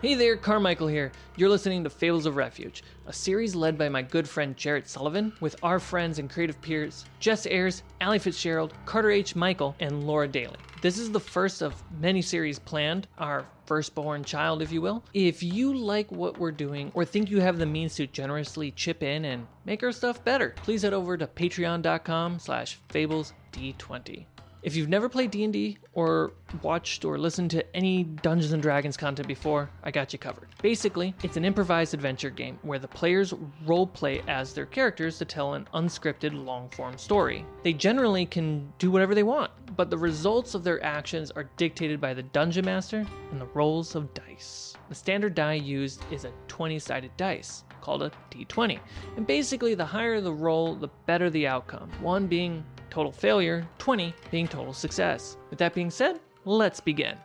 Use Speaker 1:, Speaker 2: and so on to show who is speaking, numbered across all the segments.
Speaker 1: Hey there, Carmichael here. You're listening to Fables of Refuge, a series led by my good friend Jarrett Sullivan with our friends and creative peers Jess Ayers, Allie Fitzgerald, Carter H. Michael, and Laura Daly. This is the first of many series planned, our firstborn child, if you will. If you like what we're doing or think you have the means to generously chip in and make our stuff better, please head over to patreon.com slash fablesd20. If you've never played D&D or watched or listened to any Dungeons and Dragons content before, I got you covered. Basically, it's an improvised adventure game where the players roleplay as their characters to tell an unscripted long-form story. They generally can do whatever they want, but the results of their actions are dictated by the dungeon master and the rolls of dice. The standard die used is a 20-sided dice called a d20. And basically, the higher the roll, the better the outcome. 1 being total failure, 20 being total success. With that being said, let's begin.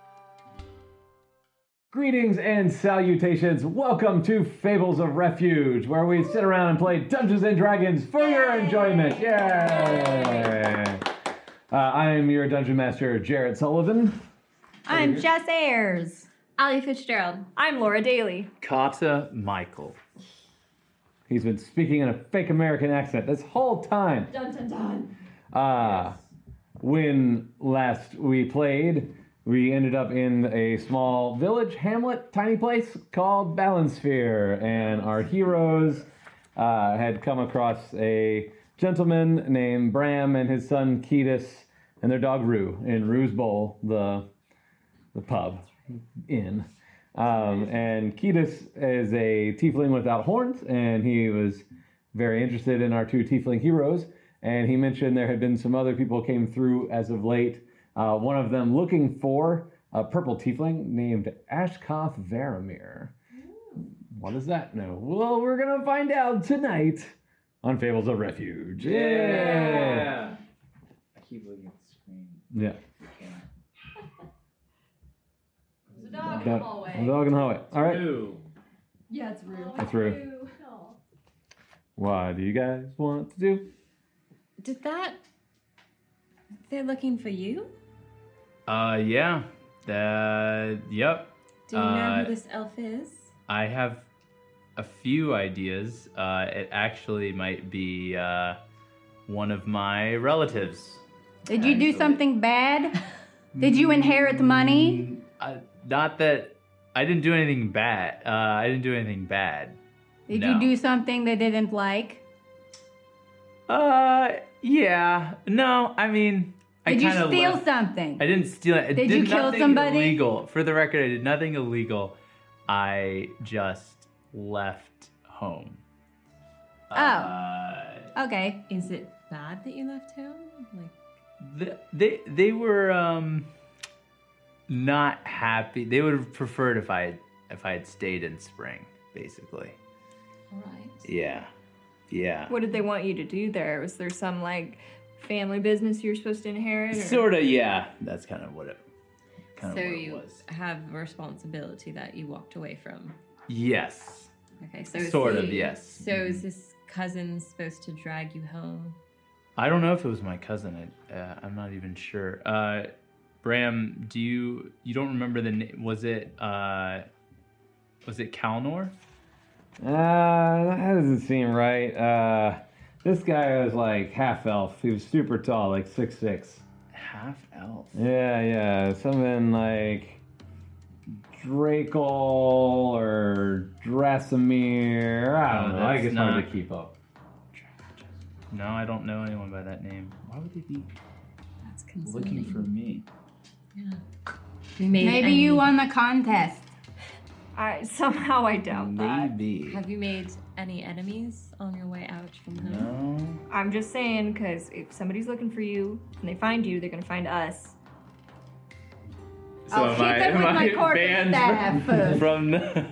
Speaker 2: Greetings and salutations. Welcome to Fables of Refuge, where we sit around and play Dungeons and Dragons for your enjoyment. Yay! Uh, I am your dungeon master, Jared Sullivan.
Speaker 3: I'm Jess Ayers.
Speaker 4: Allie Fitzgerald.
Speaker 3: I'm Laura Daly.
Speaker 5: Kata Michael.
Speaker 2: He's been speaking in a fake American accent this whole time.
Speaker 4: Dun dun dun.
Speaker 2: Uh, When last we played, we ended up in a small village, hamlet, tiny place called Balansphere, and our heroes uh, had come across a gentleman named Bram and his son Ketis and their dog Rue in Rue's Bowl, the the pub inn. Um, and Ketis is a tiefling without horns, and he was very interested in our two tiefling heroes. And he mentioned there had been some other people came through as of late. Uh, one of them looking for a purple tiefling named Ashkoth Varamir. Hmm. What does that know? Well, we're gonna find out tonight on Fables of Refuge. Yeah.
Speaker 5: I keep looking at the screen.
Speaker 2: Yeah.
Speaker 4: There's a dog in the
Speaker 2: Dog,
Speaker 4: hallway.
Speaker 2: dog in the hallway. All right.
Speaker 5: Ooh.
Speaker 4: Yeah, it's real.
Speaker 2: That's rude. What do you guys want to do?
Speaker 3: Did that. They're looking for you?
Speaker 5: Uh, yeah. Uh, yep.
Speaker 3: Do you know
Speaker 5: Uh,
Speaker 3: who this elf is?
Speaker 5: I have a few ideas. Uh, it actually might be uh, one of my relatives.
Speaker 6: Did you do
Speaker 5: Actually.
Speaker 6: something bad? Did you inherit the money?
Speaker 5: Mm, I, not that I didn't do anything bad. Uh, I didn't do anything bad.
Speaker 6: Did
Speaker 5: No.
Speaker 6: you do something they didn't like?
Speaker 5: Uh, yeah. No, I mean, I
Speaker 6: Did you
Speaker 5: kind of
Speaker 6: steal something?
Speaker 5: I didn't steal it. I
Speaker 6: Did
Speaker 5: did
Speaker 6: you kill
Speaker 5: nothing
Speaker 6: somebody?
Speaker 5: Illegal. For the record, I did nothing illegal. I just left home.
Speaker 6: Oh.
Speaker 5: Uh,
Speaker 6: Okay.
Speaker 3: Is it bad that you left him? Like,
Speaker 5: th- they they were um not happy. They would have preferred if I if I had stayed in spring, basically.
Speaker 3: all right.
Speaker 5: Yeah. Yeah.
Speaker 4: What did they want you to do there? Was there some like family business you were supposed to inherit? Or...
Speaker 5: Sort of, yeah. That's kind of what it kind
Speaker 3: so
Speaker 5: of what
Speaker 3: you
Speaker 5: it was.
Speaker 3: have a responsibility that you walked away from.
Speaker 5: Yes.
Speaker 3: Okay, so is
Speaker 5: Sort of,
Speaker 3: he-
Speaker 5: yes.
Speaker 3: So is this cousin supposed to drag you home?
Speaker 5: I don't know if it was my cousin. I, uh, I'm not even sure. Uh, Bram, do you you don't remember the name? Was it uh, was it Kalnor?
Speaker 2: Uh, that doesn't seem right. Uh, this guy was like half elf. He was super tall, like six six.
Speaker 5: Half elf.
Speaker 2: Yeah, yeah, something like Drakel or Drasimir. I don't
Speaker 5: No,
Speaker 2: know. I
Speaker 5: that's
Speaker 2: guess not... hard
Speaker 5: not-
Speaker 2: to keep up.
Speaker 5: No, I don't know anyone by that name. Why would they be
Speaker 3: That's concerning.
Speaker 5: looking for me?
Speaker 3: Yeah. We made
Speaker 6: Maybe
Speaker 3: any-
Speaker 6: you won the contest.
Speaker 4: I, somehow I doubt that.
Speaker 5: Maybe.
Speaker 3: Have you made any enemies on your way out from home?
Speaker 5: No.
Speaker 4: I'm just saying because if somebody's looking for you and they find you, they're gonna find us.
Speaker 6: I'll shoot them Oh, with my corporate staff.
Speaker 5: from, from the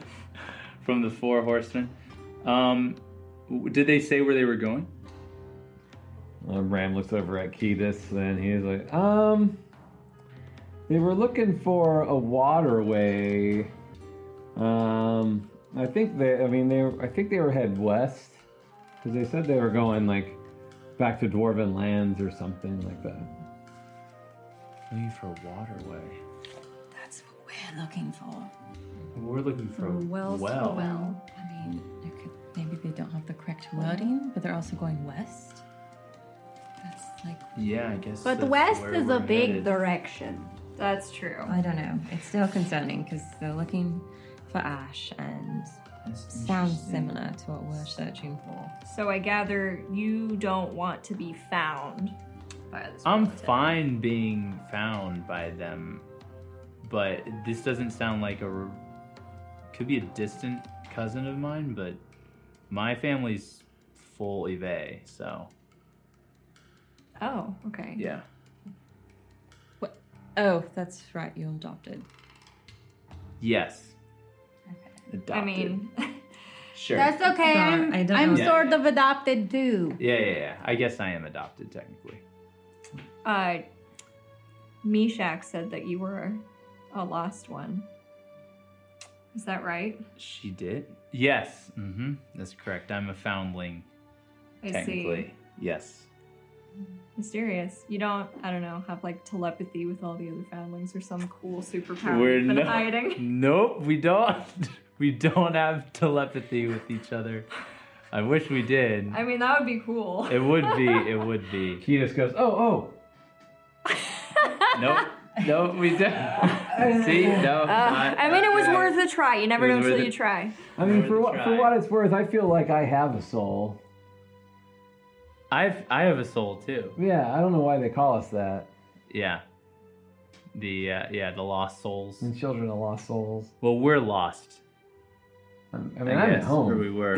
Speaker 5: from the four horsemen? Um, w- did they say where they were going?
Speaker 2: Uh, Ram looks over at Ketis and he's like, um, they were looking for a waterway. Um, I think they, I mean, they, I think they were head west because they said they were going like back to Dwarven lands or something like that.
Speaker 5: Looking for a waterway.
Speaker 3: That's what we're looking for.
Speaker 5: We're looking for
Speaker 4: From well to
Speaker 5: well.
Speaker 4: well.
Speaker 3: I mean, there could, maybe they don't have the correct wording, but they're also going west. That's like
Speaker 5: Yeah, I guess.
Speaker 6: But the
Speaker 5: that's
Speaker 6: west
Speaker 5: where
Speaker 6: is
Speaker 5: we're
Speaker 6: a big
Speaker 5: headed.
Speaker 6: direction.
Speaker 4: That's true.
Speaker 3: I don't know. It's still concerning because they're looking for ash and
Speaker 5: That's
Speaker 3: sounds
Speaker 5: interesting.
Speaker 3: similar to what we're searching for.
Speaker 4: So I gather you don't want to be found by this.
Speaker 5: I'm
Speaker 4: relative.
Speaker 5: fine being found by them, but this doesn't sound like a r- could be a distant cousin of mine, but my family's full Eve, so
Speaker 4: Oh, okay.
Speaker 5: yeah.
Speaker 3: Oh, that's right. You're adopted.
Speaker 5: Yes.
Speaker 4: I
Speaker 5: Adopted.
Speaker 4: mean,
Speaker 5: sure.
Speaker 6: That's okay.
Speaker 3: Sorry,
Speaker 6: I'm,
Speaker 3: I
Speaker 6: I
Speaker 3: don't
Speaker 6: am
Speaker 3: know.
Speaker 6: sort of adopted too.
Speaker 5: yeah, yeah, yeah. I guess I am adopted technically.
Speaker 4: uh, Meshach said that you were a lost one. Is that right?
Speaker 5: She did. Yes. Mm-hmm. That's correct. I'm a foundling
Speaker 4: I
Speaker 5: technically.
Speaker 4: see.
Speaker 5: Yes.
Speaker 4: Mysterious. You don't, I don't know, have like telepathy with all the other foundlings or some cool superpower
Speaker 5: We're
Speaker 4: you've been
Speaker 5: not-
Speaker 4: hiding.
Speaker 5: Nope, we don't. We don't have telepathy with each other. I wish we did.
Speaker 4: I mean, that would be cool.
Speaker 5: It would be. It would be.
Speaker 2: He just goes, oh,
Speaker 5: Nope. Nope, we don't. See, no. not-
Speaker 4: Uh, I mean, it was
Speaker 5: yeah.
Speaker 4: worth a try. You never
Speaker 5: It
Speaker 4: know
Speaker 5: was
Speaker 4: until
Speaker 5: worth
Speaker 4: you
Speaker 5: it.
Speaker 4: try.
Speaker 2: oh. I mean,
Speaker 5: Worth
Speaker 2: for
Speaker 5: a
Speaker 2: what for
Speaker 5: try.
Speaker 2: what it's worth, I feel like I have a soul.
Speaker 5: I've I have a soul too.
Speaker 2: Yeah, I don't know why they call us that.
Speaker 5: Yeah. The uh, yeah the lost souls.
Speaker 2: And children of lost souls.
Speaker 5: Well, we're lost.
Speaker 2: I mean, I am at
Speaker 5: guess, Where
Speaker 2: home.
Speaker 5: we were.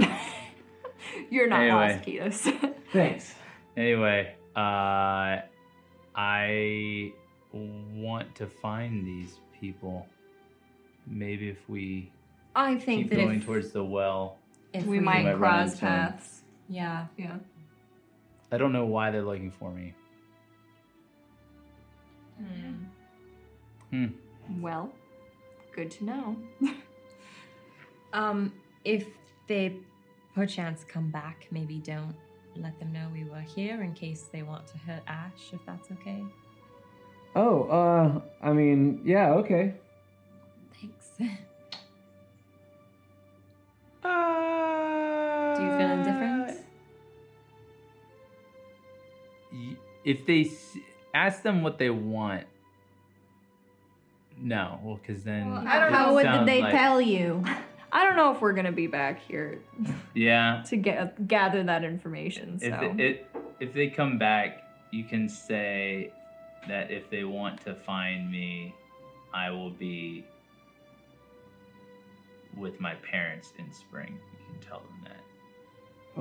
Speaker 4: You're not
Speaker 5: Anyway.
Speaker 4: lost, Ketos.
Speaker 2: Thanks.
Speaker 5: anyway, uh, I want to find these people. Maybe if we
Speaker 3: I think
Speaker 5: keep
Speaker 3: that
Speaker 5: going
Speaker 3: if,
Speaker 5: towards the well.
Speaker 3: if
Speaker 4: we
Speaker 5: might
Speaker 4: might
Speaker 5: run cross
Speaker 4: cross
Speaker 5: into 'em.
Speaker 4: paths.
Speaker 3: Yeah.
Speaker 4: Yeah.
Speaker 5: I don't know why they're looking for me. Hmm.
Speaker 4: Well, good to know.
Speaker 3: Um, if they perchance come back, maybe don't let them know we were here in case they want to hurt Ash, if that's okay.
Speaker 2: Oh, uh, I mean, yeah, okay.
Speaker 3: Thanks. Do you feel indifferent?
Speaker 5: Y- If they s- ask them what they want, no, well, because then
Speaker 4: Well, I don't
Speaker 5: it
Speaker 6: How would
Speaker 5: sounds
Speaker 6: they
Speaker 5: like-
Speaker 6: tell you?
Speaker 4: I don't know if we're gonna be back here
Speaker 5: Yeah,
Speaker 4: to get gather that information. So
Speaker 5: if they, it, if they come back, you can say that if they want to find me, I will be with my parents in spring. You can tell them that.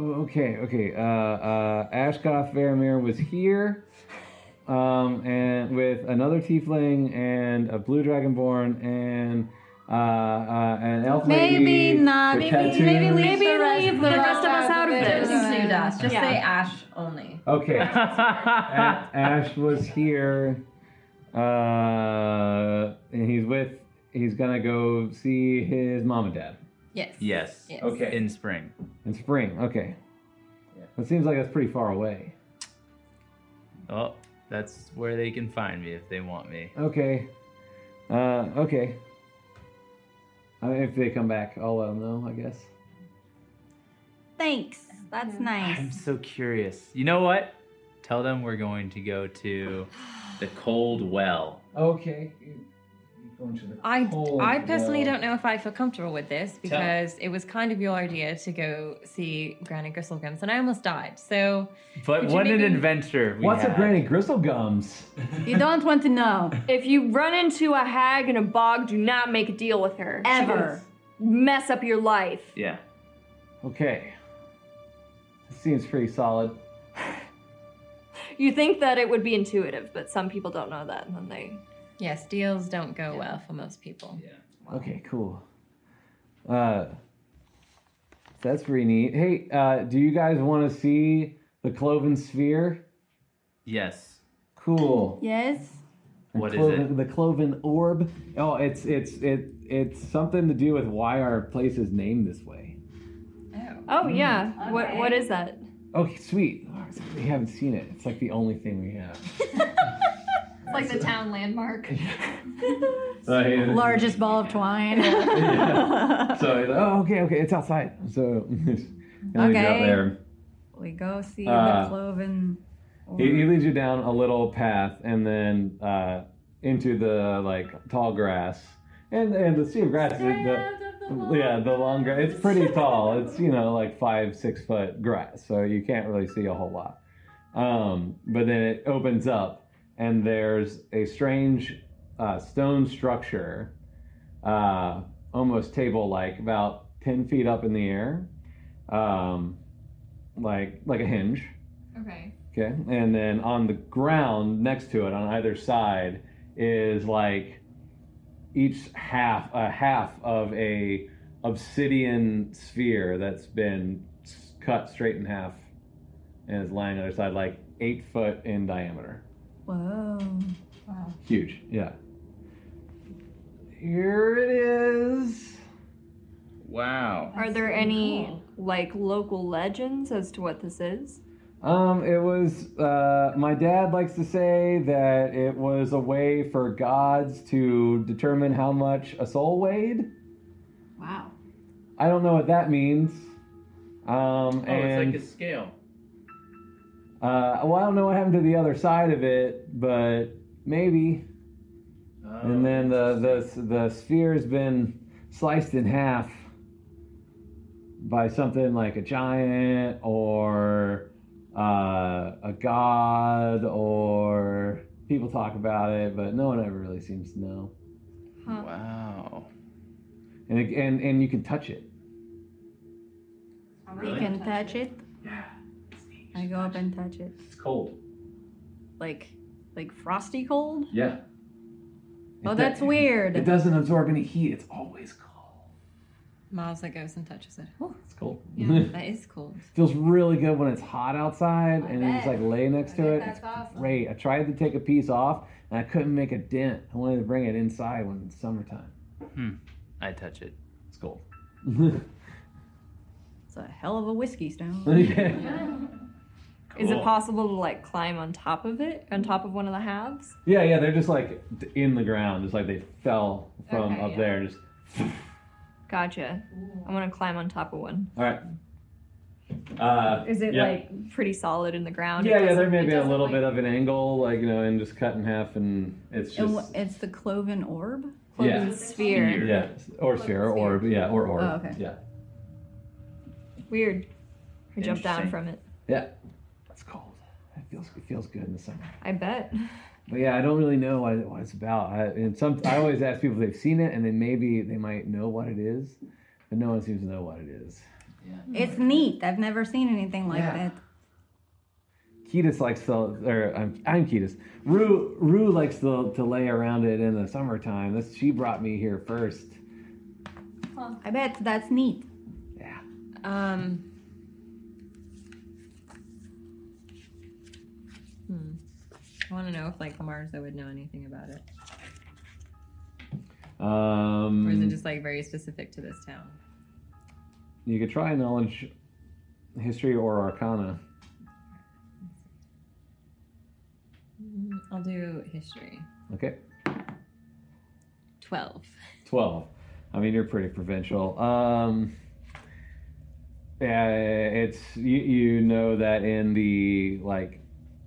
Speaker 2: Oh, okay, okay. Uh, uh, Ashkoth Varamir was here, um, and with another tiefling and a blue dragonborn and uh, uh, an elf
Speaker 6: Maybe
Speaker 2: lady
Speaker 6: not.
Speaker 2: with
Speaker 6: Maybe- maybe
Speaker 2: tattoos.
Speaker 6: leave- the rest-
Speaker 4: leave
Speaker 6: the rest of us out of this.
Speaker 3: Just include us. Just
Speaker 4: Yeah.
Speaker 3: say Ash only.
Speaker 2: Okay. A- Ash was here. Uh, and he's with. He's gonna go see his mom and dad
Speaker 3: Yes.
Speaker 5: yes.
Speaker 3: Yes.
Speaker 2: Okay.
Speaker 5: In spring.
Speaker 2: in spring. Okay.
Speaker 5: Yeah.
Speaker 2: That seems like that's pretty far away.
Speaker 5: Oh, that's where they can find me if they want me.
Speaker 2: Okay. Uh, okay. I mean, if they come back, I'll let them know. I guess.
Speaker 6: Thanks. That's
Speaker 5: I'm
Speaker 6: nice.
Speaker 5: so curious. You know what? Tell them we're going to go to the cold well.
Speaker 2: Okay.
Speaker 3: I,
Speaker 2: Oh,
Speaker 3: I personally don't know if I feel comfortable with this because it was kind of your idea to go see Granny Gristlegums, and I almost died. So
Speaker 5: But
Speaker 3: Could you
Speaker 5: what an
Speaker 3: maybe-
Speaker 5: adventure we
Speaker 2: What's
Speaker 5: had.
Speaker 2: a granny gristlegums?
Speaker 6: You don't want to know.
Speaker 4: if you run into a hag in a bog, do not make a deal with her. She
Speaker 6: Ever.
Speaker 4: will mess up your life.
Speaker 5: Yeah.
Speaker 2: Okay. That seems pretty solid.
Speaker 4: You think that it would be intuitive, but some people don't know that, and then they
Speaker 3: yes, deals don't go well for most people.
Speaker 5: Yeah.
Speaker 2: Okay, cool. Uh, that's pretty neat. Hey, uh, do you guys want to see the Cloven Sphere?
Speaker 5: Yes.
Speaker 2: Cool.
Speaker 6: Yes.
Speaker 5: What is
Speaker 2: Cloven-
Speaker 5: it?
Speaker 2: The Cloven Orb. Oh, it's it's it it's something to do with why our place is named this way.
Speaker 4: Oh yeah. What what is that?
Speaker 2: Oh, Okay, sweet. Oh, we haven't seen it. It's like the only thing we have.
Speaker 6: like the town landmark.
Speaker 2: Uh, he-
Speaker 6: Largest ball of twine.
Speaker 2: Yeah. So he's like, oh, okay, okay, it's outside. So and leads you out
Speaker 4: Okay.
Speaker 2: there.
Speaker 4: We go see
Speaker 2: Uh,
Speaker 4: the cloven.
Speaker 2: He, he leads you down a little path and then uh, into the like tall grass and and the sea of grass. is the, yeah, the long grass. It's pretty tall. It's you know like five six foot grass, so you can't really see a whole lot. Um, but then it opens up and there's a strange uh, stone structure, uh, almost table like, about ten feet up in the air, um, like like a hinge.
Speaker 6: okay.
Speaker 2: Okay, and then on the ground next to it, on either side, is like each half a half of a obsidian sphere that's been s- cut straight in half and is lying on the other side, like eight foot in diameter.
Speaker 4: Whoa.
Speaker 6: Wow.
Speaker 2: Huge, yeah. Here it is.
Speaker 5: Wow.
Speaker 4: Are there any like local legends as to what this is?
Speaker 2: Um, it was. Uh, my dad likes to say that it was a way for gods to determine how much a soul weighed.
Speaker 6: Wow.
Speaker 2: I don't know what that means. Um,
Speaker 5: Oh,
Speaker 2: and
Speaker 5: it's like a scale.
Speaker 2: uh, well, I don't know what happened to the other side of it, but maybe.
Speaker 5: Oh,
Speaker 2: and then the the the sphere's been sliced in half by something like a giant or uh, a god, or people talk about it, but no one ever really seems to know.
Speaker 5: wow.
Speaker 2: And it, and and you can touch it.
Speaker 6: Really?
Speaker 4: We can touch it.
Speaker 5: Yeah.
Speaker 4: I go up and touch it.
Speaker 5: It's cold.
Speaker 4: Like, like frosty cold.
Speaker 5: Yeah.
Speaker 4: Oh,
Speaker 2: It do-
Speaker 4: that's
Speaker 2: It
Speaker 4: weird.
Speaker 2: doesn't absorb any heat. It's always cold.
Speaker 3: Miles that goes and touches it. Oh,
Speaker 2: It's cold.
Speaker 6: Yeah.
Speaker 3: that is cold.
Speaker 2: feels really good when it's hot outside
Speaker 6: I
Speaker 2: and then just
Speaker 6: bet.
Speaker 2: like lay next
Speaker 6: I
Speaker 2: to
Speaker 6: bet
Speaker 2: it.
Speaker 6: that's
Speaker 2: It's
Speaker 6: awesome.
Speaker 2: great. I tried to take a piece off and I couldn't make a dent. I wanted to bring it inside when it's summertime.
Speaker 5: I touch it.
Speaker 2: It's cold.
Speaker 4: It's a hell of a whiskey stone.
Speaker 2: yeah,
Speaker 4: Is it
Speaker 5: Cool.
Speaker 4: possible to like climb on top of it, on top of one of the halves?
Speaker 2: yeah, they're just like d- in the ground. It's like they fell from
Speaker 6: Okay,
Speaker 2: up
Speaker 6: yeah.
Speaker 2: there. Just
Speaker 4: Gotcha. I want to climb on top of one.
Speaker 2: all right. Uh,
Speaker 4: Is it
Speaker 2: yeah.
Speaker 4: like pretty solid in the ground?
Speaker 2: Yeah,
Speaker 4: It
Speaker 2: yeah, there
Speaker 4: doesn't-
Speaker 2: may
Speaker 6: it
Speaker 2: be a
Speaker 6: doesn't,
Speaker 2: little
Speaker 6: like-
Speaker 2: bit of an angle, like you know, and just cut in half, and it's
Speaker 4: And
Speaker 2: just
Speaker 4: wh- It's the cloven orb.
Speaker 2: Yeah.
Speaker 4: Cloven sphere.
Speaker 2: yeah, or sphere, or orb, yeah, or orb,
Speaker 4: Oh, okay.
Speaker 2: yeah,
Speaker 4: Weird. I jumped down
Speaker 5: Interesting.
Speaker 4: from it.
Speaker 2: yeah. It's cold. It feels it feels good in the summer.
Speaker 4: I bet.
Speaker 2: But yeah, I don't really know what, it, what it's about. I, and some I always ask people if they've seen it, and they maybe they might know what it is, but no one seems to know what it is.
Speaker 6: It's It's neat. I've never seen anything like
Speaker 5: Yeah.
Speaker 6: that.
Speaker 2: Ketis likes to, or I'm, I'm Ketis. Rue Rue likes to, to lay around it in the summertime. That's she brought me here first.
Speaker 6: I bet that's neat.
Speaker 2: Yeah.
Speaker 3: Um. Hmm. I want to know if like Marza would know anything about it,
Speaker 2: Um,
Speaker 3: or
Speaker 2: Hmm.
Speaker 3: is it just like very specific to this town?
Speaker 2: you could try knowledge, history, or arcana.
Speaker 3: Mm, I'll do history.
Speaker 2: Okay.
Speaker 3: Twelve.
Speaker 2: 12. I mean, you're pretty provincial. Um, yeah, it's you, you know that in the like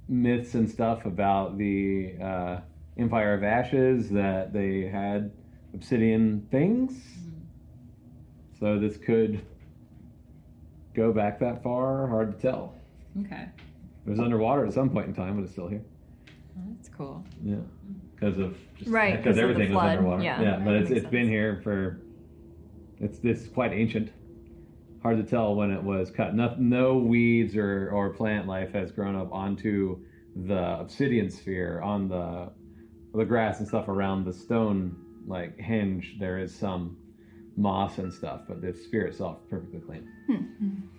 Speaker 2: myths and stuff about the uh, Empire of Ashes that they had obsidian things. So this could go back that far. Hard to tell.
Speaker 3: Okay,
Speaker 2: It was underwater at some point in time, but it's still here.
Speaker 3: Well, that's cool.
Speaker 2: Yeah, because of just,
Speaker 4: Right,
Speaker 2: because
Speaker 4: 'cause of the
Speaker 2: everything was
Speaker 4: flood,
Speaker 2: underwater.
Speaker 4: yeah.
Speaker 2: yeah,
Speaker 4: That
Speaker 2: but it's
Speaker 4: makes
Speaker 2: it's been
Speaker 4: sense.
Speaker 2: here for it's this quite ancient. Hard to tell when it was cut. No, no weeds or or plant life has grown up onto the obsidian sphere on the the grass and stuff around the stone like hinge. There is some moss and stuff, but the sphere itself perfectly clean.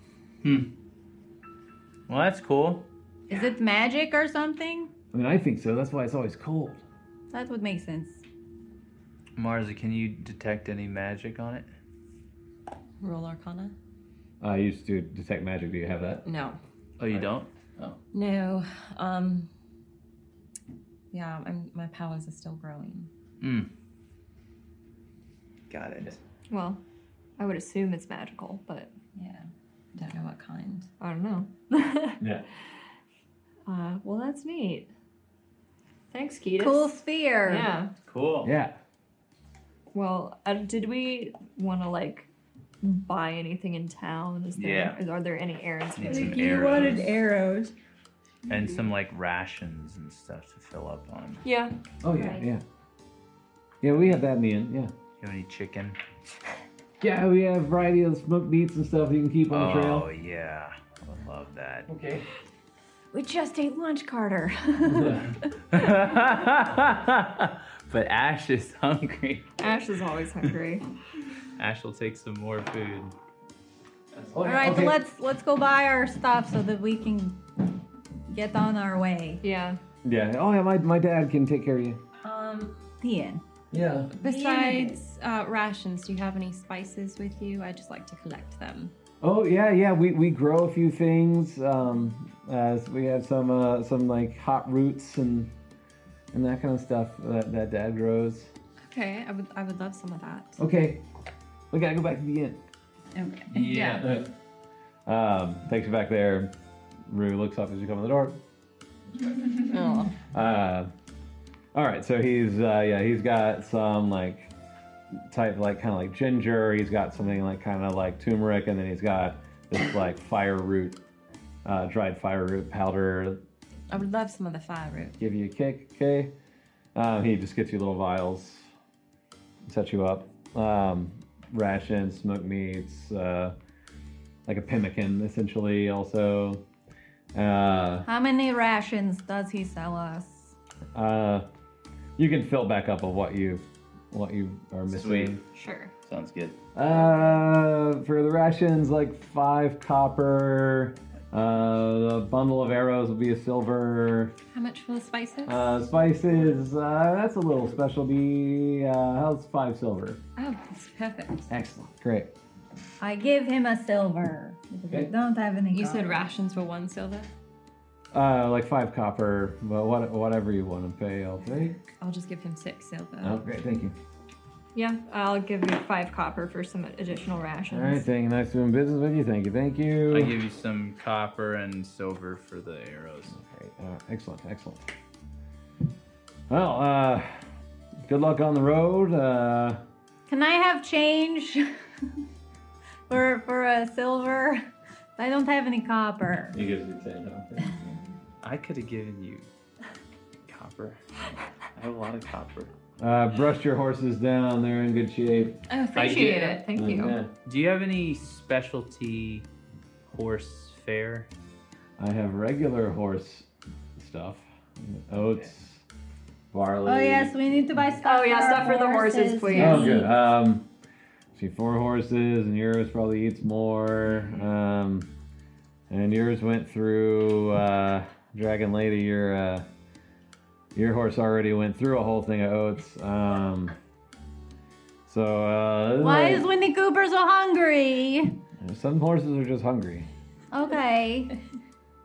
Speaker 5: Well, that's cool.
Speaker 6: Is it magic or something?
Speaker 2: I mean, I think so. That's why it's always cold.
Speaker 6: That would make sense.
Speaker 5: Marza, can you detect any magic on it?
Speaker 3: Roll Arcana.
Speaker 2: I used to detect magic. Do you have that?
Speaker 3: No,
Speaker 5: Oh, you don't?
Speaker 3: no. Um. yeah, I'm, my powers are still growing.
Speaker 5: Mm.
Speaker 7: Got it.
Speaker 4: Well, I would assume it's magical, but
Speaker 3: Yeah, don't know what kind.
Speaker 4: I don't know.
Speaker 2: Yeah.
Speaker 4: uh, well, that's neat. Thanks, Keaton.
Speaker 6: Cool sphere.
Speaker 4: Yeah.
Speaker 5: Cool.
Speaker 2: Yeah.
Speaker 4: Well, uh, did we want to like buy anything in town? Is there,
Speaker 5: Yeah.
Speaker 4: is- are there any errands?
Speaker 5: Need
Speaker 4: for-
Speaker 5: some
Speaker 6: You wanted arrows.
Speaker 5: and some like rations and stuff to fill up on.
Speaker 4: Yeah.
Speaker 2: Oh yeah,
Speaker 4: Right.
Speaker 2: yeah. Yeah, we have that in the end. Yeah.
Speaker 5: You have any chicken?
Speaker 2: Yeah, we have a variety of smoked meats and stuff you can keep on the
Speaker 5: Oh
Speaker 2: trail.
Speaker 5: yeah, I would love that.
Speaker 2: Okay.
Speaker 6: We just ate lunch, Carter.
Speaker 2: Oh,
Speaker 5: but Ash is hungry.
Speaker 4: Ash is always hungry.
Speaker 5: Ash will take some more food.
Speaker 2: All
Speaker 6: All right, so let's let's go buy our stuff so that we can get on our way.
Speaker 4: yeah.
Speaker 2: Yeah. Oh yeah, my, my dad can take care of you.
Speaker 3: Um,
Speaker 6: The end.
Speaker 2: Yeah.
Speaker 3: besides uh, rations, do you have any spices with you? I just like to collect them.
Speaker 2: Oh yeah, yeah. We, we grow a few things. Um, uh, we have some uh, some like hot roots and and that kind of stuff that, that dad grows.
Speaker 3: Okay, I would I would love some of that.
Speaker 2: Okay. We gotta go back to the inn.
Speaker 3: Okay.
Speaker 2: Um, takes you back there. Rue looks up as you come in the door.
Speaker 3: Oh.
Speaker 2: Uh, all right, so he's uh, yeah, he's got some like type like kind of like ginger. He's got something like kind of like turmeric, and then he's got this like fire root, uh, dried fire root powder.
Speaker 3: I would love some of the fire root.
Speaker 2: Give you a kick, okay? Um, he just gets you little vials, sets you up. Um, rations, smoked meats, uh, like a pemmican essentially. Also, uh,
Speaker 6: How many rations does he sell us?
Speaker 2: Uh, you can fill back up of what you what you are missing.
Speaker 4: Sure.
Speaker 5: Sounds good.
Speaker 2: Uh, for the rations, like five copper. Uh, a bundle of arrows will be a silver.
Speaker 3: How much for the spices?
Speaker 2: Uh, spices, uh, that's a little specialty. Uh, how's five silver?
Speaker 3: oh, that's perfect.
Speaker 2: Excellent. Great.
Speaker 6: I give him a silver because I
Speaker 2: Okay.
Speaker 6: don't have any.
Speaker 3: You said
Speaker 6: gold.
Speaker 3: rations were one silver.
Speaker 2: Uh, like five copper, but what, whatever you want to pay, I'll take.
Speaker 3: I'll just give him six silver.
Speaker 2: Oh, great. Thank you.
Speaker 4: Yeah, I'll give you five copper for some additional rations.
Speaker 2: All right. Thank you. Nice doing business with you. Thank you. Thank you.
Speaker 5: I give you some copper and silver for the arrows.
Speaker 2: Great. Uh, excellent. Excellent. Well, uh, good luck on the road. Uh,
Speaker 6: Can I have change for for a silver? I don't have any copper.
Speaker 2: he gives you ten.
Speaker 5: I could have given you copper. I have a lot of copper.
Speaker 2: Uh, brush your horses down. They're in good shape.
Speaker 4: I appreciate
Speaker 5: get-
Speaker 4: it. Thank you.
Speaker 2: Yeah.
Speaker 5: Do you have any specialty horse fare?
Speaker 2: I have regular horse stuff, oats, barley.
Speaker 6: Oh yes, we need to buy stuff.
Speaker 4: Oh, yeah,
Speaker 6: for
Speaker 4: stuff
Speaker 6: our
Speaker 4: for the horses, please.
Speaker 2: Oh, good. Um, see, four horses, and yours probably eats more. Um, and yours went through uh, Dragon Lady. Your uh, your horse already went through a whole thing of oats. Um, so uh,
Speaker 6: Why is Winnie Cooper so hungry?
Speaker 2: some horses are just hungry.
Speaker 6: Okay.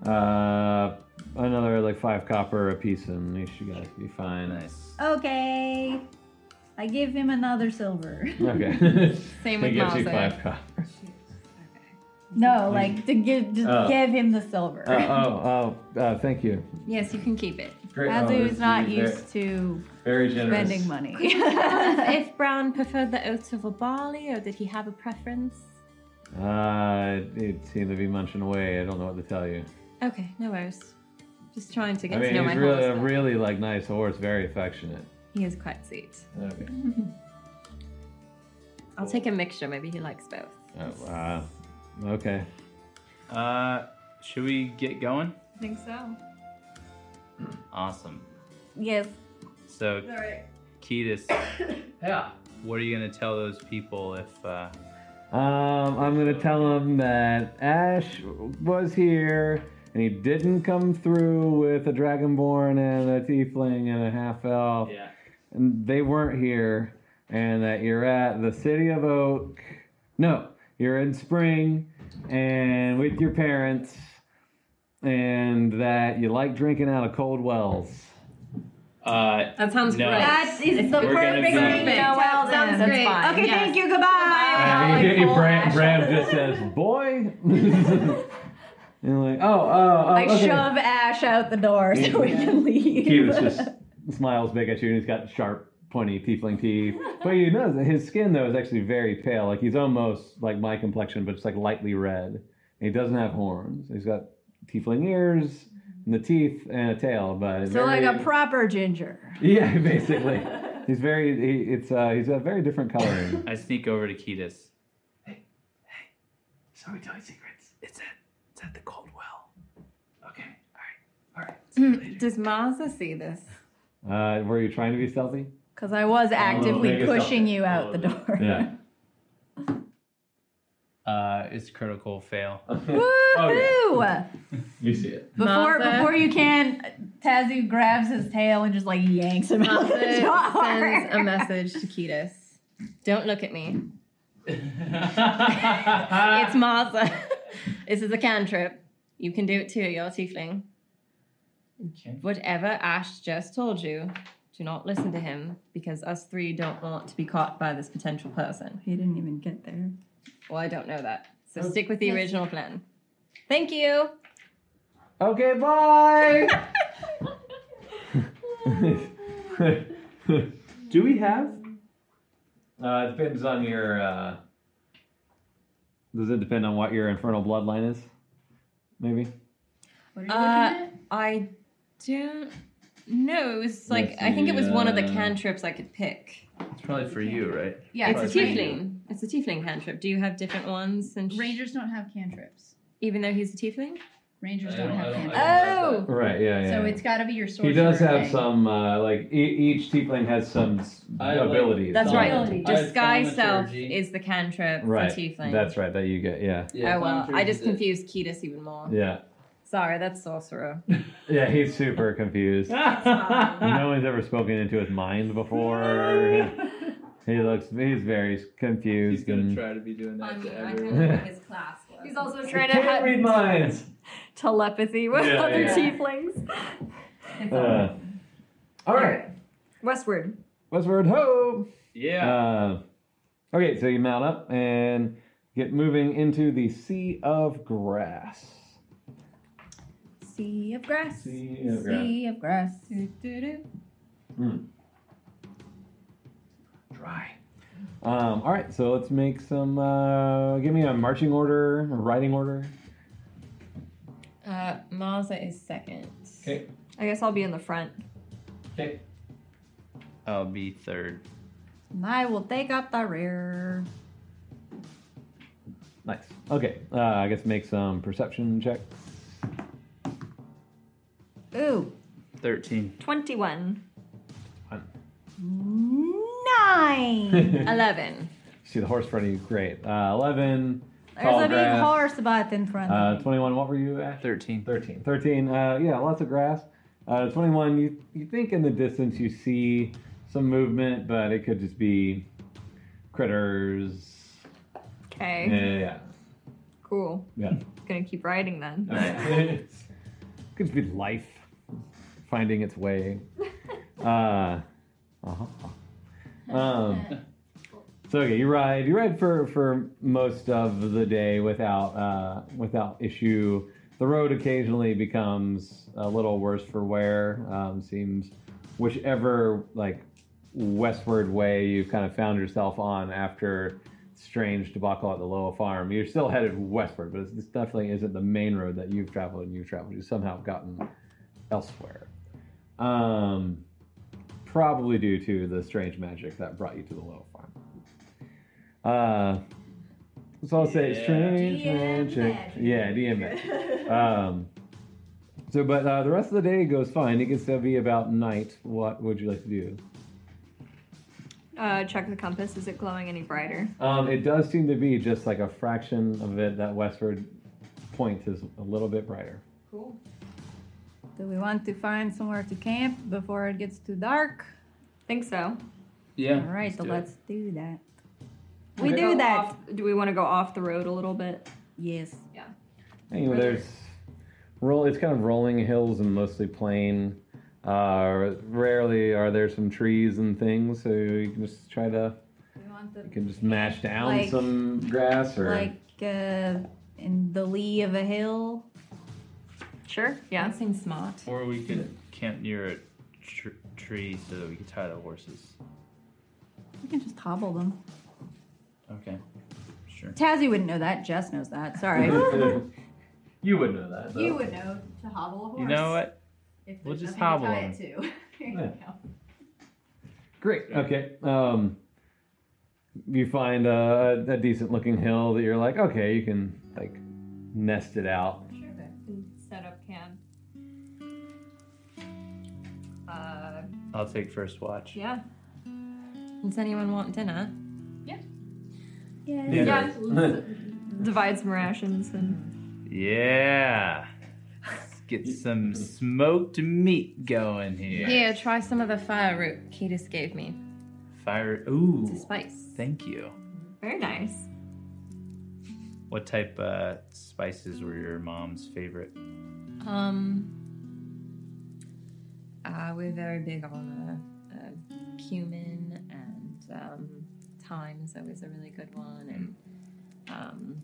Speaker 2: Uh, another like five copper a piece, and you should guys be fine.
Speaker 5: Nice.
Speaker 6: Okay. I give him another silver.
Speaker 2: Okay.
Speaker 3: Same
Speaker 2: he
Speaker 3: with
Speaker 2: gives you
Speaker 3: Mazel.
Speaker 2: five copper.
Speaker 6: No, like to give just
Speaker 2: Hmm. Oh.
Speaker 6: give him the silver.
Speaker 2: Uh, oh, oh, uh, thank you.
Speaker 3: Yes, you can keep it.
Speaker 2: Great. Oh,
Speaker 6: Azu is not
Speaker 2: used
Speaker 6: used to
Speaker 2: Very generous.
Speaker 6: spending money.
Speaker 3: Um, if Brown preferred the oats over barley, or did he have a preference?
Speaker 2: Uh, it seemed to be munching away. I don't know what to tell you.
Speaker 3: Okay, no worries. Just trying to get
Speaker 2: I
Speaker 3: to know
Speaker 2: mean,
Speaker 3: my
Speaker 2: he's really a
Speaker 3: horse.
Speaker 2: really like nice horse, very affectionate.
Speaker 3: He is quite sweet.
Speaker 2: Okay.
Speaker 3: I'll take a mixture. Maybe he likes both.
Speaker 2: Oh, uh, okay.
Speaker 5: Uh, should we get going?
Speaker 4: I think so.
Speaker 5: Awesome.
Speaker 6: yes.
Speaker 5: So, Ketis,
Speaker 2: Yeah.
Speaker 5: what are you gonna tell those people if? Uh,
Speaker 2: Um, I'm gonna tell him that Ash was here and he didn't come through with a dragonborn and a tiefling and a half elf.
Speaker 5: yeah.
Speaker 2: and they weren't here, and that you're at the city of Oak. No, you're in Spring, and with your parents, and that you like drinking out of cold wells.
Speaker 5: Uh,
Speaker 3: That sounds
Speaker 5: No.
Speaker 3: great.
Speaker 6: That is the
Speaker 5: We're gonna
Speaker 6: perfect thing.
Speaker 5: do-
Speaker 6: Yeah, well
Speaker 4: Sounds
Speaker 6: done.
Speaker 4: great.
Speaker 6: Okay,
Speaker 4: Yes.
Speaker 6: thank you.
Speaker 4: Bye.
Speaker 6: Goodbye.
Speaker 2: And you-
Speaker 4: like
Speaker 2: you-
Speaker 4: full
Speaker 2: Bram,
Speaker 4: action.
Speaker 2: Bram just says, "Boy," and you're like, "Oh, oh, oh."
Speaker 6: I
Speaker 2: okay."
Speaker 6: shove Ash out the door so we can leave.
Speaker 2: He was just smiles big at you, and he's got sharp, pointy tiefling teeth. But you notice that his skin though is actually very pale. Like he's almost like my complexion, but just like lightly red. And he doesn't have horns. He's got tiefling ears and the teeth and a tail, but
Speaker 6: so like
Speaker 2: very-
Speaker 6: a proper ginger.
Speaker 2: yeah, basically. He's very. He, it's uh, he's a very different coloring.
Speaker 5: I sneak over to Ketis.
Speaker 7: Are we telling secrets? It's at it's at the Coldwell. Okay. All right. All right.
Speaker 4: Mm,
Speaker 3: Does Maza see this?
Speaker 2: Uh, were you trying to be stealthy?
Speaker 6: Because I was
Speaker 2: make
Speaker 6: actively
Speaker 2: us
Speaker 6: pushing you
Speaker 5: Oh,
Speaker 6: out the door.
Speaker 5: Uh, it's critical fail.
Speaker 6: Woohoo!
Speaker 2: you see it.
Speaker 6: Before
Speaker 3: Martha.
Speaker 6: before you can, Tazu grabs his tail and just like yanks him out
Speaker 3: Maza
Speaker 6: the door.
Speaker 3: sends a message to Ketis. Don't look at me.
Speaker 2: Ah.
Speaker 3: It's Maza. this is a cantrip. You can do it too. You're a tiefling.
Speaker 5: Okay.
Speaker 3: Whatever Ash just told you, do not listen to him because us three don't want to be caught by this potential person.
Speaker 4: He didn't even get there.
Speaker 3: Well, I don't know that. So stick with the original plan. Thank you.
Speaker 2: Okay, bye. Do we have? Uh, it depends on your. Uh... Does it depend on what your infernal bloodline is? Maybe.
Speaker 4: What are you
Speaker 3: Uh, I don't know. It was like
Speaker 5: Let's
Speaker 3: I think it was one of the
Speaker 5: see, uh,
Speaker 3: cantrips I could pick.
Speaker 5: It's probably for you, right?
Speaker 4: Yeah,
Speaker 3: it's a
Speaker 5: Probably for you.
Speaker 3: tiefling. It's a tiefling cantrip. Do you have different ones? Since
Speaker 4: Rangers don't have cantrips.
Speaker 3: even though he's a tiefling,
Speaker 4: Rangers
Speaker 5: I
Speaker 4: don't,
Speaker 5: don't- I
Speaker 4: have
Speaker 5: don't- I
Speaker 4: cantrips.
Speaker 5: Oh!
Speaker 2: Right. Yeah. Yeah.
Speaker 4: So it's got to be your sorcerer.
Speaker 2: He does have
Speaker 4: thing.
Speaker 2: some, uh, like e- each tiefling has some s-
Speaker 5: I like-
Speaker 2: abilities.
Speaker 3: that's
Speaker 5: Thaumaturgy. I
Speaker 3: right.
Speaker 5: have
Speaker 3: Disguise self
Speaker 5: thaumaturgy.
Speaker 3: is the cantrip
Speaker 2: Right.
Speaker 3: for tiefling.
Speaker 2: That's right. That you get. Yeah.
Speaker 5: Yeah,
Speaker 3: oh well, I
Speaker 5: thaumaturgy
Speaker 3: just
Speaker 5: is it.
Speaker 3: confused Ketis even more.
Speaker 2: Yeah.
Speaker 3: Sorry, that's sorcerer.
Speaker 2: Yeah. He's super confused. no one's ever spoken into his mind before. he looks. He's very confused.
Speaker 5: He's gonna
Speaker 2: and-
Speaker 5: try to be doing that to
Speaker 2: gonna-
Speaker 5: everyone.
Speaker 3: his class.
Speaker 6: He's also
Speaker 2: I
Speaker 6: trying to
Speaker 2: can't
Speaker 6: have
Speaker 2: read minds.
Speaker 6: telepathy with
Speaker 2: Yeah,
Speaker 6: other
Speaker 2: yeah.
Speaker 6: tieflings.
Speaker 2: Uh, all right.
Speaker 6: Westward.
Speaker 2: Westward ho.
Speaker 5: Yeah.
Speaker 2: Uh, okay, so you mount up and get moving into the sea of grass.
Speaker 6: Sea of grass.
Speaker 2: Sea of grass.
Speaker 6: Sea of grass.
Speaker 2: Dry. Um, all right, so let's make some. Uh, give me a marching order, a riding order.
Speaker 3: Uh, Marza is second.
Speaker 2: Okay.
Speaker 6: I guess I'll be in the front.
Speaker 2: Okay.
Speaker 5: I'll be third.
Speaker 6: And I will take up the rear.
Speaker 2: Nice. Okay, uh, I guess make some perception check.
Speaker 6: Ooh,
Speaker 5: Thirteen.
Speaker 6: 21.
Speaker 2: One.
Speaker 6: Nine.
Speaker 3: Eleven.
Speaker 2: See the horse in front of you. Great. Uh, Eleven.
Speaker 6: There's
Speaker 2: tall
Speaker 6: a big
Speaker 2: grass.
Speaker 6: horse butt in front
Speaker 2: Uh,
Speaker 6: of me.
Speaker 2: Twenty-one. What were you at?
Speaker 5: Thirteen.
Speaker 2: 13. 13, uh, yeah, lots of grass. Uh, 21, you, you think in the distance you see some movement, but it could just be critters.
Speaker 6: Okay,
Speaker 2: Yeah,
Speaker 6: cool.
Speaker 2: yeah,
Speaker 6: Gonna keep riding then.
Speaker 2: yeah. could just be life finding its way. Uh, uh-huh. um, so okay, you ride. You ride for, for most of the day without uh, without issue. The road occasionally becomes a little worse for wear. Um, seems whichever like westward way you've kind of found yourself on after strange debacle at the Loa Farm, you're still headed westward, but it's- this definitely isn't the main road that you've traveled and you've traveled. You somehow gotten elsewhere. Um, probably due to the strange magic that brought you to the Loa Farm. Uh, so I'll say
Speaker 5: Yeah.
Speaker 2: strange
Speaker 6: DM
Speaker 2: magic.
Speaker 6: magic.
Speaker 2: Yeah, DM magic. um, so, but uh, the rest of the day goes fine. It gets to be about night. What would you like to do?
Speaker 6: Uh, check the compass. Is it glowing any brighter?
Speaker 2: Um, it does seem to be just like a fraction of it. That westward point is a little bit brighter.
Speaker 6: Do we want to find somewhere to camp before it gets too dark? Think so.
Speaker 5: Yeah.
Speaker 6: All right, so
Speaker 5: do it.
Speaker 6: let's do that. We
Speaker 2: Okay.
Speaker 6: do
Speaker 4: Go
Speaker 6: that.
Speaker 4: off-
Speaker 6: do we want to go off the road a little bit? Yes.
Speaker 2: Anyway, there's roll. It's kind of rolling hills and mostly plain. Uh, rarely are there some trees and things, so you can just try to
Speaker 6: We want the
Speaker 2: you can just mash down
Speaker 6: Like-
Speaker 2: some grass or
Speaker 6: like uh, in the lee of a hill.
Speaker 4: Sure.
Speaker 3: That
Speaker 4: Yeah.
Speaker 3: seems smart.
Speaker 5: Or we could camp near a tr- tree so that we could tie the horses.
Speaker 6: We can just hobble them.
Speaker 5: Okay, sure.
Speaker 6: Tazzy wouldn't know that. Jess knows that. Sorry.
Speaker 7: you would know that. Though.
Speaker 4: You would know to hobble a horse.
Speaker 5: You know what?
Speaker 4: If
Speaker 5: We'll
Speaker 4: there's
Speaker 5: just
Speaker 4: nothing
Speaker 5: hobble
Speaker 4: to tie it to. There you go.
Speaker 2: Great. Okay. Um, you find a, a decent looking hill that you're like, okay, you can like nest it out.
Speaker 4: Sure, but can set up camp. Uh,
Speaker 5: I'll take first watch.
Speaker 4: yeah.
Speaker 3: Does anyone want dinner?
Speaker 2: Yeah.
Speaker 4: Yeah. let's divide some rations and.
Speaker 5: Yeah. Let's get some smoked meat going here.
Speaker 3: Here, try some of the fire root Ketis gave me.
Speaker 5: Fire. Ooh.
Speaker 3: It's a spice.
Speaker 5: Thank you.
Speaker 4: Very nice.
Speaker 5: What type uh, spices were your mom's favorite?
Speaker 3: Um, uh, we're very big on uh, uh, cumin and um, thyme is always a really good one, and um,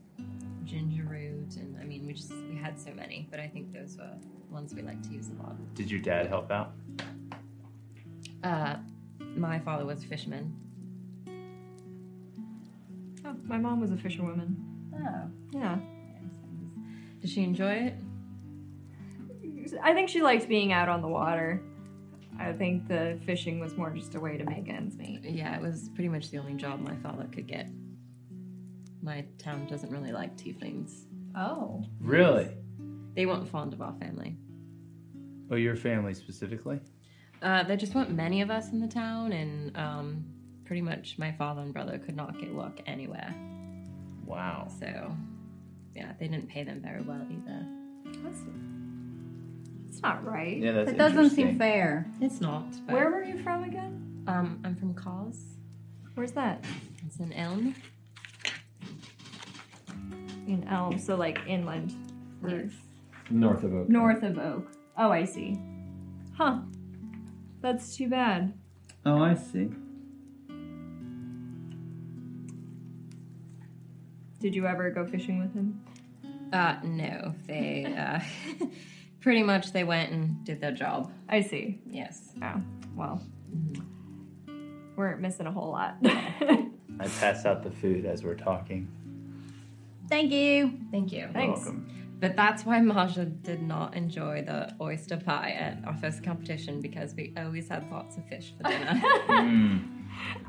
Speaker 3: ginger root, and I mean, we just we had so many, but I think those were ones we like to use a lot.
Speaker 5: Did your dad help out?
Speaker 3: Uh, my father was a fisherman.
Speaker 4: Oh, my mom was a fisherwoman.
Speaker 3: Oh,
Speaker 4: Yeah.
Speaker 3: did she enjoy it?
Speaker 4: I think she liked being out on the water. I think the fishing was more just a way to make ends meet.
Speaker 3: Yeah, it was pretty much the only job my father could get. My town doesn't really like tieflings.
Speaker 4: Oh.
Speaker 5: Really?
Speaker 3: They weren't fond of our family.
Speaker 5: Oh, your family specifically?
Speaker 3: Uh, there just weren't many of us in the town, and um, pretty much my father and brother could not get work anywhere.
Speaker 5: Wow.
Speaker 3: So, yeah, they didn't pay them very well either.
Speaker 4: That's, that's not right.
Speaker 5: Yeah, that's
Speaker 6: that doesn't seem
Speaker 5: interesting.
Speaker 6: fair.
Speaker 3: It's not. But,
Speaker 4: Where were you from again?
Speaker 3: Um, I'm from Cause.
Speaker 4: Where's that?
Speaker 3: It's an elm.
Speaker 4: In Elm, so like inland. or
Speaker 3: Yes.
Speaker 2: North of Oak.
Speaker 4: North of Oak. Oh, I see. Huh. That's too bad.
Speaker 5: Oh, I see.
Speaker 4: Did you ever go fishing with him?
Speaker 3: Uh, no, they uh, pretty much they went and did their job.
Speaker 4: I see.
Speaker 3: Yes.
Speaker 4: Oh, well. Weren't missing a whole lot.
Speaker 5: I pass out the food as we're talking.
Speaker 6: Thank you.
Speaker 3: Thank you.
Speaker 4: Thanks.
Speaker 5: Welcome.
Speaker 3: But that's why Marja did not enjoy the oyster pie at our first competition because we always had lots of fish for dinner.
Speaker 5: Mm.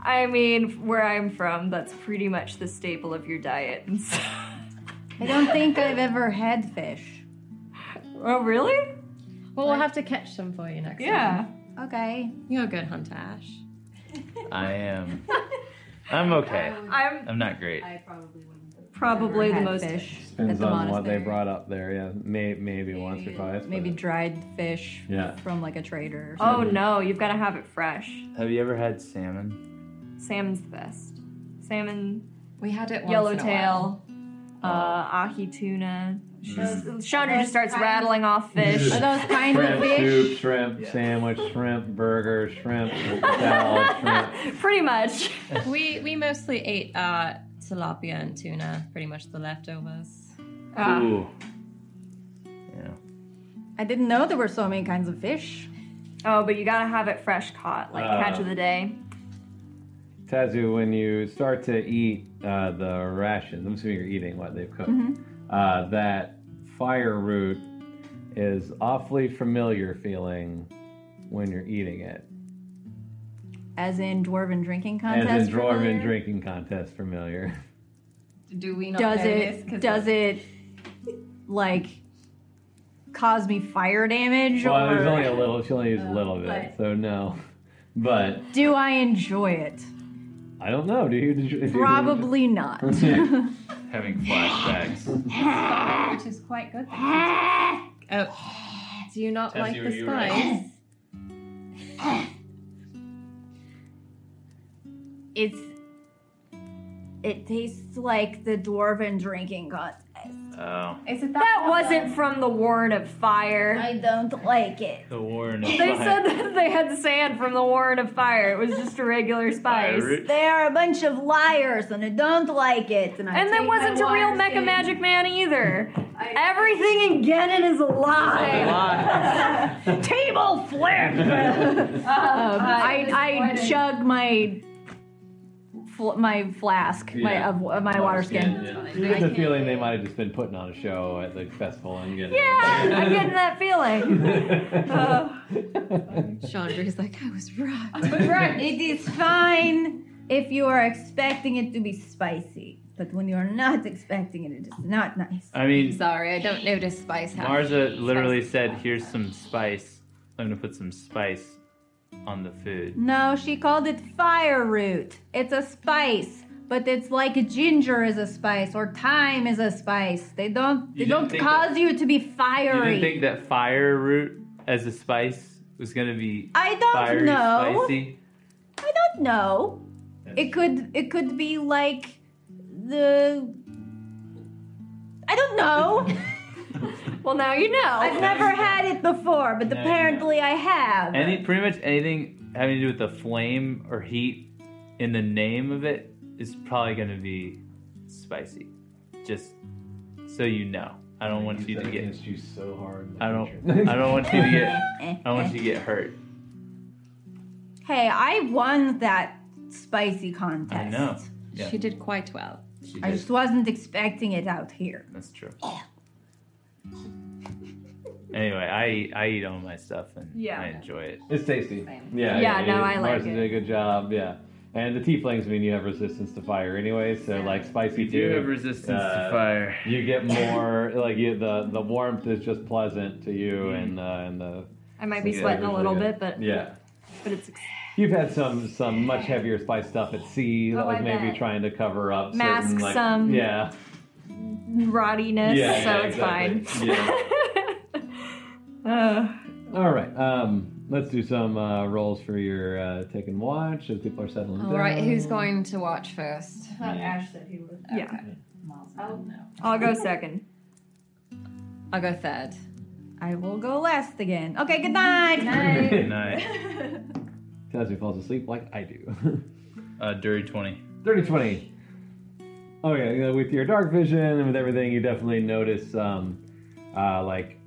Speaker 4: I mean, where I'm from, that's pretty much the staple of your diet. and so-
Speaker 6: I don't think I've ever had fish.
Speaker 4: oh, really?
Speaker 3: well, we'll have to catch some for you next
Speaker 4: Yeah.
Speaker 6: Okay.
Speaker 3: time. You're a good hunter, Ash.
Speaker 5: I am. I'm okay.
Speaker 4: I'm
Speaker 5: I'm not great.
Speaker 8: I probably wouldn't. have
Speaker 4: probably the
Speaker 6: Had
Speaker 4: most.
Speaker 6: fish. at
Speaker 2: Depends
Speaker 6: the
Speaker 2: on what they
Speaker 6: monastery.
Speaker 2: brought up there. Yeah, may, maybe once or twice. but-
Speaker 6: Maybe dried fish
Speaker 2: Yeah.
Speaker 6: from like a trader. Or
Speaker 4: Oh no, you've got to have it fresh.
Speaker 5: Have you ever had salmon?
Speaker 4: Salmon's the best. Salmon,
Speaker 3: We had it once In a while.
Speaker 4: yellowtail, uh, ahi tuna. She's, Chandra just starts
Speaker 6: Those
Speaker 4: rattling off fish.
Speaker 6: Are those kinds of
Speaker 2: Shrimp
Speaker 6: fish?
Speaker 2: soup, shrimp
Speaker 7: Yeah.
Speaker 2: sandwich, shrimp burger, shrimp salad, shrimp.
Speaker 4: Pretty much.
Speaker 3: We we mostly ate uh, tilapia and tuna, pretty much the leftovers.
Speaker 4: Uh,
Speaker 5: Ooh. Yeah.
Speaker 6: I didn't know there were so many kinds of fish.
Speaker 4: oh, but you gotta have it fresh caught, like catch of the day.
Speaker 2: Tazu, when you start to eat uh, the rations, I'm assuming you're eating what they've cooked,
Speaker 6: Mm-hmm.
Speaker 2: uh, that fire root is awfully familiar feeling when you're eating it.
Speaker 6: As in dwarven drinking contest.
Speaker 2: As in dwarven
Speaker 6: familiar?
Speaker 2: drinking contest familiar.
Speaker 3: Do we not
Speaker 6: Does
Speaker 3: know this?
Speaker 6: it?
Speaker 3: 'Cause
Speaker 6: Does it? Like, cause me fire damage,
Speaker 2: Well,
Speaker 6: or
Speaker 2: there's only a little, she only used a little bit, so no. But
Speaker 6: do I enjoy it?
Speaker 2: I don't know, do you? Did you- if you-
Speaker 6: Probably not.
Speaker 5: Having flashbacks.
Speaker 3: Which is quite good. Oh, do you not
Speaker 5: Tessie,
Speaker 3: like
Speaker 5: were
Speaker 3: the
Speaker 5: you
Speaker 3: spice?
Speaker 6: it's. It tastes like the dwarven drinking contest.
Speaker 5: Oh,
Speaker 6: Is it that?
Speaker 4: That
Speaker 6: one?
Speaker 4: wasn't from the Warren of Fire.
Speaker 6: I don't like it.
Speaker 5: the Warren of
Speaker 4: They said that they had sand from the Warren of Fire. It was just a regular spice.
Speaker 5: Fire.
Speaker 6: They are a bunch of liars, and I don't like it. And, I
Speaker 4: And that
Speaker 6: take
Speaker 4: wasn't
Speaker 6: my
Speaker 4: a real
Speaker 6: water
Speaker 4: Mecha
Speaker 6: in.
Speaker 4: Magic Man either.
Speaker 6: I-
Speaker 4: Everything in Genin is a lie.
Speaker 6: Table flip.
Speaker 4: Um, I, I
Speaker 6: disappointed.
Speaker 4: chug my fl- my flask, my
Speaker 2: Yeah.
Speaker 4: of uh, my water skin.
Speaker 2: Yeah, yeah.
Speaker 3: fine.
Speaker 2: You get
Speaker 3: I
Speaker 2: the
Speaker 3: can't-
Speaker 2: feeling they might have just been putting on a show at the festival and getting.
Speaker 4: Yeah, I'm getting that feeling. Uh,
Speaker 3: Chandra's like, I was right.
Speaker 6: Right, it is fine if you are expecting it to be spicy, but when you are not expecting it, it is not nice.
Speaker 5: I
Speaker 3: I'm
Speaker 5: mean,
Speaker 3: sorry, I don't notice spice. happening.
Speaker 5: Marza literally
Speaker 3: Spice.
Speaker 5: said, "Here's some spice. I'm gonna put some spice on the food."
Speaker 6: No, she called it fire root. It's a spice, but it's like ginger is a spice or thyme is a spice. They don't
Speaker 5: You
Speaker 6: they
Speaker 5: didn't
Speaker 6: don't
Speaker 5: think
Speaker 6: cause you to be
Speaker 5: You didn't
Speaker 6: fiery.
Speaker 5: think that fire root as a spice was gonna be
Speaker 6: I don't
Speaker 5: fiery,
Speaker 6: know.
Speaker 5: spicy?
Speaker 6: I don't know. It could it could be like the I don't know.
Speaker 4: well, now you
Speaker 6: I've
Speaker 4: know.
Speaker 6: never had it before, but
Speaker 5: you
Speaker 6: apparently I have.
Speaker 5: Any pretty much anything having to do with the flame or heat in the name of it is probably gonna be spicy. Just so you know, I don't want you to get.
Speaker 2: you so hard.
Speaker 5: I don't. I don't want you to get. I want you to get hurt.
Speaker 6: Eh, Hey, I won that spicy contest.
Speaker 5: I know. Yeah,
Speaker 3: She did quite well.
Speaker 5: she
Speaker 6: I
Speaker 5: did.
Speaker 6: just wasn't expecting it out here.
Speaker 5: That's true. anyway, I I eat all my stuff and
Speaker 4: Yeah.
Speaker 5: I enjoy it.
Speaker 2: It's tasty.
Speaker 3: Same.
Speaker 2: Yeah.
Speaker 4: Yeah, no, I like
Speaker 2: Marcy
Speaker 4: it.
Speaker 2: did a good job. Yeah. And the tieflings, I mean, you have resistance to fire anyway, so like spicy food,
Speaker 5: resistance
Speaker 2: Uh,
Speaker 5: fire.
Speaker 2: You get more like you, the the warmth is just pleasant to you, and
Speaker 4: Mm-hmm.
Speaker 2: uh, and the
Speaker 4: I might be
Speaker 2: Yeah,
Speaker 4: sweating a
Speaker 2: really
Speaker 4: little
Speaker 2: good.
Speaker 4: bit, but
Speaker 2: yeah.
Speaker 4: but it's
Speaker 2: You've had some some much heavier spice stuff at sea that
Speaker 4: Oh,
Speaker 2: was
Speaker 4: I
Speaker 2: maybe
Speaker 4: bet.
Speaker 2: trying to cover up
Speaker 4: Mask
Speaker 2: certain, like,
Speaker 4: some-
Speaker 2: yeah
Speaker 4: rottiness,
Speaker 2: yeah
Speaker 4: so
Speaker 2: yeah,
Speaker 4: it's
Speaker 2: exactly.
Speaker 4: fine.
Speaker 2: Yeah.
Speaker 4: Uh,
Speaker 2: All right. Um, let's do some uh, rolls for your uh, take and watch as people are settling
Speaker 3: All
Speaker 2: down.
Speaker 3: right, who's going to watch first?
Speaker 6: Ash said he would.
Speaker 4: yeah,
Speaker 3: Oh no.
Speaker 4: I'll go second.
Speaker 3: I'll go third.
Speaker 6: I will go last again. Okay, good night.
Speaker 5: Good night.
Speaker 2: Tassie falls asleep like I do.
Speaker 5: Uh, dirty twenty.
Speaker 2: 30 20. Oh, yeah. you know, with your dark vision and with everything, you definitely notice, um, uh, like,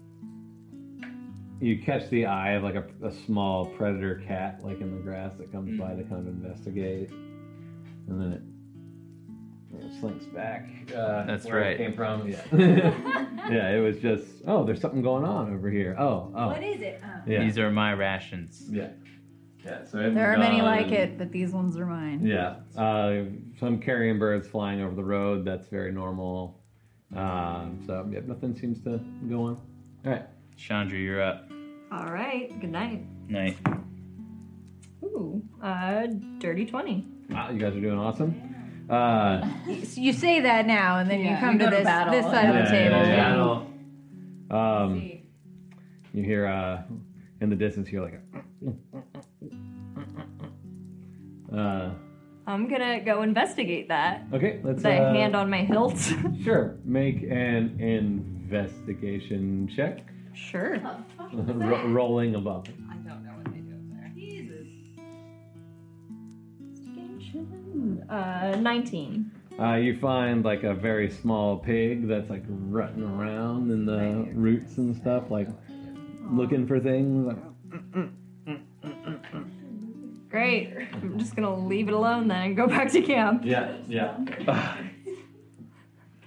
Speaker 2: you catch the eye of like a, a small predator cat, like in the grass, that comes by
Speaker 5: Mm-hmm.
Speaker 2: to kind of investigate, and then it, it slinks back. Uh,
Speaker 5: That's
Speaker 2: where
Speaker 5: right.
Speaker 2: It came from. Yeah. yeah. It was just, oh, there's something going on over here. Oh, oh.
Speaker 6: is it?
Speaker 3: Um,
Speaker 2: Yeah.
Speaker 5: These are my rations.
Speaker 2: Yeah. Yeah. So
Speaker 6: There are many like it, but these ones are mine.
Speaker 2: Yeah. Uh, some carrion birds flying over the road. That's very normal. Um, so yep, nothing seems to go on. All right.
Speaker 5: Chandra, you're up.
Speaker 4: All right, good night.
Speaker 5: Night.
Speaker 4: Ooh, uh, dirty twenty.
Speaker 2: Wow, you guys are doing awesome. Uh,
Speaker 6: So you say that now, and then you
Speaker 3: Yeah,
Speaker 6: come
Speaker 3: you
Speaker 6: to
Speaker 3: go to
Speaker 6: this
Speaker 3: battle.
Speaker 6: this side of
Speaker 2: Yeah,
Speaker 6: the table.
Speaker 2: yeah, yeah.
Speaker 5: Battle.
Speaker 2: um, you hear uh, in the distance, you're like, a uh,
Speaker 4: I'm gonna go investigate that.
Speaker 2: okay, let's.
Speaker 4: The
Speaker 2: uh,
Speaker 4: hand on my hilt.
Speaker 2: Sure. Make an investigation check.
Speaker 4: sure.
Speaker 2: Ro- rolling above.
Speaker 3: I don't know what they do up there.
Speaker 4: Uh, nineteen.
Speaker 2: Uh, you find like a very small pig that's like rutting around in the roots and stuff, like looking for things. Like,
Speaker 4: Great. I'm just gonna leave it alone then and go back to camp.
Speaker 2: yeah, yeah.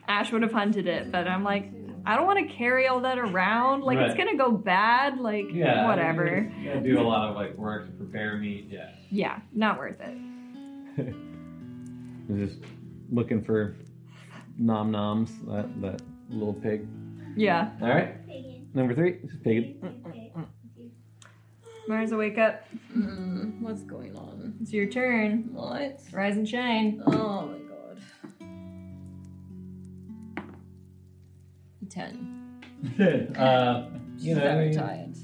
Speaker 4: Ash would have hunted it, but I'm like, I don't want to carry all that around. Like it's
Speaker 2: Right.
Speaker 4: gonna go bad. Like
Speaker 2: Yeah.
Speaker 4: whatever.
Speaker 2: You gotta do a lot of like work to prepare meat. Yeah.
Speaker 4: Yeah, not worth it.
Speaker 2: You're just looking for nom noms, that, that little pig.
Speaker 4: Yeah.
Speaker 2: All right. Number three, just pig.
Speaker 4: Marza, wake up.
Speaker 3: Mm, what's going on?
Speaker 4: It's your turn.
Speaker 3: What?
Speaker 4: Rise and shine.
Speaker 3: Oh my god. Ten.
Speaker 2: uh,
Speaker 3: She's
Speaker 2: you know,
Speaker 3: very
Speaker 2: I mean,
Speaker 3: tired.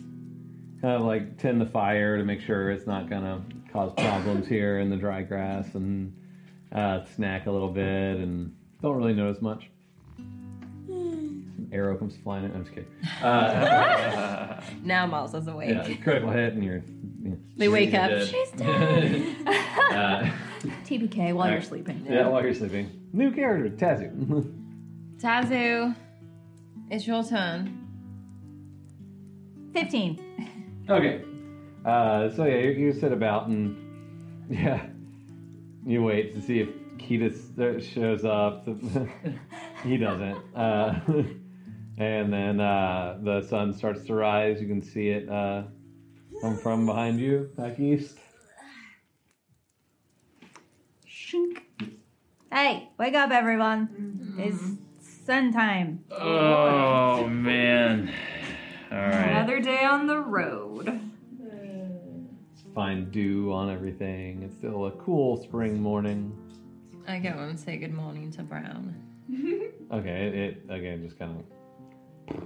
Speaker 2: kind of like tend the fire to make sure it's not gonna cause problems here in the dry grass and uh, snack a little bit and don't really notice much. arrow comes flying in. I'm just kidding.
Speaker 3: Now Miles is awake.
Speaker 2: Yeah, critical hit, and you're. yeah.
Speaker 6: They wake up.
Speaker 5: She's dead. uh,
Speaker 6: TBK while you're
Speaker 5: Alright.
Speaker 6: sleeping.
Speaker 2: Yeah, while you're sleeping. New character, Tazu.
Speaker 3: Tazu, it's your turn.
Speaker 6: 15.
Speaker 2: okay. Uh, so yeah, you, you sit about and yeah, you wait to see if Ketis shows up. he doesn't. Uh, and then uh, the sun starts to rise. You can see it uh, come from behind you, back east.
Speaker 6: Shink. Hey, wake up,
Speaker 3: Mm-hmm.
Speaker 6: everyone. It's sun time.
Speaker 5: oh man. All right.
Speaker 4: Another day on the road.
Speaker 2: Fine dew on everything. It's still a cool spring morning.
Speaker 3: I go and say good morning to Brown.
Speaker 2: Okay, it, it again just kind of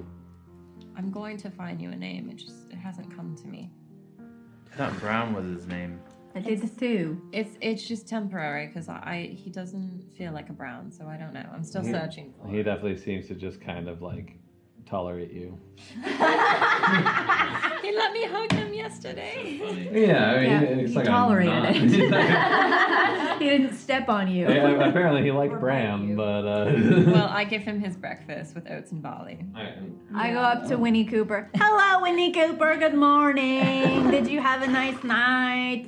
Speaker 3: I'm going to find you a name. It just it hasn't come to me.
Speaker 5: I thought Brown was his name.
Speaker 6: I did the two.
Speaker 3: It's it's just temporary because I, I he doesn't feel like a Brown, so I don't know. I'm still
Speaker 2: He-
Speaker 3: searching for.
Speaker 2: he
Speaker 3: it.
Speaker 2: definitely seems to just kind of like tolerate you.
Speaker 3: He let me hug him yesterday.
Speaker 2: Yeah, I mean,
Speaker 6: Yeah,
Speaker 2: it's
Speaker 6: he
Speaker 2: like a
Speaker 6: tolerated
Speaker 2: non-
Speaker 6: it. he didn't step on you.
Speaker 2: Yeah, apparently, he liked
Speaker 4: Or
Speaker 2: Bram,
Speaker 4: you.
Speaker 2: but uh,
Speaker 3: well, I give him his breakfast with oats and barley.
Speaker 2: Alright.
Speaker 6: I go up to Winnie Cooper. Hello, Winnie Cooper. Good morning. Did you have a nice night?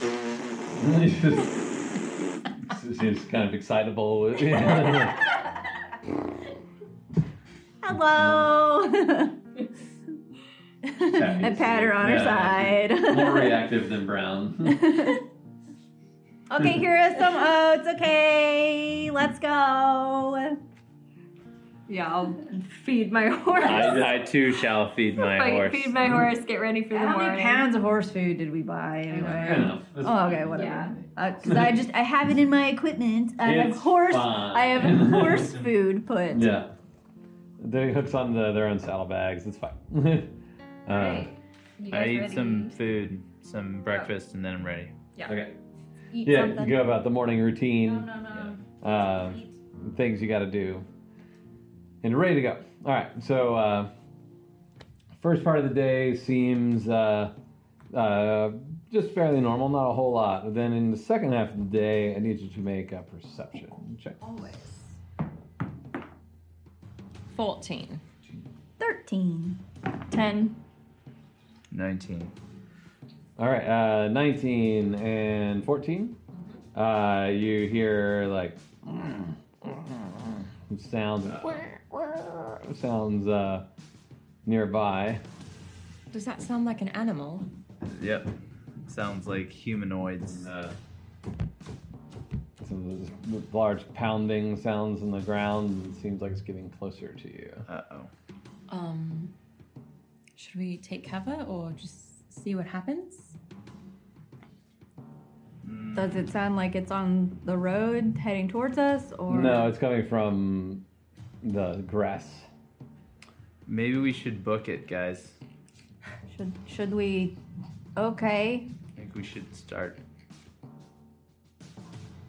Speaker 2: he's just he's just kind of excitable. with-
Speaker 6: Hello. I pat her on her
Speaker 2: Yeah. More
Speaker 6: side.
Speaker 2: reactive than Brown.
Speaker 6: okay, here are some oats. Okay, let's go.
Speaker 4: Yeah, I'll feed my horse.
Speaker 5: I, I too shall feed my
Speaker 4: Like,
Speaker 5: horse.
Speaker 4: Feed my horse. Get ready for the
Speaker 6: How
Speaker 4: morning.
Speaker 6: many pounds of horse food did we buy anyway?
Speaker 2: Enough. That's
Speaker 6: Oh, okay,
Speaker 4: Yeah.
Speaker 6: whatever. Because I just I have it in my equipment. I have
Speaker 2: It's
Speaker 6: horse.
Speaker 2: fine.
Speaker 6: I have horse food put.
Speaker 2: Yeah. They hooks on the, their own saddlebags. It's fine. uh,
Speaker 4: You
Speaker 5: I
Speaker 4: guys
Speaker 5: eat
Speaker 4: ready?
Speaker 5: some food, some breakfast, and then I'm ready.
Speaker 2: Okay.
Speaker 6: Eat
Speaker 2: Yeah,
Speaker 6: something.
Speaker 2: you go about the morning routine,
Speaker 4: No, no.
Speaker 2: uh, things you got to do, and you're ready to go. All right. So uh, first part of the day seems uh, uh, just fairly normal, not a whole lot. But then in the second half of the day, I need you to make a perception check.
Speaker 4: Always.
Speaker 3: Fourteen.
Speaker 6: Thirteen.
Speaker 4: Ten.
Speaker 5: 19.
Speaker 2: All right, uh, 19 and 14. Uh, you hear like sounds sounds uh, nearby.
Speaker 3: Does that sound like an animal?
Speaker 5: Yep. Sounds like humanoids.
Speaker 2: Some of those large pounding sounds in the ground. It seems like it's getting closer to you.
Speaker 5: Uh oh.
Speaker 3: Um, should we take cover or just see what happens?
Speaker 6: Does it sound like it's on the road heading towards us, or
Speaker 2: No, it's coming from the grass.
Speaker 5: Maybe we should book it, guys.
Speaker 6: should should we? Okay,
Speaker 5: I think we should start.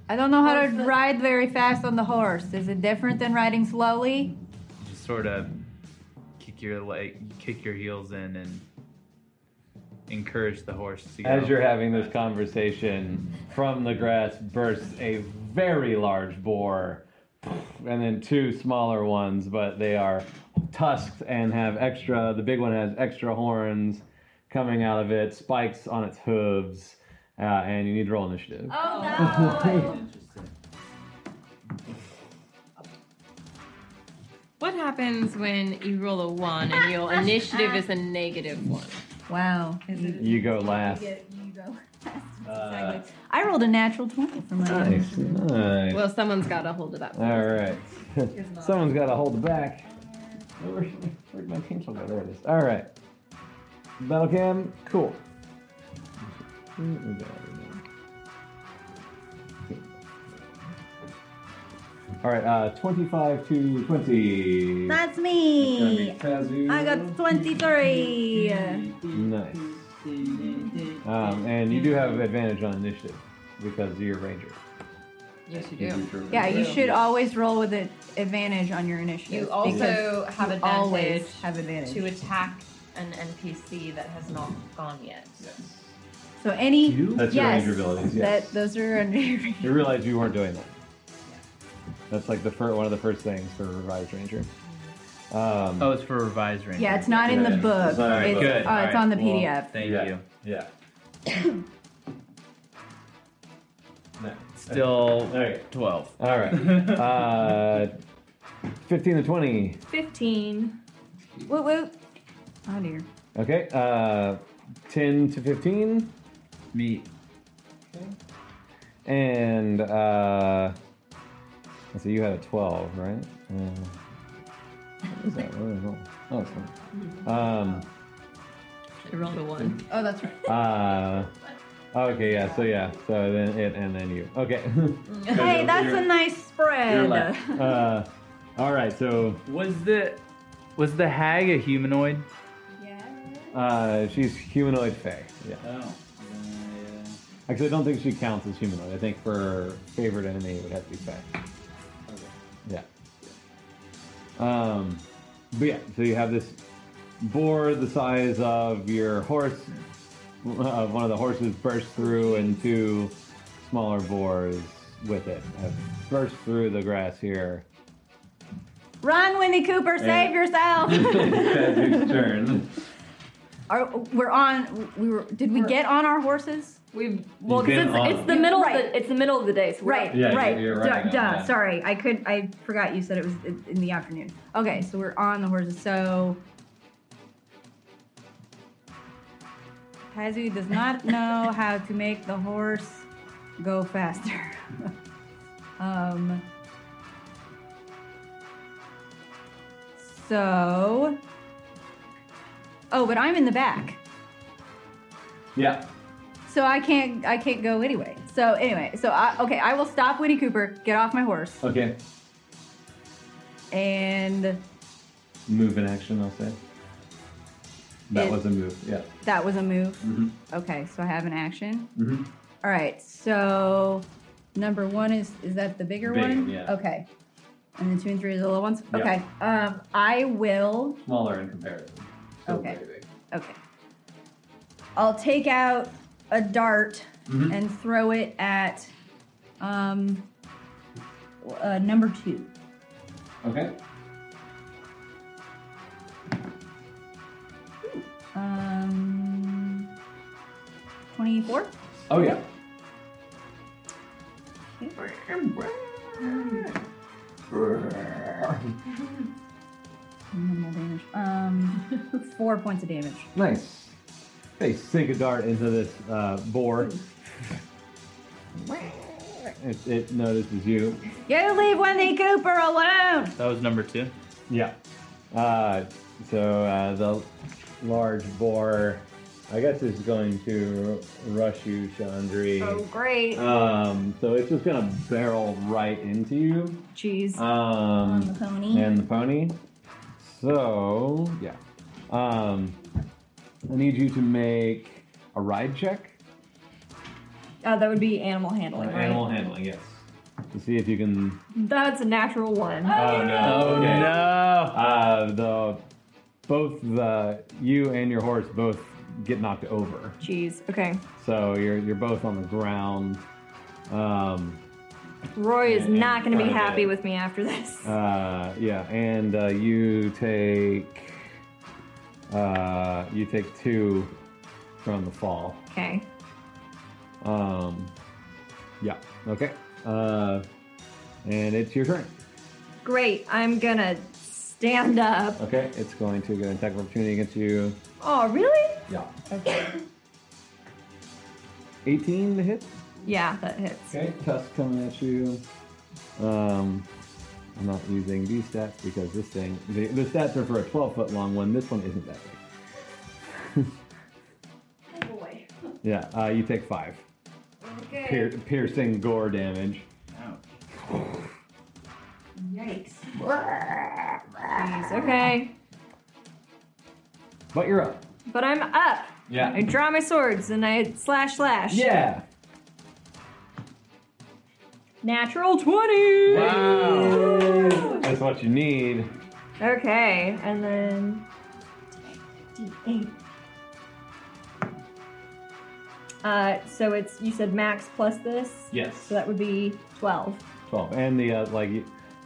Speaker 6: I don't know how to
Speaker 4: Horse foot.
Speaker 6: ride very fast on the horse. Is it different than riding slowly?
Speaker 5: Just sort of kick your leg, kick your heels in, and encourage the horse to go.
Speaker 2: As you're having this conversation, from the grass bursts a very large boar, and then two smaller ones, but they are tusked and have extra. The big one has extra horns coming out of it, spikes on its hooves, uh, and you need to roll initiative.
Speaker 6: Oh no!
Speaker 3: What happens when you roll a one and your initiative is a negative one?
Speaker 6: wow.
Speaker 2: You go last. Uh,
Speaker 6: I rolled a natural twenty for my.
Speaker 2: Nice, nice.
Speaker 3: Well, someone's got to hold it up.
Speaker 2: All right. Someone's got to hold the back. Oh, Where, where'd my pencil go? There it is. All right. Battle cam, cool. All right, uh, 25 to 20.
Speaker 6: That's
Speaker 2: It's gonna be
Speaker 6: me.
Speaker 2: Tazu.
Speaker 6: I got twenty-three.
Speaker 2: Nice. Um, and you do have advantage on initiative because you're ranger.
Speaker 3: Yes, you
Speaker 2: You
Speaker 3: do.
Speaker 2: drew-
Speaker 6: Yeah, you
Speaker 3: Yeah.
Speaker 6: should always roll with an advantage on your initiative.
Speaker 3: You
Speaker 6: because
Speaker 3: also have
Speaker 6: you always
Speaker 3: advantage
Speaker 6: have advantage.
Speaker 3: to attack an NPC that has not gone yet.
Speaker 2: Yes.
Speaker 6: So any
Speaker 2: You? That's your
Speaker 6: yes,
Speaker 2: ranger abilities, yes.
Speaker 6: that- those are under your
Speaker 2: You realize you weren't doing that. That's like the fir- one of the first things for revised ranger. Um,
Speaker 5: Oh, it's for revised range.
Speaker 6: Yeah, it's not in the
Speaker 2: Yeah,
Speaker 6: book.
Speaker 2: it's not in the
Speaker 6: It's,
Speaker 2: book.
Speaker 5: Good.
Speaker 6: uh, it's on the PDF.
Speaker 5: Thank
Speaker 2: yeah,
Speaker 5: you.
Speaker 2: Yeah. No.
Speaker 5: Still
Speaker 2: right.
Speaker 5: twelve.
Speaker 2: All right. Uh, Fifteen to twenty.
Speaker 6: 15. Woot woot. Oh dear.
Speaker 2: Okay. Uh, Ten to fifteen,
Speaker 5: Me.
Speaker 2: and uh, so you had a twelve, right? Uh, what is that? What is that? Oh, it's fine. Um.
Speaker 3: I rolled a one.
Speaker 6: Oh, that's right.
Speaker 2: Uh, okay, yeah, so yeah, so then it and then you. Okay.
Speaker 6: Hey, that's a nice spread.
Speaker 5: left.
Speaker 2: uh, all right, so
Speaker 5: Was the was the hag a humanoid?
Speaker 2: uh, she's humanoid fae. Yeah.
Speaker 5: Oh.
Speaker 2: Actually, I don't think she counts as humanoid. I think for her favorite enemy, it would have to be fae. Yeah. Um, but yeah, so you have this boar the size of your horse, of one of the horses burst through, and two smaller boars with it have burst through the grass here.
Speaker 6: Run, Winnie Cooper, save yourself.
Speaker 2: Cedric's turn.
Speaker 6: Are, we're on. We were. Did we get on our horses?
Speaker 4: We've well,
Speaker 2: been
Speaker 4: because it's,
Speaker 5: Uh,
Speaker 2: on.
Speaker 4: it's the middle.
Speaker 6: Right.
Speaker 4: Of the, it's the middle of the day. So we're
Speaker 6: Right.
Speaker 4: up.
Speaker 2: Yeah,
Speaker 6: right.
Speaker 2: you're- you're
Speaker 6: duh.
Speaker 2: running on
Speaker 6: duh,
Speaker 2: that.
Speaker 6: Sorry, I could. I forgot you said it was in in the afternoon. Okay, so we're on the horses. So. Pazu does not know how to make the horse go faster. um. So. Oh, but I'm in the back
Speaker 2: Yeah.
Speaker 6: so I can't I can't go anyway. So anyway, so I, okay, I will stop Winnie Cooper, get off my horse,
Speaker 2: Okay.
Speaker 6: and
Speaker 2: Move in action, I'll say. That
Speaker 6: It-
Speaker 2: was a move. Yeah.
Speaker 6: that was a move.
Speaker 2: Mhm.
Speaker 6: Okay, so I have an action.
Speaker 2: Mhm.
Speaker 6: All right, so number one is is that the bigger
Speaker 2: Big,
Speaker 6: one?
Speaker 2: yeah.
Speaker 6: Okay, and then two and three is the little ones.
Speaker 2: Yeah.
Speaker 6: Okay, um, I will.
Speaker 2: Smaller in comparison. Still
Speaker 6: Okay.
Speaker 2: very big.
Speaker 6: Okay, I'll take out a dart
Speaker 2: Mhm.
Speaker 6: and throw it at um, uh, number two.
Speaker 2: Okay.
Speaker 6: Um, 24.
Speaker 2: Oh yeah.
Speaker 6: Minimal damage. Um, four points of damage.
Speaker 2: Nice. They sink a dart into this uh, boar. It, it notices you.
Speaker 6: You leave Wendy Cooper alone!
Speaker 5: That was number two.
Speaker 2: Yeah. Uh, so uh, the large boar, I guess, is going to rush you, Chandri.
Speaker 4: Oh.
Speaker 5: Uh,
Speaker 6: great.
Speaker 2: Um, so it's just gonna barrel right into you.
Speaker 6: Cheese.
Speaker 2: Um,
Speaker 6: the pony.
Speaker 2: And the pony. So yeah. Um, I need you to make a ride check.
Speaker 4: Uh, that would be animal handling, right?
Speaker 2: Animal handling, yes. To see if you can.
Speaker 4: That's a natural one.
Speaker 2: Oh no!
Speaker 5: no!
Speaker 2: Uh, the both the you and your horse both get knocked over.
Speaker 4: Jeez. Okay.
Speaker 2: So you're you're both on the ground. Um,
Speaker 4: Roy is
Speaker 2: And-
Speaker 4: not going to be
Speaker 2: and-
Speaker 4: happy with me after this.
Speaker 2: Uh, yeah, and uh, you take uh, you take two from the fall.
Speaker 4: Okay.
Speaker 2: Um, yeah. Okay. Uh, and it's your turn.
Speaker 4: Great. I'm gonna stand up.
Speaker 2: Okay, it's going to get an attack of opportunity against you.
Speaker 4: Oh, really?
Speaker 2: Yeah. Okay. Eighteen to hit.
Speaker 4: Yeah, that hits.
Speaker 2: Okay, tusk coming at you. Um, I'm not using these stats because this thing, the, the stats are for a 12 foot long one. This one isn't that big. oh boy. Yeah, uh, you take five. Okay. piercing gore damage.
Speaker 4: Jeez, okay.
Speaker 2: But you're up.
Speaker 4: But I'm up. I
Speaker 2: Yeah.
Speaker 4: draw my swords and I slash slash.
Speaker 2: Yeah.
Speaker 4: Natural 20!
Speaker 2: Wow. That's what you need.
Speaker 4: Okay, and then. D8. Uh, so it's you said max plus this,
Speaker 5: Yes.
Speaker 4: so that would be twelve.
Speaker 2: 12. And the, uh, like,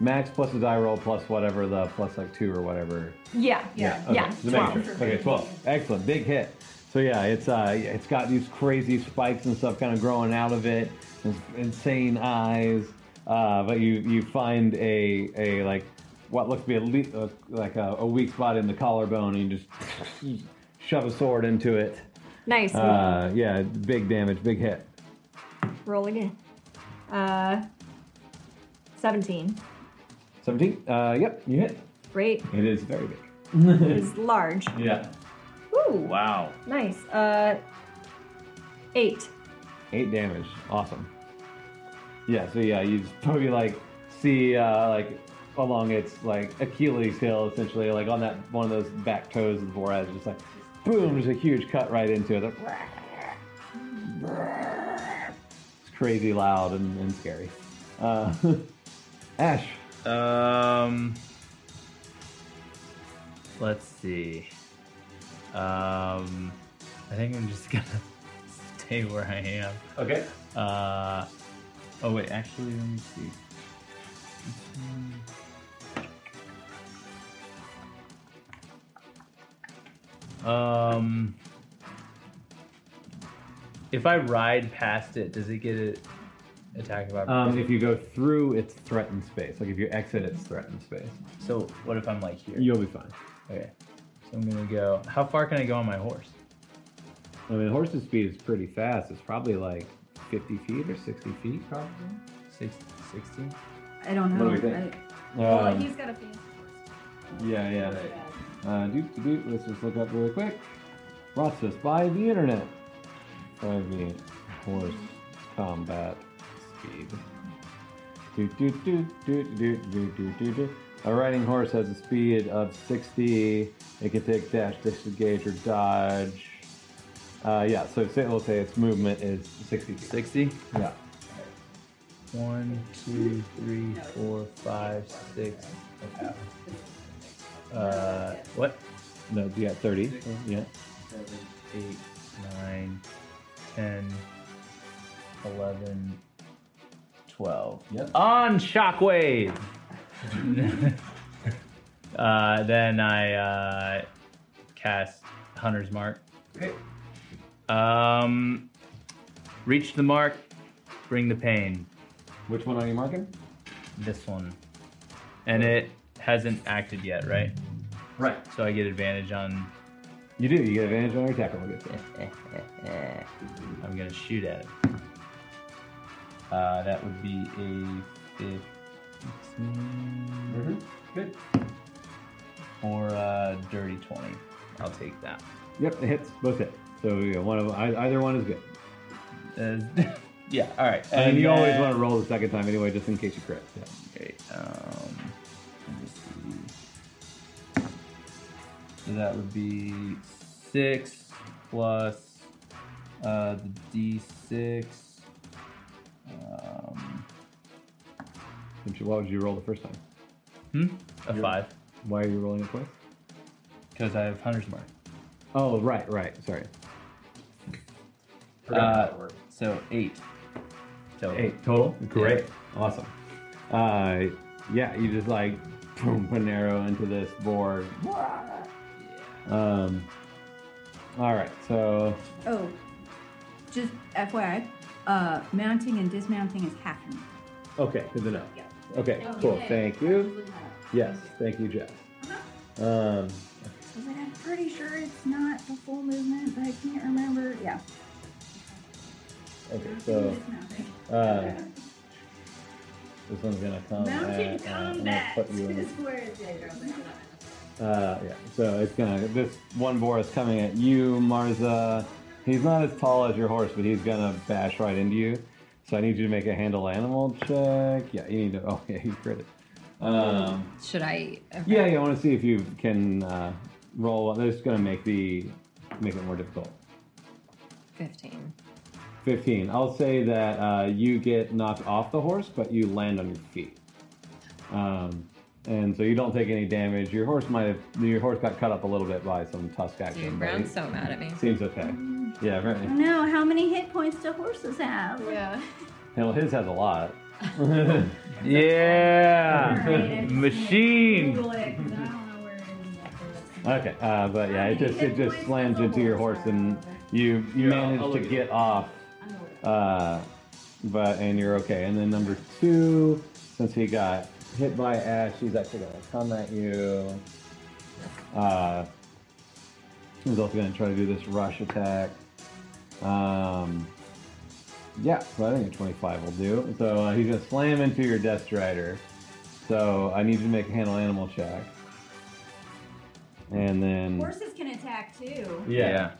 Speaker 2: max plus the die roll plus whatever the plus, like, two or whatever.
Speaker 4: Yeah,
Speaker 2: Yeah. Okay.
Speaker 4: Yeah,
Speaker 2: so make sure. Okay, 12. Excellent. Big hit. So, yeah, it's uh, yeah, it's got these crazy spikes and stuff kind of growing out of it. It's insane eyes. Uh, but you, you find a, a, like, what looks to be a le- uh, like a, a weak spot in the collarbone and you just shove a sword into it.
Speaker 4: nice.
Speaker 2: Uh, yeah, big damage, big hit.
Speaker 4: Roll again. Uh, seventeen.
Speaker 2: 17. Uh, yep, you hit.
Speaker 4: Great.
Speaker 2: It is very big.
Speaker 4: It's large.
Speaker 2: Yeah.
Speaker 4: Ooh,
Speaker 5: Wow.
Speaker 4: nice. Uh, eight.
Speaker 2: Eight damage. Awesome. Yeah, so yeah, you just probably like see uh, like along its like Achilles heel essentially, like on that one of those back toes of the Boraz, just like boom, just a huge cut right into it. Like, it's crazy loud and, and scary. Uh, Ash.
Speaker 5: Um, let's see. Um, I think I'm just gonna stay where I am.
Speaker 2: Okay.
Speaker 5: Uh, oh wait, actually, let me see. Um, if I ride past it, does it get it attack of
Speaker 2: Um,
Speaker 5: opportunity?
Speaker 2: if you go through its threatened space, like if you exit its threatened space,
Speaker 5: so what if I'm like here?
Speaker 2: you'll be fine.
Speaker 5: Okay. So I'm gonna go. How far can I go on my horse?
Speaker 2: I mean, horse's speed is pretty fast. It's probably like 50 feet or 60 feet, probably.
Speaker 5: Six, 60?
Speaker 6: I don't know.
Speaker 2: What do we think?
Speaker 8: well,
Speaker 2: Um,
Speaker 8: he's got a fancy
Speaker 2: yeah, yeah. Uh, doop, doop, doop. Let's just look up really quick. Brought to us by the internet. By the horse combat speed. Doot, doot, doot, doot, doot, doot, doot, doot, doot. A riding horse has a speed of 60. It can take dash, disengage, or dodge. Uh, yeah, so say, we'll say its movement is 60 feet.
Speaker 5: 60?
Speaker 2: Yeah.
Speaker 5: One, two, three, four, five, six. Uh, what?
Speaker 2: No, yeah, 30. Yeah.
Speaker 5: Seven, eight, nine, ten, eleven, twelve.
Speaker 2: Yep.
Speaker 5: On shockwave. uh, then I uh, cast Hunter's Mark.
Speaker 2: Okay.
Speaker 5: Um, reach the mark, bring the pain.
Speaker 2: Which one are you marking?
Speaker 5: This one, and it hasn't acted yet, right?
Speaker 2: Right.
Speaker 5: So I get advantage on.
Speaker 2: You do. You get advantage on your attack roll against it.
Speaker 5: I'm gonna shoot at it. Uh, that would be a 15
Speaker 2: Mm-hmm. Good.
Speaker 5: or a dirty twenty. I'll take that.
Speaker 2: Yep, it hits. Both hit. So yeah, one of ei- either one is good.
Speaker 5: Uh, yeah. All right.
Speaker 2: And, you always
Speaker 5: then-
Speaker 2: want to roll the second time anyway, just in case you crit. Yeah.
Speaker 5: Okay. Um, let me see. So that would be six plus uh, the d6. Um,
Speaker 2: Which- Why would you roll the first time?
Speaker 5: hmm? A
Speaker 2: You're-
Speaker 5: five,
Speaker 2: Why are you rolling it twice?
Speaker 5: because I have hunter's mark.
Speaker 2: Oh, right, right. Sorry.
Speaker 5: Uh, so eight. So
Speaker 2: Eight total. Great. Awesome. Uh, yeah, you just like boom, put an arrow into this board. Um. All right. So
Speaker 6: Oh, just FYI, uh, mounting and dismounting is half. an-
Speaker 2: Okay, good to know. Okay, cool. Thank you. Yes, thank you, Jess. Um,
Speaker 6: I was like, I'm pretty sure it's not the full movement, but I can't remember. Yeah.
Speaker 2: okay, so
Speaker 6: Dismounting.
Speaker 2: uh, this one's gonna come.
Speaker 8: Mountain
Speaker 2: at, uh, I'm gonna
Speaker 8: combat
Speaker 2: put you in-
Speaker 8: is where it's
Speaker 2: Uh, yeah, so it's gonna. This one boar is coming at you, Marza. He's not as tall as your horse, but he's gonna bash right into you. So I need you to make a handle animal check. Yeah, you need to. Oh yeah, you crit it. Um,
Speaker 3: Should I? okay.
Speaker 2: yeah, yeah. I want to see if you can uh, roll. They're just gonna make the make it more difficult.
Speaker 3: Fifteen.
Speaker 2: 15. I'll say that uh, you get knocked off the horse, but you land on your feet. Um, and so you don't take any damage. Your horse might have, your horse got cut up a little bit by some tusk action.
Speaker 3: Dude,
Speaker 2: but
Speaker 3: Brown's
Speaker 2: it
Speaker 3: so mad at me.
Speaker 2: Seems okay. Yeah, right.
Speaker 6: No, how many hit points do horses have?
Speaker 4: Yeah.
Speaker 2: Well, his has a lot.
Speaker 5: Yeah. Machine.
Speaker 2: Okay, uh, but yeah, it just it just slams into your horse, and you you
Speaker 5: I'll
Speaker 2: manage to
Speaker 5: look at
Speaker 2: get off. Uh, but and you're okay. And then number two, since he got hit by Ash, he's actually gonna come at you. Uh, he's also gonna try to do this rush attack. Um, yeah, so I think a 25 will do. So uh, he's gonna slam into your Death Rider. So I need you to make a handle animal check. And then
Speaker 6: Horses can attack too.
Speaker 2: yeah.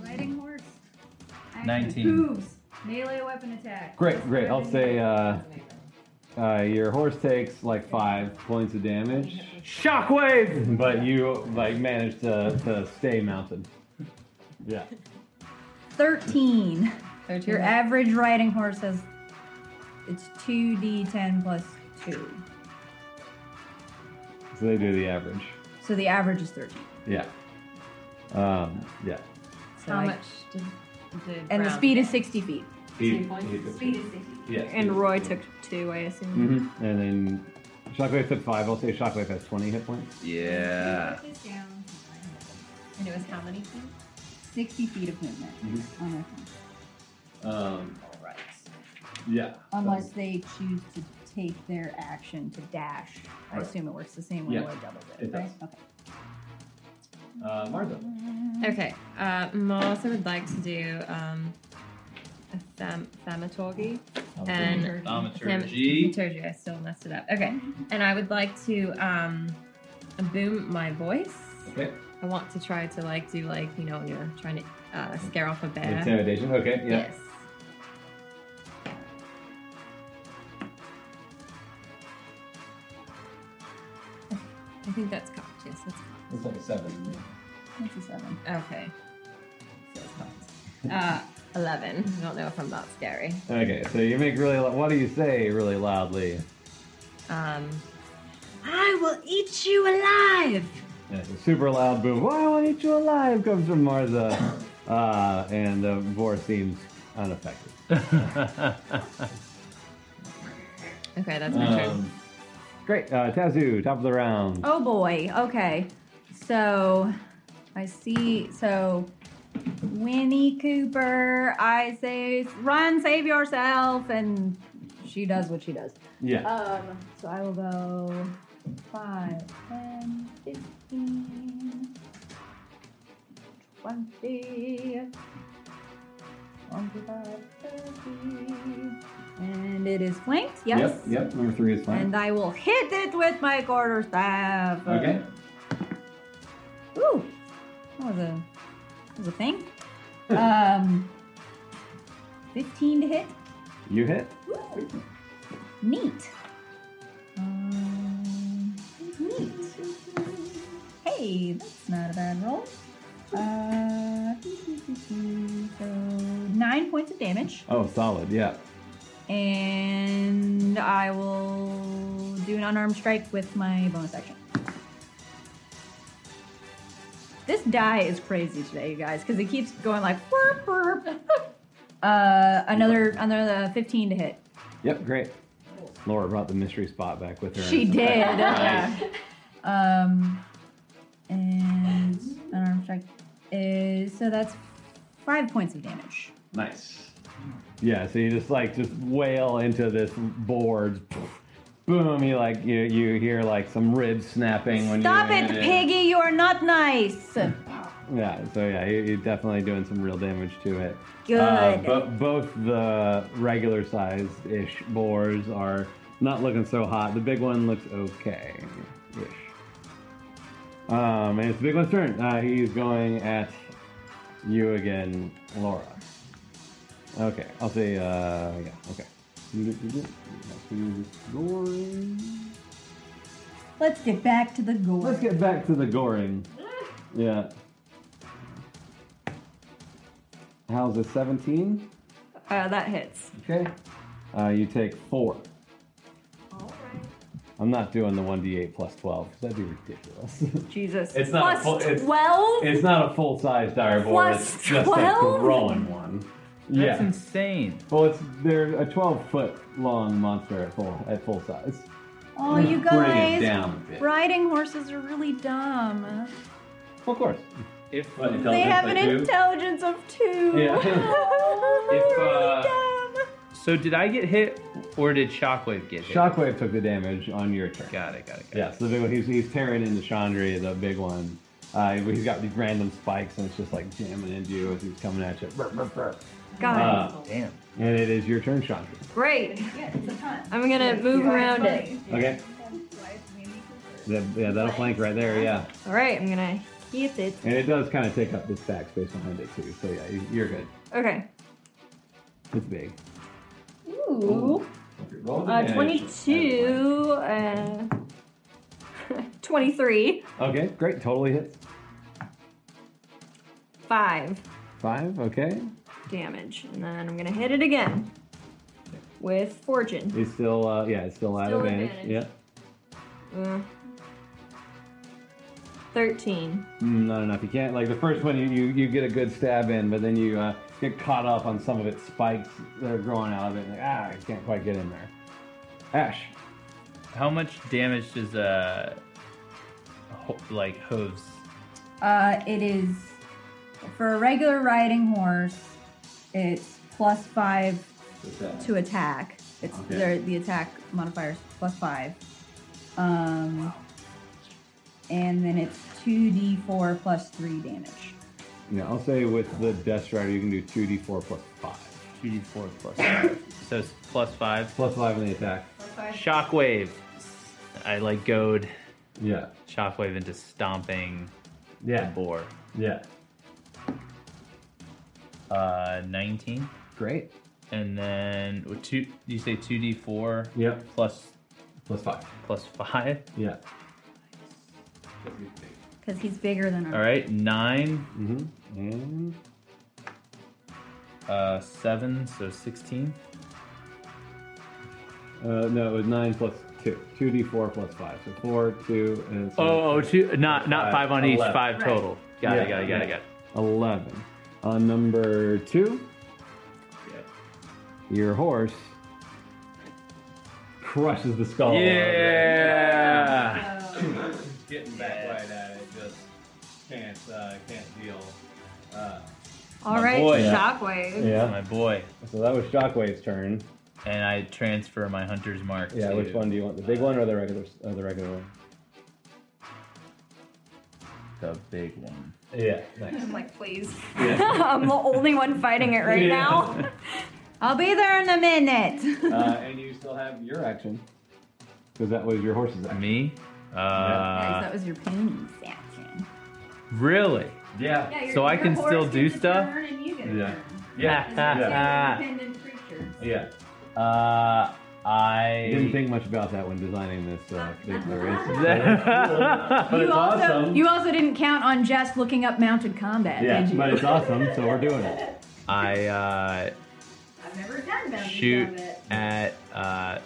Speaker 6: Riding horse. Action.
Speaker 5: 19.
Speaker 6: Hooves. Melee weapon attack.
Speaker 2: Great, great. I'll say uh, uh, your horse takes like five points of damage,
Speaker 5: Shockwave.
Speaker 2: but you like manage to, to stay mounted. Yeah.
Speaker 6: 13.
Speaker 3: Thirteen.
Speaker 6: Your average riding horse has. It's 2d10 plus 2.
Speaker 2: So they do the average.
Speaker 6: So the average is 13.
Speaker 2: Yeah. Um, yeah.
Speaker 3: So
Speaker 6: How
Speaker 3: I
Speaker 6: much
Speaker 3: did, did
Speaker 6: And the
Speaker 3: Brown
Speaker 6: speed is
Speaker 3: get?
Speaker 6: 60 feet.
Speaker 2: He-
Speaker 3: points?
Speaker 2: he took-
Speaker 6: is 60 feet.
Speaker 2: yes, he-
Speaker 4: And Roy took two, I assume.
Speaker 2: Mhm. And then Shockwave took five. I'll say Shockwave has 20 hit points.
Speaker 5: Yeah.
Speaker 3: And it was how many feet?
Speaker 6: 60 feet of movement.
Speaker 2: Mhm.
Speaker 6: on their turn.
Speaker 2: Um,
Speaker 3: All right.
Speaker 2: yeah.
Speaker 6: Unless they choose to take their action to dash. I
Speaker 2: Right.
Speaker 6: assume it works the same way
Speaker 2: Yeah,
Speaker 6: Roy doubled it,
Speaker 2: it
Speaker 6: right?
Speaker 2: does. Uh, Martha.
Speaker 3: Okay. Uh, Martha would like to do um, a tham- Um, thaumaturgy. And
Speaker 5: Thaumaturgy.
Speaker 3: Thaumaturgy, I still messed it up. Okay. And I would like to um, boom my voice.
Speaker 2: Okay.
Speaker 3: I want to try to like do like, you know, when you're trying to uh, scare off a bear.
Speaker 2: Intimidation. Okay. Yeah.
Speaker 3: Yes. I think that's cocked. Yes, that's cocked.
Speaker 2: It's like a seven.
Speaker 6: That's a seven.
Speaker 3: Okay. So it's cocked. Uh, 11. I don't know if I'm that scary.
Speaker 2: Okay. So you make really. What do you say really loudly?
Speaker 3: Um,
Speaker 6: I will eat you alive!
Speaker 2: Yeah, it's a super loud boom. Why will eat you alive? Comes from Martha, uh, and the boar seems unaffected.
Speaker 3: okay, that's my
Speaker 2: Um,
Speaker 3: turn.
Speaker 2: great, uh, Tazu, top of the round.
Speaker 6: Oh boy. Okay. So I see. So Winnie Cooper, I say, run, save yourself. And she does what she does.
Speaker 2: Yeah,
Speaker 6: Um, so I will go 5, 10, 15, 20, 25, 30. And it is flanked, yes.
Speaker 2: yep, yep. Number three is fine.
Speaker 6: And uh, I will hit it with my quarterstaff.
Speaker 2: okay,
Speaker 6: Ooh, that was a that was a thing. um, fifteen to hit.
Speaker 2: you hit.
Speaker 6: Ooh, neat. Um, neat. Hey, that's not a bad roll. Uh, so nine points of damage,
Speaker 2: Oh, solid. Yeah.
Speaker 6: and I will do an unarmed strike with my bonus action. This die is crazy today, you guys, because it keeps going like. "Werp, werp." Uh, another another fifteen to hit.
Speaker 2: Yep. Great. Laura brought the mystery spot back with her.
Speaker 6: She did. um, and an arm strike is so that's five points of damage.
Speaker 2: Nice. Yeah, so you just like just wail into this board. Boom, you like you you hear like some ribs snapping when
Speaker 6: Stop
Speaker 2: you
Speaker 6: it, Piggy! You are not nice.
Speaker 2: Yeah, so yeah, you, you're definitely doing some real damage to it. Uh,
Speaker 6: Good.
Speaker 2: but both the regular size ish boars are not looking so hot. The big one looks okay ish. Um, and it's the big one's turn. Uh, he's going at you again, Laura. Okay, I'll say, uh, yeah, okay.
Speaker 6: Let's get back to the gore.
Speaker 2: Let's get back to the goring. Yeah. How's a 17?
Speaker 4: Uh, that hits.
Speaker 2: Okay. Uh, you take four. I'm not doing the 1d8 plus 12 because that'd be ridiculous.
Speaker 4: Jesus.
Speaker 2: It's not a
Speaker 4: Plus
Speaker 2: full- Oh, it's-
Speaker 4: 12?
Speaker 2: it's not a full size dire board.
Speaker 4: Plus
Speaker 2: it's just a
Speaker 4: 12?
Speaker 2: growing one.
Speaker 5: That's
Speaker 2: Yeah.
Speaker 5: insane.
Speaker 2: Well, it's they're a 12 foot long monster at full at full size.
Speaker 6: Oh,
Speaker 2: Bring
Speaker 6: you
Speaker 2: it
Speaker 6: guys,
Speaker 2: down a bit.
Speaker 6: riding horses are really dumb.
Speaker 2: Of course.
Speaker 5: If
Speaker 6: They have an
Speaker 7: like you?
Speaker 6: intelligence of two.
Speaker 2: Yeah.
Speaker 5: If, uh, so did I get hit or did Shockwave get hit?
Speaker 2: Shockwave took the damage on your turn.
Speaker 5: Got it. Got it. Got
Speaker 2: Yeah, so the big one, he's, he's tearing into Chandri, the big one. Uh, he's got these random spikes and it's just like jamming into you as he's coming at you. Burp, burp, burp.
Speaker 4: God.
Speaker 2: Uh,
Speaker 5: it. Damn.
Speaker 2: and it is your turn, Chandri.
Speaker 4: Great. I'm gonna move around it.
Speaker 2: Okay. That, yeah, that'll flank right there, yeah.
Speaker 4: All right, I'm gonna hit it.
Speaker 2: And it does kind of take up this backspace behind it too, so yeah, you- you're good.
Speaker 4: Okay.
Speaker 2: It's big.
Speaker 4: Ooh.
Speaker 2: Roll
Speaker 4: Uh,
Speaker 2: damage.
Speaker 4: 22. Uh, 23.
Speaker 2: Okay, great. Totally hits.
Speaker 4: 5
Speaker 2: Five, okay.
Speaker 4: damage. And then I'm gonna hit it again with Fortune.
Speaker 2: He's still, uh, yeah, it's still, at
Speaker 4: Still
Speaker 2: advantage.
Speaker 4: advantage.
Speaker 2: Yeah.
Speaker 4: Uh, 13.
Speaker 2: Mm, not enough. You can't, like, the first one, you, you, you get a good stab in, but then you uh, get caught up on some of its spikes that are growing out of it. And, like, ah, I can't quite get in there. Ash.
Speaker 5: How much damage does uh, ho- like hooves?
Speaker 6: Uh, it is for a regular riding horse. It's plus five to attack. It's
Speaker 2: Okay.
Speaker 6: their, the attack modifiers plus five. Um, and then it's two d four plus three damage.
Speaker 2: Yeah, I'll say with the Death Rider, you can do 2d4 plus 5.
Speaker 5: Two d four plus five. so it's plus five.
Speaker 2: Plus 5 on the attack.
Speaker 5: Shockwave. I like goad
Speaker 2: Yeah.
Speaker 5: Shockwave into stomping the
Speaker 2: Yeah.
Speaker 5: boar.
Speaker 2: Yeah.
Speaker 5: Uh, nineteen.
Speaker 2: Great.
Speaker 5: And then with two. You say two d four
Speaker 2: Yep.
Speaker 5: plus
Speaker 2: Plus 5.
Speaker 5: plus five.
Speaker 2: Yeah.
Speaker 6: Because he's bigger than our.
Speaker 5: All right, nine.
Speaker 2: Mm-hmm. And
Speaker 5: Uh, seven. So sixteen.
Speaker 2: Uh, no, it was nine plus two. Two D four plus five. So four, two, and
Speaker 5: Oh, oh, two. Not not
Speaker 2: Five,
Speaker 5: five on each.
Speaker 2: eleven.
Speaker 5: Five total. Got
Speaker 2: Yeah,
Speaker 5: it. Got it. Got it. Got it.
Speaker 2: eleven. On number two, your horse crushes the skull.
Speaker 5: Oh, Yeah.
Speaker 2: Getting back right at it, just can't uh, can't deal. Uh,
Speaker 4: All right,
Speaker 5: boy.
Speaker 4: Shockwave.
Speaker 2: yeah.
Speaker 5: My boy.
Speaker 2: So that was Shockwave's turn.
Speaker 5: And I transfer my hunter's mark.
Speaker 2: Yeah.
Speaker 5: to-
Speaker 2: Which one do you want? The big one or the regular? Uh, the regular one.
Speaker 5: The big one.
Speaker 2: Yeah. Nice.
Speaker 4: I'm like, please. I'm the only one fighting it right
Speaker 2: Yeah.
Speaker 4: now.
Speaker 6: I'll be there in a minute.
Speaker 2: uh, and you still have your action because that was your horse's action.
Speaker 5: Me.
Speaker 6: Guys,
Speaker 5: Uh,
Speaker 6: that was your ponies action.
Speaker 5: really?
Speaker 2: Yeah.
Speaker 5: So I can still do stuff.
Speaker 2: Yeah. Yeah.
Speaker 5: Uh,
Speaker 2: I didn't
Speaker 5: I.
Speaker 2: think much about that when designing this uh, particular instance.
Speaker 5: That-
Speaker 2: but
Speaker 6: You
Speaker 2: it's
Speaker 6: also,
Speaker 2: awesome.
Speaker 6: you also didn't count on Jess looking up mounted combat,
Speaker 2: yeah,
Speaker 6: did you?
Speaker 2: but it's awesome, so we're doing it.
Speaker 5: I uh,
Speaker 8: I've never done that.
Speaker 5: shoot at uh,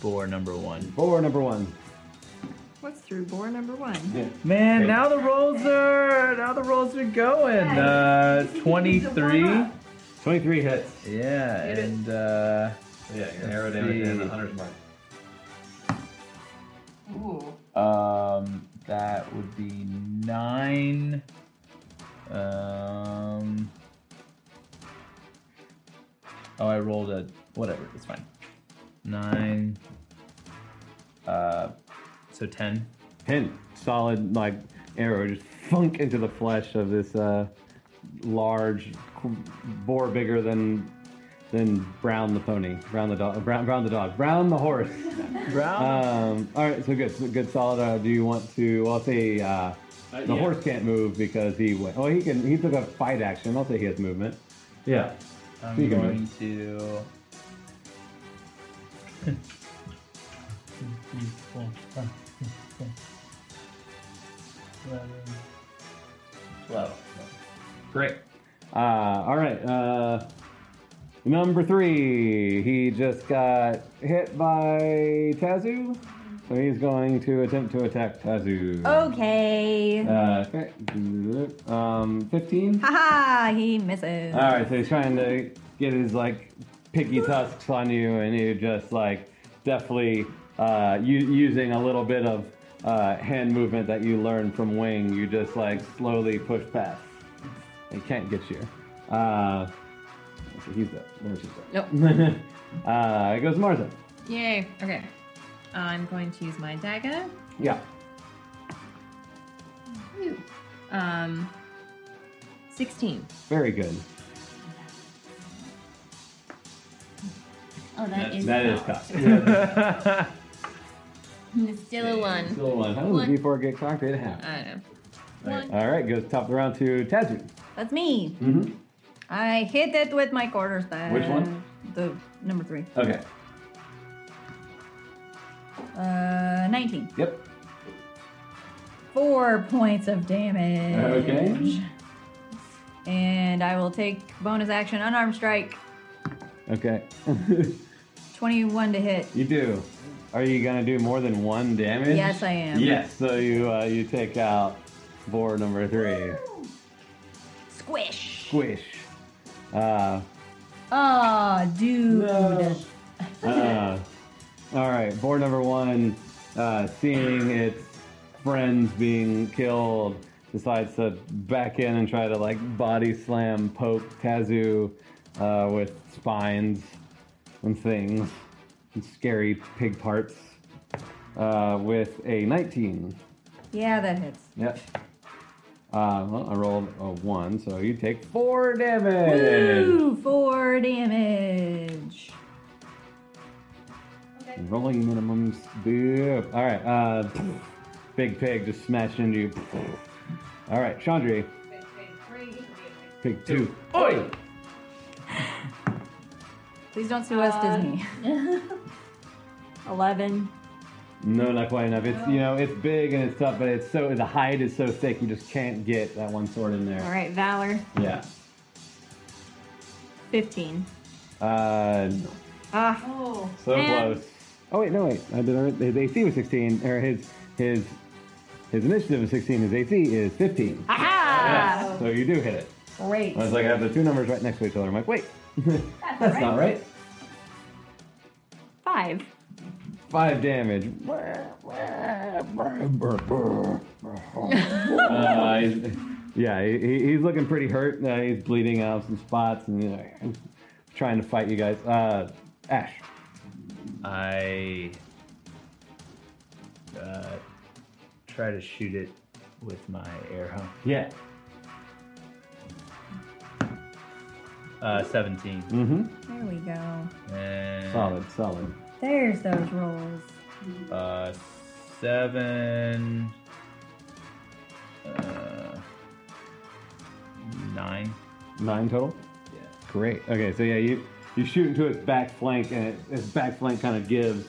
Speaker 5: boar number one.
Speaker 2: Boar number one.
Speaker 4: What's through bore number one?
Speaker 5: Man, now the rolls are now the rolls are going. Uh, twenty-three.
Speaker 2: 23 hits.
Speaker 5: Yeah, and uh,
Speaker 2: Yeah,
Speaker 5: Let's arrow damage see. and the
Speaker 2: hunter's mark.
Speaker 3: Ooh.
Speaker 5: um, that would be nine. Um, oh, I rolled a whatever. It's fine. Nine. Uh, so ten.
Speaker 2: 10. Solid, like, arrow just funk into the flesh of this uh, large qu- boar bigger than than Brown the pony. Brown the dog. Brown, brown the dog. Brown the horse.
Speaker 5: Brown.
Speaker 2: Um, all right, so good, so good, solid. Uh, do you want to? I'll say uh, the
Speaker 5: yeah.
Speaker 2: horse can't move because he went. Oh, he can. He took a fight action. I'll say he has movement. Yeah.
Speaker 5: I'm
Speaker 2: Speaking of-
Speaker 5: going to. Twelve. Great.
Speaker 2: Uh, all right. Uh, number three. He just got hit by Tazu. So he's going to attempt to attack Tazu.
Speaker 6: Oh, Okay.
Speaker 2: Uh, okay. Um, 15.
Speaker 6: Haha, he misses.
Speaker 2: All right, so he's trying to get his like picky tusks on you, and you just like deftly uh, u- using a little bit of uh, hand movement that you learned from Wing. You just like slowly push past. He can't get you. Uh, so he's up. There's his up. Nope. uh, it goes Marza.
Speaker 3: Yay. Okay. I'm going to use my dagger.
Speaker 2: Yeah.
Speaker 3: Ooh. Um, 16.
Speaker 2: Very good.
Speaker 3: Oh,
Speaker 5: That-
Speaker 3: is
Speaker 2: That is
Speaker 3: cocked.
Speaker 2: cocked.
Speaker 3: It's still a one.
Speaker 2: Still one. How does
Speaker 3: One.
Speaker 2: a D4 get cocked? It happened.
Speaker 3: I know.
Speaker 5: Right.
Speaker 2: All right, goes top of the round to Tazu.
Speaker 6: That's me.
Speaker 2: Mm-hmm.
Speaker 6: I hit it with my quarterstaff.
Speaker 2: Which one?
Speaker 6: The number three.
Speaker 2: Okay.
Speaker 6: Uh, 19.
Speaker 2: Yep.
Speaker 6: Four points of damage.
Speaker 2: Okay.
Speaker 6: And I will take bonus action, unarmed strike,
Speaker 2: Okay.
Speaker 6: 21 to hit.
Speaker 2: you do. Are you gonna do more than one damage?
Speaker 6: Yes, I am.
Speaker 2: Yes. So you uh, you take out boar number three.
Speaker 6: Squish.
Speaker 2: Squish. Uh,
Speaker 6: Oh, dude.
Speaker 2: uh, all right. Boar number one, uh, seeing its friends being killed, decides to back in and try to like body slam, poke Tazu uh, with spines and things and scary pig parts uh, with a 19.
Speaker 6: Yeah, that hits.
Speaker 2: Yep. Uh, well, I rolled a one, so you take four damage.
Speaker 6: Woo, four damage.
Speaker 2: Rolling minimums. Boop. All right. Uh, big pig just smashed into you. All right, Chandri. Pig two.
Speaker 5: Oi!
Speaker 6: Please don't sue us,
Speaker 4: Uh,
Speaker 6: Disney.
Speaker 4: 11.
Speaker 2: No, not quite enough. It's you know it's big and it's tough, but it's so the hide is so thick you just can't get that one sword in
Speaker 4: All
Speaker 2: there.
Speaker 4: right, Valor.
Speaker 2: Yeah.
Speaker 4: 15.
Speaker 2: Uh, no.
Speaker 4: Ah,
Speaker 2: So
Speaker 4: Man.
Speaker 2: close. Oh wait, no wait. I did. alright. His AC was 16, or his his his initiative is 16. His AC is 15.
Speaker 4: Ah. aha!
Speaker 2: So you do hit it.
Speaker 6: Great.
Speaker 2: I was like, I have the two numbers right next to each other. I'm like, wait, that's not right.
Speaker 4: Five.
Speaker 2: Five damage. Uh, he's- yeah, he, he- he's looking pretty hurt. Uh, he's bleeding out some spots and you know, trying to fight you guys. Uh, Ash.
Speaker 5: I uh, try to shoot it with my arrow.
Speaker 2: Yeah.
Speaker 5: Uh, 17.
Speaker 2: Mm-hmm.
Speaker 6: There we go.
Speaker 5: And,
Speaker 2: Solid, solid.
Speaker 6: There's those rolls.
Speaker 5: Uh, 7. Uh, 9.
Speaker 2: Nine total.
Speaker 5: Yeah.
Speaker 2: Great. Okay, so yeah, you you shoot into its back flank, and it, its back flank kind of gives.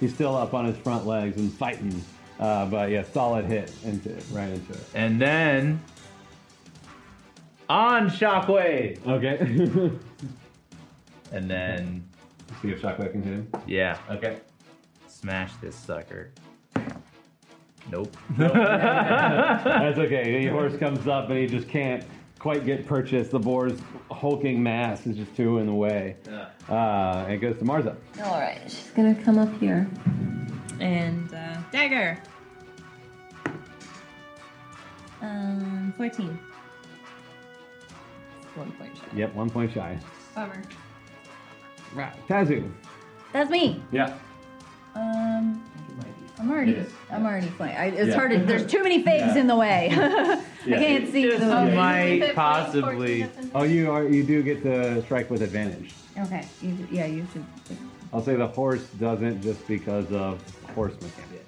Speaker 2: He's still up on his front legs and fighting, uh, but yeah, solid hit into it, right into it.
Speaker 5: And then. On Shockwave!
Speaker 2: Okay. See
Speaker 5: And then,
Speaker 2: if Shockwave can hit him.
Speaker 5: yeah,
Speaker 2: Okay.
Speaker 5: smash this sucker. Nope.
Speaker 2: That's okay. The horse comes up and he just can't quite get purchased. The boar's hulking mass is just too in the way. Uh, and it goes to Marza.
Speaker 3: All right. She's gonna come up here and uh, dagger. Um, 14. One point shy.
Speaker 2: Yep, one point shy.
Speaker 3: Bummer.
Speaker 2: Right. Tazu.
Speaker 6: That's me.
Speaker 2: Yeah.
Speaker 6: Um, I'm
Speaker 5: It
Speaker 6: already,
Speaker 5: is.
Speaker 6: I'm already playing. I, it's
Speaker 2: Yeah.
Speaker 6: hard to, there's too many figs in the way. I can't see
Speaker 5: Just
Speaker 6: the way.
Speaker 5: might possibly.
Speaker 2: Oh, you are. You do get to strike with advantage.
Speaker 6: Okay, you, yeah, you should.
Speaker 2: I'll say the horse doesn't just because of horse mechanics.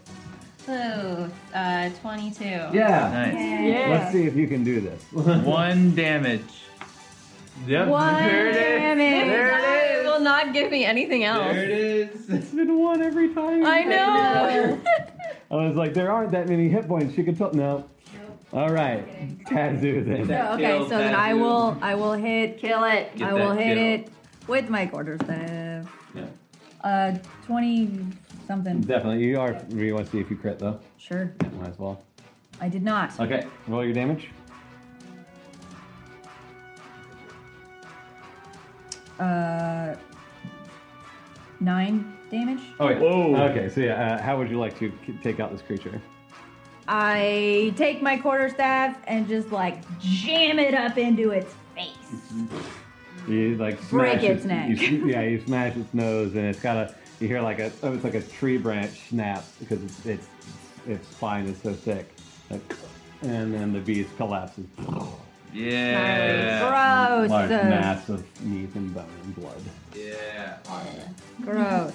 Speaker 3: So, uh, 22.
Speaker 2: Yeah.
Speaker 5: Nice.
Speaker 2: Let's see if you can do this.
Speaker 5: One damage. Yep.
Speaker 6: One
Speaker 5: there it is.
Speaker 6: damage.
Speaker 5: There it
Speaker 3: It
Speaker 5: is.
Speaker 3: will not give me anything
Speaker 5: There
Speaker 3: else.
Speaker 5: it is.
Speaker 2: It's been one every time.
Speaker 3: I know.
Speaker 2: I was like, there aren't that many hit points. She could tell. No. All right, Kazu then.
Speaker 6: So, okay,
Speaker 5: Kill
Speaker 6: so then
Speaker 5: that
Speaker 6: I
Speaker 5: dude.
Speaker 6: will I will hit
Speaker 8: Kill it.
Speaker 5: Get
Speaker 6: I will
Speaker 5: that
Speaker 6: hit
Speaker 5: kill.
Speaker 6: it with my quarter staff.
Speaker 5: Yeah.
Speaker 6: Uh, twenty something.
Speaker 2: Definitely, you are. You want to see if you crit though?
Speaker 6: Sure,
Speaker 2: Might as well.
Speaker 6: I did not.
Speaker 2: Okay, roll your damage.
Speaker 6: Uh, nine damage.
Speaker 2: Oh yeah.
Speaker 5: Whoa.
Speaker 2: Okay, so yeah, uh, how would you like to k- take out this creature?
Speaker 6: I take my quarter staff and just like jam it up into its face.
Speaker 2: You like
Speaker 6: Break
Speaker 2: smash
Speaker 6: its neck.
Speaker 2: you- yeah, you smash its nose, and it's got a. You hear like a. Oh, it's like a tree branch snap because it's it's its spine is so thick, Like, and then the beast collapses.
Speaker 6: Oh,
Speaker 5: Yeah.
Speaker 6: Gross.
Speaker 2: Large mass of meat and bone and blood.
Speaker 5: Yeah.
Speaker 6: Gross.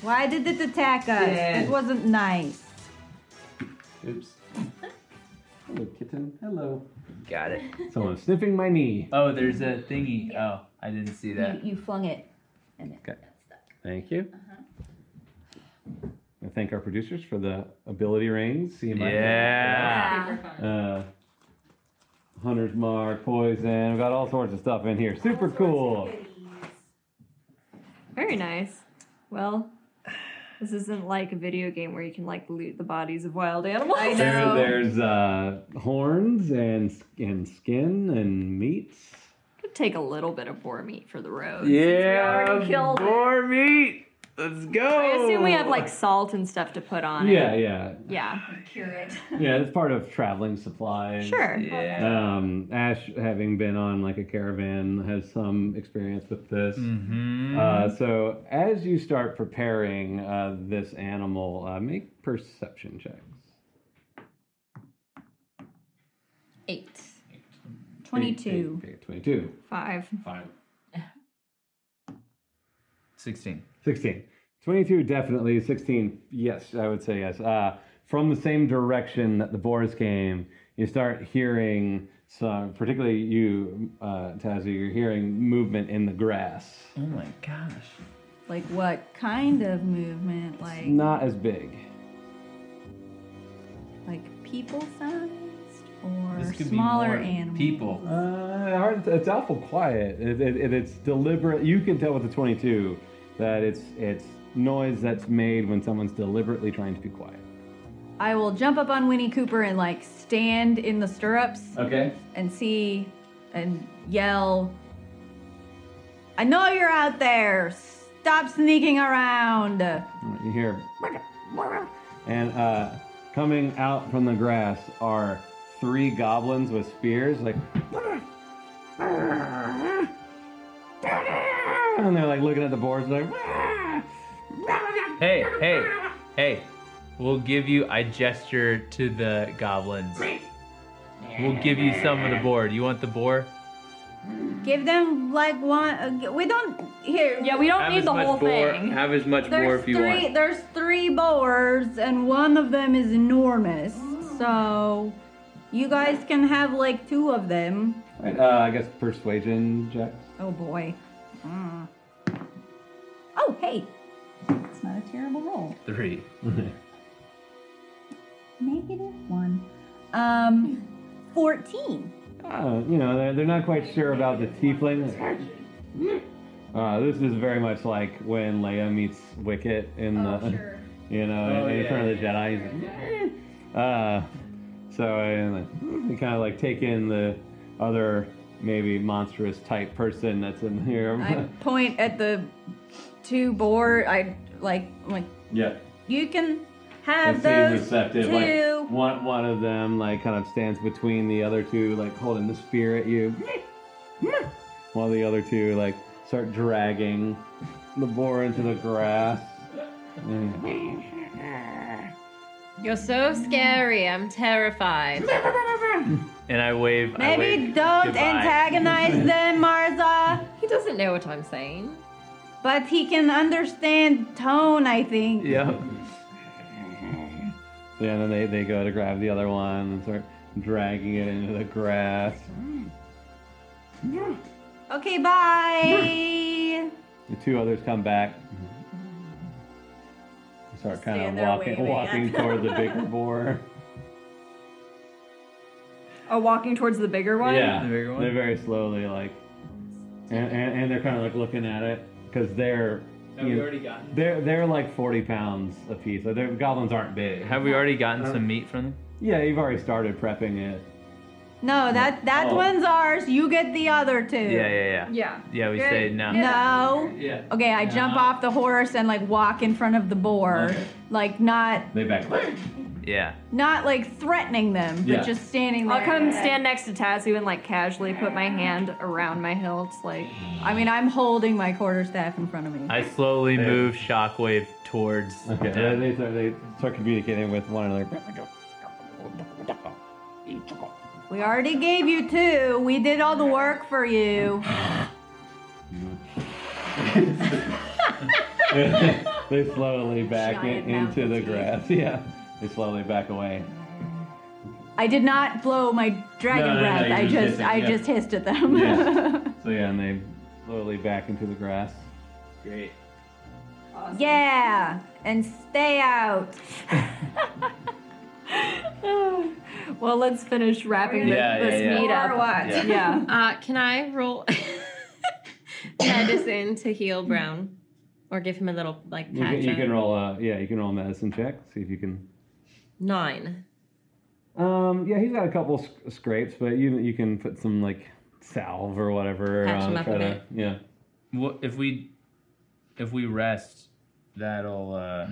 Speaker 6: Why did it attack us?
Speaker 5: Yeah.
Speaker 6: It wasn't nice.
Speaker 2: Oops. Hello, kitten. Hello.
Speaker 5: Got it.
Speaker 2: Someone's sniffing my knee.
Speaker 5: Oh, there's a thingy. Oh, I didn't see that.
Speaker 6: You, you flung it. And it
Speaker 2: Okay. Thank you.
Speaker 5: Uh-huh.
Speaker 2: I thank our producers for the ability rings. See my
Speaker 4: Ah,
Speaker 5: Yeah.
Speaker 3: Super fun.
Speaker 2: uh, Hunter's Mark, Poison. We've got all sorts of stuff in here. Super cool.
Speaker 4: Very nice. Well, this isn't like a video game where you can like loot the bodies of wild animals.
Speaker 6: I know.
Speaker 2: There, there's uh, horns and and skin and meats.
Speaker 4: Could take a little bit of boar meat for the road.
Speaker 5: Yeah.
Speaker 4: already killed it.
Speaker 5: More meat. Let's go.
Speaker 4: I assume we have like salt and stuff to put on
Speaker 2: Yeah,
Speaker 4: it.
Speaker 2: yeah,
Speaker 4: Yeah.
Speaker 8: Cure it.
Speaker 2: yeah. That's part of traveling supplies.
Speaker 4: Sure.
Speaker 5: Yeah.
Speaker 2: Um, Ash, having been on like a caravan, has some experience with this.
Speaker 5: Mm-hmm.
Speaker 2: Uh, so as you start preparing uh, this animal, uh, make perception checks.
Speaker 6: Eight. Twenty-two.
Speaker 2: Eight, eight, Twenty-two.
Speaker 4: Five.
Speaker 5: Five. Sixteen.
Speaker 2: 16. 22, definitely. 16, yes, I would say yes. Uh, from the same direction that the boars came, you start hearing some, particularly you, uh, Tazu, you're hearing movement in the grass.
Speaker 5: Oh my gosh.
Speaker 6: Like what kind of movement? Like
Speaker 2: Not as big.
Speaker 6: like people sized or
Speaker 5: This could
Speaker 6: smaller
Speaker 5: be more
Speaker 6: animals?
Speaker 5: people.
Speaker 2: Uh, hard, it's awful quiet. It, it, it- it's deliberate. You can tell with the 22 that it's, it's noise that's made when someone's deliberately trying to be quiet.
Speaker 6: I will jump up on Winnie Cooper and like stand in the stirrups
Speaker 5: Uh.
Speaker 2: Okay.
Speaker 6: and see and yell. I know you're out there. Stop sneaking around.
Speaker 2: You hear, and uh, coming out from the grass are three goblins with spears, like, and they're like looking at the boards, like,
Speaker 5: Hey, hey, hey. We'll give you. I gesture to the goblins. We'll give you some of the boar. You want the boar?
Speaker 6: Give them like one. uh, We don't here.
Speaker 4: Yeah, we don't
Speaker 5: Have
Speaker 4: need
Speaker 5: as
Speaker 4: the
Speaker 5: much
Speaker 4: whole
Speaker 5: boar-
Speaker 4: thing.
Speaker 5: Have as much boar
Speaker 6: There's
Speaker 5: if you
Speaker 6: three.
Speaker 5: want.
Speaker 6: There's three boars, and one of them is enormous. So you guys can have like two of them.
Speaker 2: Alright, uh, I guess persuasion checks.
Speaker 6: Oh boy. Mm. Oh hey, it's not a terrible roll.
Speaker 5: Three.
Speaker 6: Negative one. Um, fourteen.
Speaker 2: Uh, you know, they're, they're not quite sure about the tiefling. Uh, this is very much like when Leia meets Wicket in the, you know,
Speaker 5: Oh,
Speaker 2: in
Speaker 5: yeah,
Speaker 2: Return of the Jedi. He's like, "Eh." uh, so I, they kind of like take in the other maybe monstrous type person that's in
Speaker 6: I
Speaker 2: here.
Speaker 6: point at the two boar. I like I'm like
Speaker 2: yeah.
Speaker 6: you can
Speaker 2: That
Speaker 6: have
Speaker 2: seems
Speaker 6: those
Speaker 2: receptive.
Speaker 6: two.
Speaker 2: Like one one of them like kind of stands between the other two, like holding the spear at you. While the other two like start dragging the boar into the grass. Mm.
Speaker 8: You're so scary. I'm terrified.
Speaker 5: And I wave. I
Speaker 6: Maybe
Speaker 5: wave
Speaker 6: don't
Speaker 5: goodbye.
Speaker 6: antagonize them, Marza.
Speaker 3: He doesn't know what I'm saying.
Speaker 6: But he can understand tone, I think.
Speaker 5: Yep.
Speaker 2: Yeah, and then they, they go to grab the other one and start dragging it into the grass.
Speaker 6: Okay, bye.
Speaker 2: The two others come back. Start kind
Speaker 6: Stand
Speaker 2: of
Speaker 6: there
Speaker 2: walking
Speaker 6: waving at
Speaker 2: walking
Speaker 6: them.
Speaker 2: toward the bigger boar.
Speaker 4: Oh, walking towards the bigger one?
Speaker 2: Yeah,
Speaker 5: The bigger one?
Speaker 2: they're very slowly like, and, and, and they're kind of like looking at it because they're you know,
Speaker 5: gotten?
Speaker 2: they're they're like forty pounds a piece. So their goblins aren't big.
Speaker 5: Have we already gotten some meat from them?
Speaker 2: Yeah, you've already started prepping it.
Speaker 6: No, that that
Speaker 2: Oh.
Speaker 6: one's ours. You get the other two.
Speaker 5: Yeah, yeah, yeah.
Speaker 4: Yeah.
Speaker 5: Yeah, we say no. Uh-huh.
Speaker 6: No.
Speaker 5: Yeah.
Speaker 6: Okay, I jump
Speaker 5: Nah.
Speaker 6: off the horse and like walk in front of the boar,
Speaker 5: Okay.
Speaker 6: like not
Speaker 2: They back.
Speaker 5: Yeah.
Speaker 6: not like threatening them, but
Speaker 2: Yeah.
Speaker 6: just standing there.
Speaker 4: I'll come stand next to Tazu and like casually put my hand around my hilt. Like,
Speaker 6: I mean, I'm holding my quarterstaff in front of me.
Speaker 5: I slowly
Speaker 2: Hey.
Speaker 5: move Shockwave towards.
Speaker 2: Okay,
Speaker 5: them.
Speaker 2: they, they, start, they start communicating with one another.
Speaker 6: We already gave you two. We did all the work for you.
Speaker 2: they slowly back in,
Speaker 4: Giant
Speaker 2: into the
Speaker 4: mountain.
Speaker 2: grass. Yeah, they slowly back away.
Speaker 6: I did not blow my dragon
Speaker 2: No, no, no,
Speaker 6: breath.
Speaker 2: you
Speaker 6: I
Speaker 2: just
Speaker 6: just
Speaker 2: hissed it, yeah.
Speaker 6: I just hissed at them.
Speaker 2: Yeah. So yeah, and they slowly back into the grass.
Speaker 5: Great.
Speaker 6: yeah. And stay out.
Speaker 4: well, let's finish wrapping this,
Speaker 5: Yeah, yeah,
Speaker 4: this
Speaker 5: yeah.
Speaker 4: meet up.
Speaker 6: Or what?
Speaker 5: Yeah.
Speaker 4: Yeah.
Speaker 8: Uh, can I roll medicine to heal Brown, or give him a little like
Speaker 2: You
Speaker 8: patch?
Speaker 2: can, you
Speaker 8: up?
Speaker 2: can roll a yeah, you can roll a medicine check. See if you can.
Speaker 8: Nine.
Speaker 2: Um, yeah, he's got a couple sc- scrapes, but you you can put some like salve or whatever.
Speaker 8: Patch
Speaker 2: on,
Speaker 8: him up
Speaker 2: try
Speaker 8: a
Speaker 2: to,
Speaker 8: bit.
Speaker 2: yeah.
Speaker 5: Well, if we if we rest, that'll uh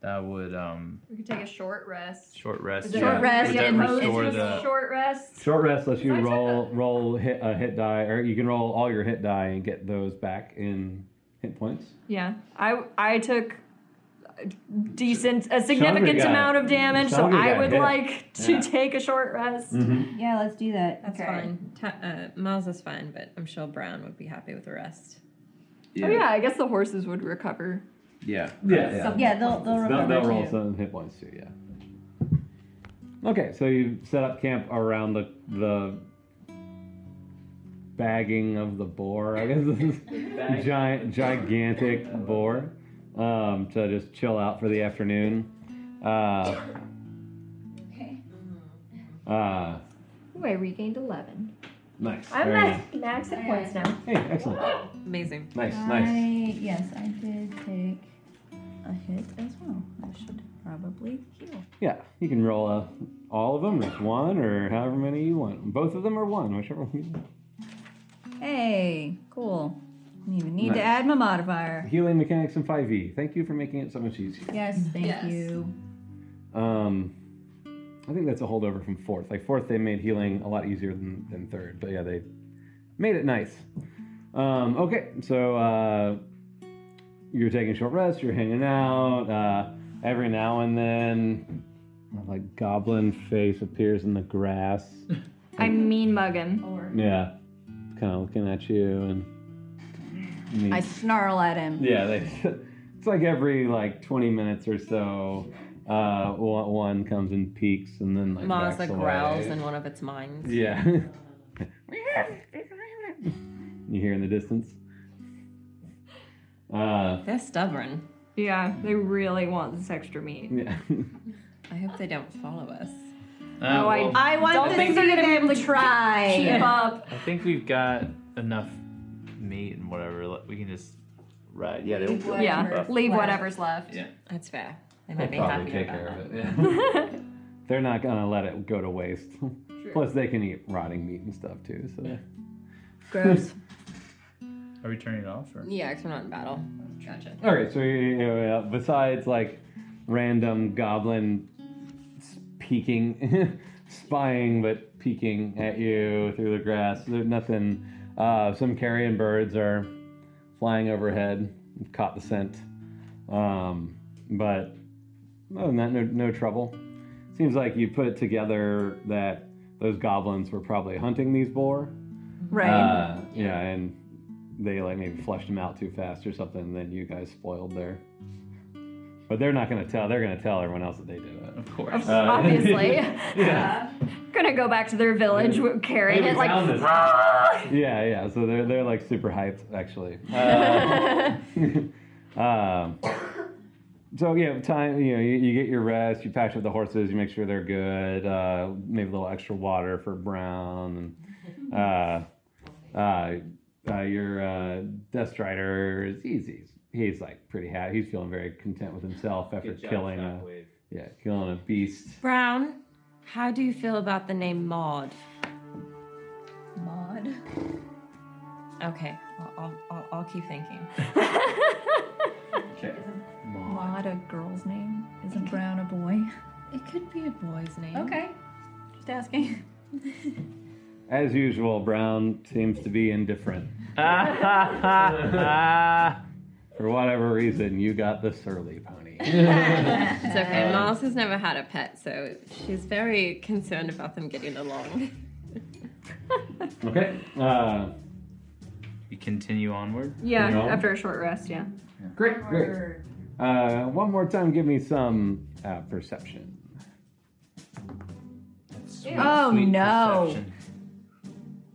Speaker 5: that would um
Speaker 4: We could take a short rest.
Speaker 5: short rest.
Speaker 2: it Short
Speaker 5: yeah.
Speaker 6: rest,
Speaker 5: Would that
Speaker 6: yeah,
Speaker 5: restore the?
Speaker 4: short rest.
Speaker 2: Short rest lets you
Speaker 4: I check
Speaker 2: roll roll hit a hit die, or you can roll all your hit die and get those back in hit points.
Speaker 4: Yeah. I I took a decent a significant
Speaker 2: got
Speaker 4: amount
Speaker 2: it.
Speaker 4: of damage,
Speaker 2: Chandra
Speaker 4: so I
Speaker 2: got
Speaker 4: would
Speaker 2: hit.
Speaker 4: like to
Speaker 5: Yeah.
Speaker 4: take a short rest.
Speaker 6: Yeah, let's do that.
Speaker 8: That's fine. Ta- uh, Miles is fine, but I'm sure Brown would be happy with the rest.
Speaker 4: Oh yeah, I guess the horses would recover.
Speaker 5: Yeah.
Speaker 2: Yeah, yeah.
Speaker 6: Yeah, they'll they'll
Speaker 2: They'll,
Speaker 6: remember
Speaker 2: they'll roll
Speaker 6: too.
Speaker 2: some hit points too. Yeah. Okay, so you set up camp around the the bagging of the boar. I guess this is giant, gigantic boar um, to just chill out for the afternoon. Uh, uh,
Speaker 4: Ooh, I regained eleven.
Speaker 2: nice.
Speaker 8: I'm
Speaker 2: very nice.
Speaker 8: at max hit points now.
Speaker 2: Hey, excellent.
Speaker 8: Amazing.
Speaker 2: Nice,
Speaker 6: I,
Speaker 2: nice.
Speaker 6: yes, I did take a hit as well. I should probably heal.
Speaker 2: Yeah, you can roll uh all of them, just one or however many you want. Both of them are one, whichever one you want.
Speaker 6: Hey, cool. Didn't even need to
Speaker 2: Nice.
Speaker 6: add my modifier.
Speaker 2: Healing mechanics in 5e. Thank you for making it so much easier.
Speaker 6: Yes, thank
Speaker 4: Yes.
Speaker 6: you.
Speaker 2: Um, I think that's a holdover from fourth. Like fourth, they made healing a lot easier than, than third, but yeah, they made it nice. Um, okay, so uh, you're taking a short rest. You're hanging out. Uh, every now and then, like goblin face appears in the grass.
Speaker 4: I mean muggin.
Speaker 6: Or
Speaker 2: yeah, kind of looking at you and.
Speaker 6: I snarl at him.
Speaker 2: Yeah, they, it's like every like 20 minutes or so, uh, one, one comes and peaks and then like
Speaker 8: Miles
Speaker 2: backs
Speaker 8: like
Speaker 2: away.
Speaker 8: growls in one of its minds.
Speaker 2: Yeah. you hear in the distance. Uh,
Speaker 8: They're stubborn.
Speaker 4: Yeah, they really want this extra meat.
Speaker 2: yeah.
Speaker 8: I hope they don't follow us.
Speaker 5: Uh,
Speaker 4: Oh, I-
Speaker 5: well,
Speaker 6: I want
Speaker 4: Don't
Speaker 6: to
Speaker 4: think
Speaker 6: see
Speaker 4: they're gonna be
Speaker 6: them
Speaker 4: able to
Speaker 6: try.
Speaker 4: Keep
Speaker 2: Uh,
Speaker 4: up.
Speaker 5: I think we've got enough meat and whatever. Let- We can just ride. Yeah. They won't
Speaker 4: Yeah,
Speaker 5: Whatever's
Speaker 4: leave
Speaker 8: left.
Speaker 4: whatever's left.
Speaker 5: Yeah.
Speaker 8: That's fair. They
Speaker 2: They'll
Speaker 8: might be
Speaker 2: probably
Speaker 8: happy
Speaker 2: take
Speaker 8: about
Speaker 2: care
Speaker 8: that.
Speaker 2: of it. yeah. They're not gonna let it go to waste. Plus, they can eat rotting meat and stuff too. So yeah.
Speaker 6: Gross.
Speaker 5: Are we turning it off? Or?
Speaker 8: Yeah, because we're not in battle. Gotcha.
Speaker 2: All right, so you- you- uh, besides like random goblin s- peeking, spying but peeking at you through the grass, there's nothing. Uh, some carrion birds are flying overhead, caught the scent. Um, but other than that, no, no trouble. Seems like you put it together that those goblins were probably hunting these boar.
Speaker 4: Right.
Speaker 2: Uh, yeah, and they like maybe flushed them out too fast or something, and then you guys spoiled their. But they're not gonna tell. They're gonna tell everyone else that they did it.
Speaker 5: Of course.
Speaker 4: Obviously.
Speaker 2: Yeah.
Speaker 4: Gonna go back to their village with- carrying
Speaker 2: Hey,
Speaker 4: it
Speaker 2: we
Speaker 4: like
Speaker 2: found this.
Speaker 4: "Ah!"
Speaker 2: Yeah, yeah. So they're they're like super hyped actually. Uh, um, so yeah, time. You know, you, you get your rest. You patch up the horses. You make sure they're good. Uh, maybe a little extra water for Brown. And, uh, uh, uh, your uh, Dust Rider is easy. He's like pretty happy. He's feeling very content with himself after
Speaker 5: Good job,
Speaker 2: killing a
Speaker 5: Shockwave.
Speaker 2: yeah, killing a beast.
Speaker 8: Brown, how do you feel about the name Maud?
Speaker 4: Maud.
Speaker 8: Okay, I'll, I'll, I'll, I'll keep thinking.
Speaker 4: Maud, a girl's name. Isn't Brown a boy?
Speaker 8: It could be a boy's name.
Speaker 4: Okay. Just asking.
Speaker 2: As usual, Brown seems to be indifferent. For whatever reason, you got the surly pony.
Speaker 8: It's okay. Miles has never had a pet, so she's very concerned about them getting along.
Speaker 2: okay. Uh,
Speaker 5: You continue onward.
Speaker 4: Yeah,
Speaker 2: No.
Speaker 4: after a short rest, yeah.
Speaker 2: great, great. Uh, one more time, give me some uh, perception.
Speaker 5: Sweet,
Speaker 6: Oh,
Speaker 5: sweet
Speaker 6: no.
Speaker 5: perception.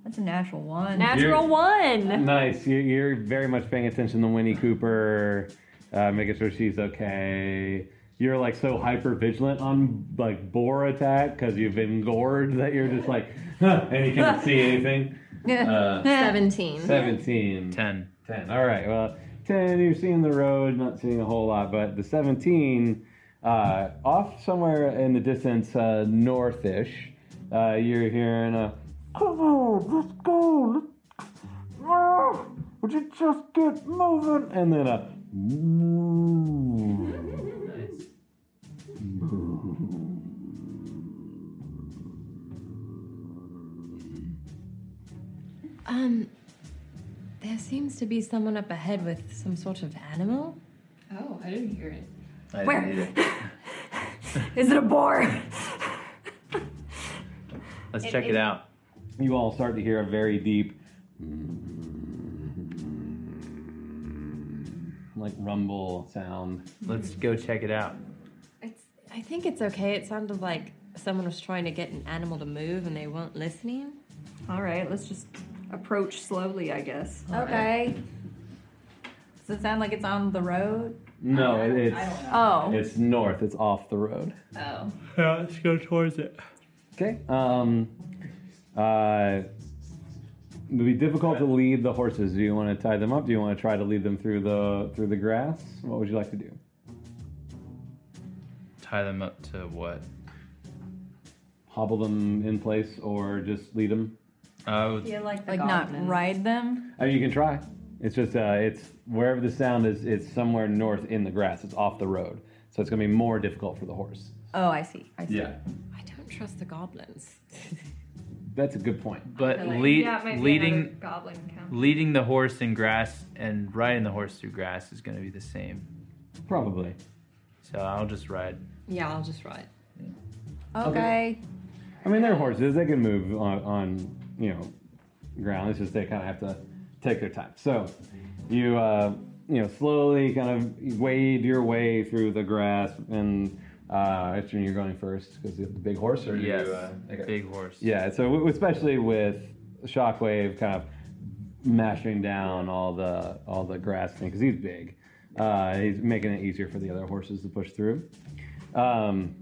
Speaker 6: That's a natural one.
Speaker 2: You're-
Speaker 4: Natural one.
Speaker 2: Nice. You, you're very much paying attention to Winnie Cooper, uh, making sure she's okay. You're like so hyper vigilant on like boar attack because you've been gored that you're just like, huh, and you can't see anything. Uh,
Speaker 8: 17.
Speaker 2: 17.
Speaker 5: Ten.
Speaker 2: 10. All right. Well, 10, you're seeing the road, not seeing a whole lot, but the 17, uh, off somewhere in the distance, uh, northish, uh, you're hearing a, come on, let's go. Let's... Ah, would you just get moving? And then a, moo.
Speaker 8: Um, there seems to be someone up ahead with some sort of animal.
Speaker 3: Oh, I didn't hear it.
Speaker 5: I
Speaker 4: Where?
Speaker 5: didn't either.
Speaker 4: Is it a boar?
Speaker 5: Let's check it, out.
Speaker 2: you all start to hear a very deep, like rumble sound.
Speaker 5: Let's go check it out.
Speaker 8: It's. I think it's okay. It sounded like someone was trying to get an animal to move and they weren't listening.
Speaker 4: All right, let's just approach slowly, I guess.
Speaker 6: Okay. Does it sound like it's on the road?
Speaker 2: No, it, it's.
Speaker 4: Oh.
Speaker 2: It's north. It's off the road.
Speaker 3: Oh.
Speaker 5: Yeah, let's go towards it.
Speaker 2: Okay. Um, uh, it would be difficult to lead the horses. Do you want to tie them up? Do you want to try to lead them through the through the grass? What would you like to do?
Speaker 5: Tie them up to what?
Speaker 2: Hobble them in place or just lead them?
Speaker 5: Oh,
Speaker 3: Yeah, like the
Speaker 6: Like
Speaker 3: goblin.
Speaker 6: not ride them?
Speaker 2: I mean, you can try. It's just uh, it's wherever the sound is. It's somewhere north in the grass. It's off the road, so it's gonna be more difficult for the horse.
Speaker 6: Oh, I see. I see.
Speaker 8: I don't trust the goblins.
Speaker 2: that's a good point.
Speaker 5: but
Speaker 4: Like,
Speaker 5: lead,
Speaker 4: yeah, it might be another
Speaker 5: leading
Speaker 4: goblin count.
Speaker 5: leading the horse in grass and riding the horse through grass is going to be the same.
Speaker 2: Probably.
Speaker 5: So I'll just ride.
Speaker 8: Yeah, I'll just ride.
Speaker 6: Okay.
Speaker 2: I mean, they're horses. They can move on, on you know, ground. It's just they kind of have to take their time. So, you uh, you know, slowly kind of wade your way through the grass, and uh, I assume you're going first because you have the big horse, or do
Speaker 5: Yes,
Speaker 2: you, uh, okay.
Speaker 5: big horse.
Speaker 2: Yeah, so w- especially with Shockwave kind of mashing down all the all the grass thing because he's big, uh, he's making it easier for the other horses to push through. Um,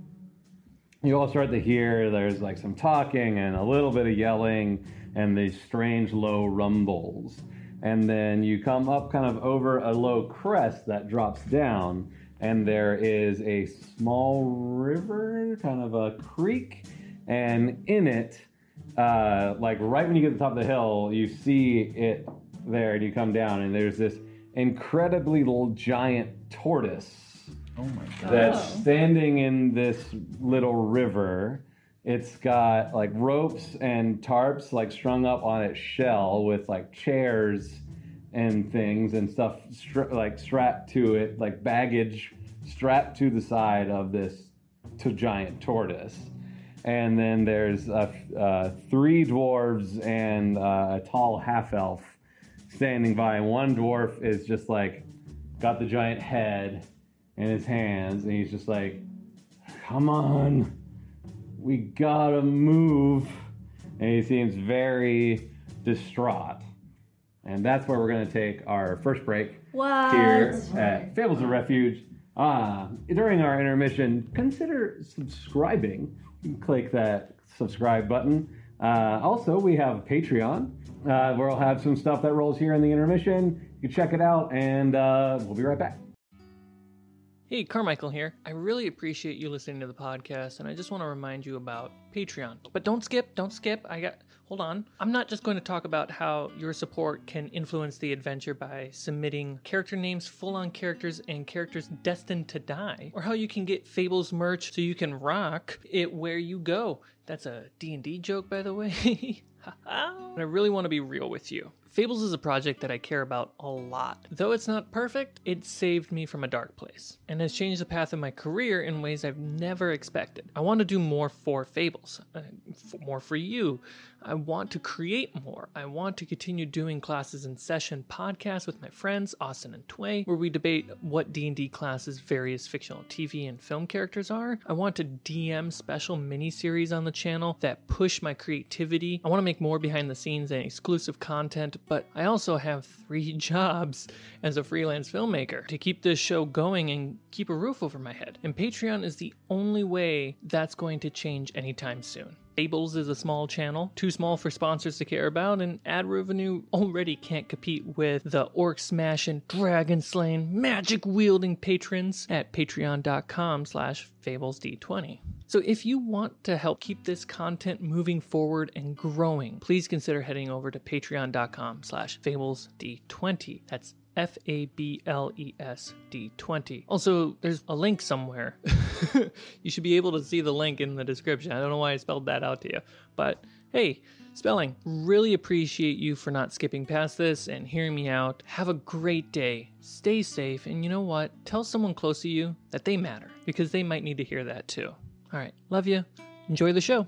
Speaker 2: you all start to hear there's like some talking and a little bit of yelling and these strange low rumbles. And then you come up kind of over a low crest that drops down, and there is a small river, kind of a creek, and in it, uh, like right when you get to the top of the hill, you see it there, and you come down, and there's this incredibly l- giant tortoise
Speaker 5: Oh my god.
Speaker 2: that's standing in this little river. It's got like ropes and tarps like strung up on its shell with like chairs and things and stuff stra- like strapped to it, like baggage strapped to the side of this to giant tortoise. And then there's uh, uh, three dwarves and uh, a tall half elf standing by. And one dwarf is just like got the giant head in his hands, and he's just like, "Come on, we gotta move." And he seems very distraught, and that's where we're gonna take our first break
Speaker 6: What?
Speaker 2: here at Fables of Refuge. Uh, during our intermission, consider subscribing. You can click that subscribe button. Uh, also, we have Patreon, uh, where I'll have some stuff that rolls here in the intermission. You can check it out, and uh, we'll be right back.
Speaker 1: Hey, Carmichael here. I really appreciate you listening to the podcast, and I just want to remind you about Patreon. But don't skip, don't skip. I got, hold on. I'm not just going to talk about how your support can influence the adventure by submitting character names, full on characters, and characters destined to die, or how you can get Fables merch so you can rock it where you go. That's a D&D joke, by the way. and I really want to be real with you. Fables is a project that I care about a lot. Though it's not perfect, it saved me from a dark place and has changed the path of my career in ways I've never expected. I want to do more for Fables, uh, f- more for you. I want to create more. I want to continue doing classes in session podcasts with my friends Austin and Tway, where we debate what D&D classes various fictional TV and film characters are. I want to DM special miniseries on the channel that push my creativity. I want to make more behind the scenes and exclusive content, but I also have three jobs as a freelance filmmaker to keep this show going and keep a roof over my head. And Patreon is the only way that's going to change anytime soon. Fables is a small channel, too small for sponsors to care about, and ad revenue already can't compete with the orc smashing, dragon slaying, magic wielding patrons at patreon.com slash fablesd20. So if you want to help keep this content moving forward and growing, please consider heading over to patreon.com slash fablesd20. That's F A B L E S D 20. Also, there's a link somewhere. you should be able to see the link in the description. I don't know why I spelled that out to you, but hey, spelling. Really appreciate you for not skipping past this and hearing me out. Have a great day. Stay safe, and you know what? Tell someone close to you that they matter because they might need to hear that too. All right, love you. Enjoy the show.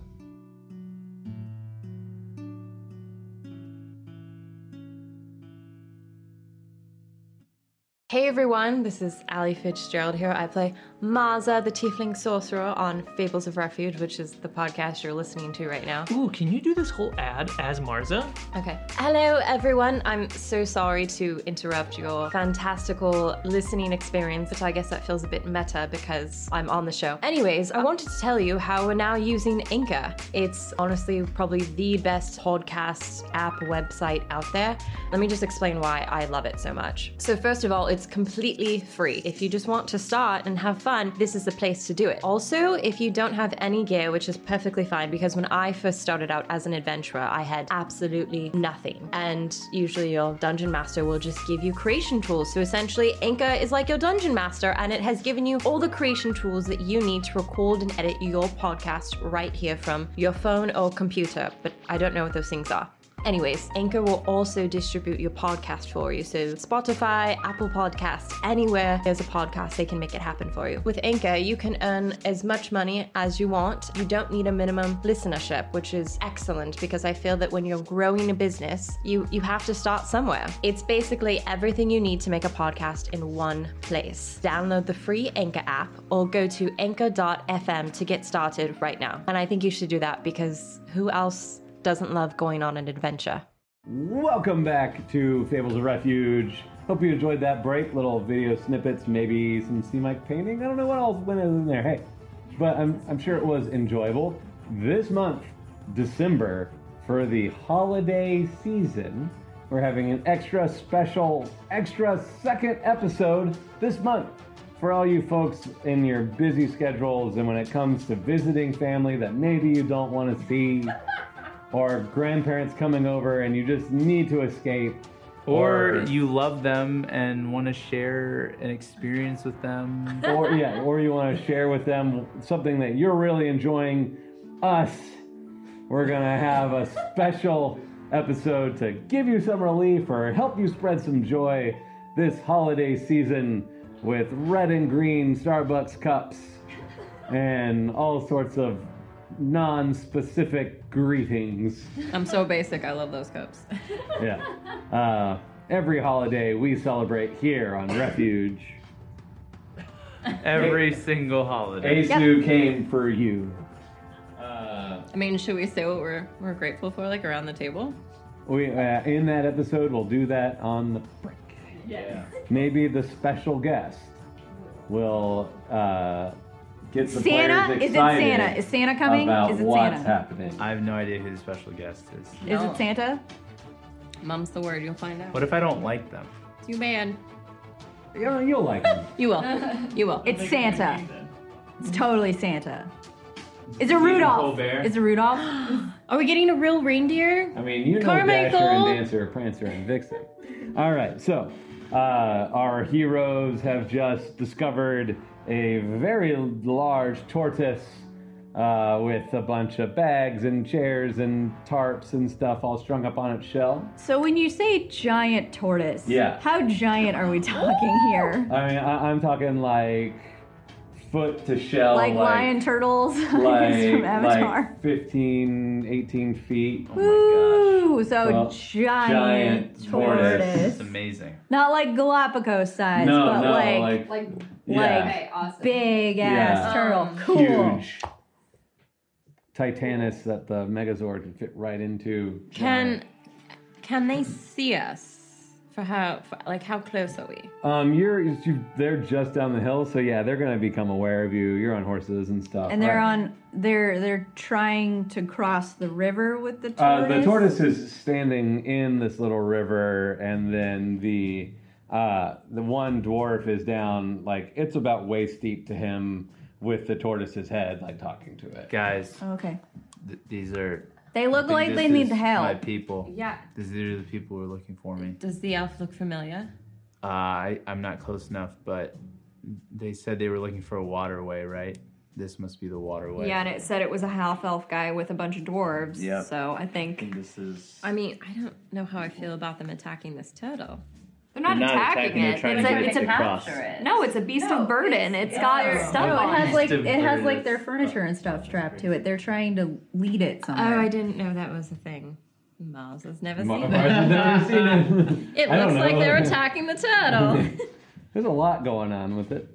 Speaker 3: Hey everyone, this is Allie Fitzgerald here. I play Maza, the Tiefling Sorcerer, on Fables of Refuge, which is the podcast you're listening to right now.
Speaker 1: Ooh, can you do this whole ad as Marza?
Speaker 3: Okay. Hello, everyone. I'm so sorry to interrupt your fantastical listening experience, but I guess that feels a bit meta because I'm on the show. Anyways, I wanted to tell you how we're now using Inca. It's honestly probably the best podcast app website out there. Let me just explain why I love it so much. So, first of all, it's completely free. If you just want to start and have fun, this is the place to do it. Also, if you don't have any gear, which is perfectly fine because when I first started out as an adventurer, I had absolutely nothing. And usually your dungeon master will just give you creation tools. So essentially, Inca is like your dungeon master and it has given you all the creation tools that you need to record and edit your podcast right here from your phone or computer. But I don't know what those things are. Anyways, Anchor will also distribute your podcast for you. So, Spotify, Apple Podcasts, anywhere there's a podcast, they can make it happen for you. With Anchor, you can earn as much money as you want. You don't need a minimum listenership, which is excellent because I feel that when you're growing a business, you, you have to start somewhere. It's basically everything you need to make a podcast in one place. Download the free Anchor app or go to anchor.fm to get started right now. And I think you should do that because who else? doesn't love going on an adventure.
Speaker 2: Welcome back to Fables of Refuge. Hope you enjoyed that break. Little video snippets, maybe some sea mike painting. I don't know what else went in there. Hey, but I'm, I'm sure it was enjoyable. This month, December, for the holiday season, we're having an extra special, extra second episode this month for all you folks in your busy schedules and when it comes to visiting family that maybe you don't want to see or grandparents coming over and you just need to escape
Speaker 5: Or you love them and want to share an experience with them.
Speaker 2: or yeah or you want to share with them something that you're really enjoying us we're gonna have a special episode to give you some relief or help you spread some joy this holiday season with red and green starbucks cups and all sorts of non-specific greetings
Speaker 4: I'm so basic. I love those cups.
Speaker 2: yeah. Uh, every holiday we celebrate here on Refuge.
Speaker 5: Every single holiday.
Speaker 2: Asu came for you. Uh,
Speaker 4: I mean, should we say what we're we're grateful for, like around the table?
Speaker 2: we uh, in that episode we'll do that on the break. Yeah. Maybe the special guest will uh, get the
Speaker 6: Santa?
Speaker 2: players
Speaker 6: Is it
Speaker 2: excited
Speaker 6: Santa? Is Santa coming?
Speaker 2: about
Speaker 6: Is it
Speaker 2: what's
Speaker 6: Santa?
Speaker 2: happening.
Speaker 5: I have no idea who the special guest is.
Speaker 6: Is
Speaker 3: No.
Speaker 6: it Santa?
Speaker 3: Mum's the word. You'll find out.
Speaker 5: What if I don't like them?
Speaker 3: You man.
Speaker 2: Yeah, Uh, you'll like them.
Speaker 3: You will. You will.
Speaker 6: It's Santa. It's totally Santa. Is it Rudolph?
Speaker 2: Colbert.
Speaker 6: Is it Rudolph?
Speaker 8: Are we getting a real reindeer?
Speaker 2: I mean, you know
Speaker 8: Carmichael.
Speaker 2: Dasher and Dancer, Prancer and Vixen. All right, so uh, our heroes have just discovered a very large tortoise uh, with a bunch of bags and chairs and tarps and stuff all strung up on its shell.
Speaker 6: So when you say giant tortoise,
Speaker 2: Yeah.
Speaker 6: how giant are we talking here?
Speaker 2: I mean, I- I'm talking like foot to shell,
Speaker 6: Like, lion turtles from Avatar.
Speaker 2: like 15, 18 feet.
Speaker 5: Oh
Speaker 6: Ooh, so
Speaker 2: Well,
Speaker 6: giant,
Speaker 2: giant
Speaker 6: tortoise.
Speaker 2: tortoise.
Speaker 5: It's amazing.
Speaker 6: Not like Galapagos size,
Speaker 2: no,
Speaker 6: but
Speaker 2: no,
Speaker 6: like,
Speaker 2: like,
Speaker 4: Like,
Speaker 2: yeah,
Speaker 4: okay, awesome.
Speaker 6: big
Speaker 2: Yeah.
Speaker 6: ass turtle.
Speaker 3: Um,
Speaker 6: Cool.
Speaker 2: huge. Titanus that the Megazord can fit right into.
Speaker 8: Can can they see us? For how for, like how close are we?
Speaker 2: um, you're you, they're just down the hill, so yeah, they're gonna become aware of you. You're on horses and stuff,
Speaker 6: And they're
Speaker 2: right?
Speaker 6: on they're they're trying to cross the river with the
Speaker 2: Uh,
Speaker 6: tortoise.
Speaker 2: the tortoise is standing in this little river, and then the uh, the one dwarf is down like it's about waist deep to him with the tortoise's head, like talking to it.
Speaker 5: Guys,
Speaker 6: Okay.
Speaker 5: th- these are.
Speaker 6: They
Speaker 5: I
Speaker 6: look
Speaker 5: think
Speaker 6: like they
Speaker 5: this
Speaker 6: need
Speaker 5: is
Speaker 6: help.
Speaker 5: My people.
Speaker 4: Yeah.
Speaker 5: These are the people who are looking for me.
Speaker 8: Does the elf look familiar?
Speaker 5: Uh, I, I'm not close enough, but they said they were looking for a waterway, right? This must be the waterway.
Speaker 4: Yeah, and it said it was a half elf guy with a bunch of dwarves.
Speaker 7: Yep.
Speaker 4: So I think
Speaker 7: And this is.
Speaker 8: I mean, I don't know how I feel about them attacking this turtle.
Speaker 4: they're not,
Speaker 5: They're not
Speaker 4: attacking,
Speaker 5: attacking, they're
Speaker 4: it.
Speaker 5: trying
Speaker 4: It's
Speaker 5: to
Speaker 4: like
Speaker 5: get
Speaker 4: it's a
Speaker 5: it to cross.
Speaker 4: no, it's a beast
Speaker 6: No,
Speaker 4: of burden. It's got stuff
Speaker 5: Oh,
Speaker 6: No, it
Speaker 4: on
Speaker 6: has
Speaker 4: it.
Speaker 6: like
Speaker 5: Beast of
Speaker 6: it has
Speaker 5: burden.
Speaker 6: like their furniture and stuff strapped to it. They're trying to lead it somewhere.
Speaker 8: Oh, I didn't know that was a thing. Mars has never
Speaker 2: Mar-
Speaker 8: seen
Speaker 2: Mars
Speaker 8: that.
Speaker 2: has never seen it.
Speaker 8: It
Speaker 2: I don't
Speaker 8: looks like
Speaker 2: know.
Speaker 8: they're attacking the turtle.
Speaker 2: There's a lot going on with it.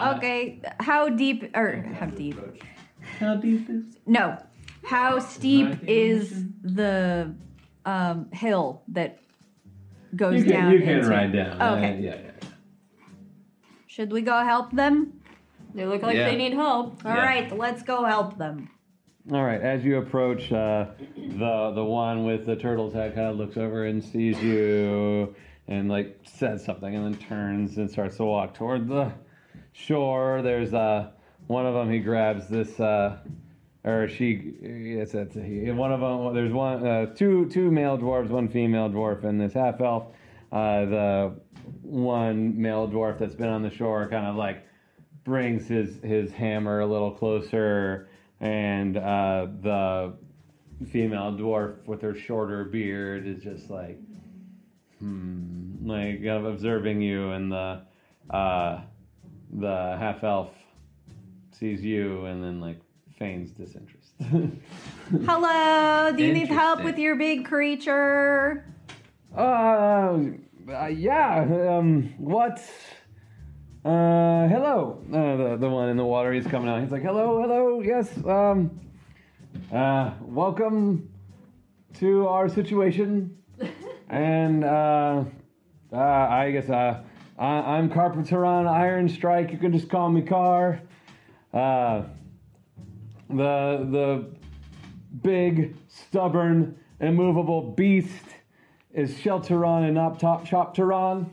Speaker 6: okay, how deep or how deep?
Speaker 2: How deep is
Speaker 6: No, how steep is the um, hill that goes
Speaker 2: You can,
Speaker 6: down?
Speaker 2: you can
Speaker 6: into-
Speaker 2: ride down.
Speaker 6: Oh, okay.
Speaker 2: Yeah, yeah, yeah.
Speaker 6: Should we go help them?
Speaker 4: They look like
Speaker 5: Yeah.
Speaker 4: they need help.
Speaker 6: All right, let's go help them.
Speaker 2: All right. As you approach, uh, the the one with the turtle's head kind of looks over and sees you, and like says something, and then turns and starts to walk toward the shore. There's uh, one of them. He grabs this, uh, or she. It's it's a he. One of them. There's one. Uh, two two male dwarves, one female dwarf, and this half elf. Uh, the one male dwarf that's been on the shore, kind of like brings his his hammer a little closer, and uh, the female dwarf with her shorter beard is just like, hmm, like uh, observing you, and the uh, the half elf sees you and then like feigns disinterest.
Speaker 6: Hello, do you need help
Speaker 5: Interesting.
Speaker 6: with your big creature?
Speaker 2: uh, uh, yeah. Um, what? Uh, hello. Uh, the the one in the water. He's coming out. He's like, hello, hello. Yes. Um, uh, welcome to our situation. and uh, uh, I guess uh, I, I'm Carpenter on Iron Strike. You can just call me Car. Uh, the the big, stubborn, immovable beast is Shelteron and not Top Chopteron,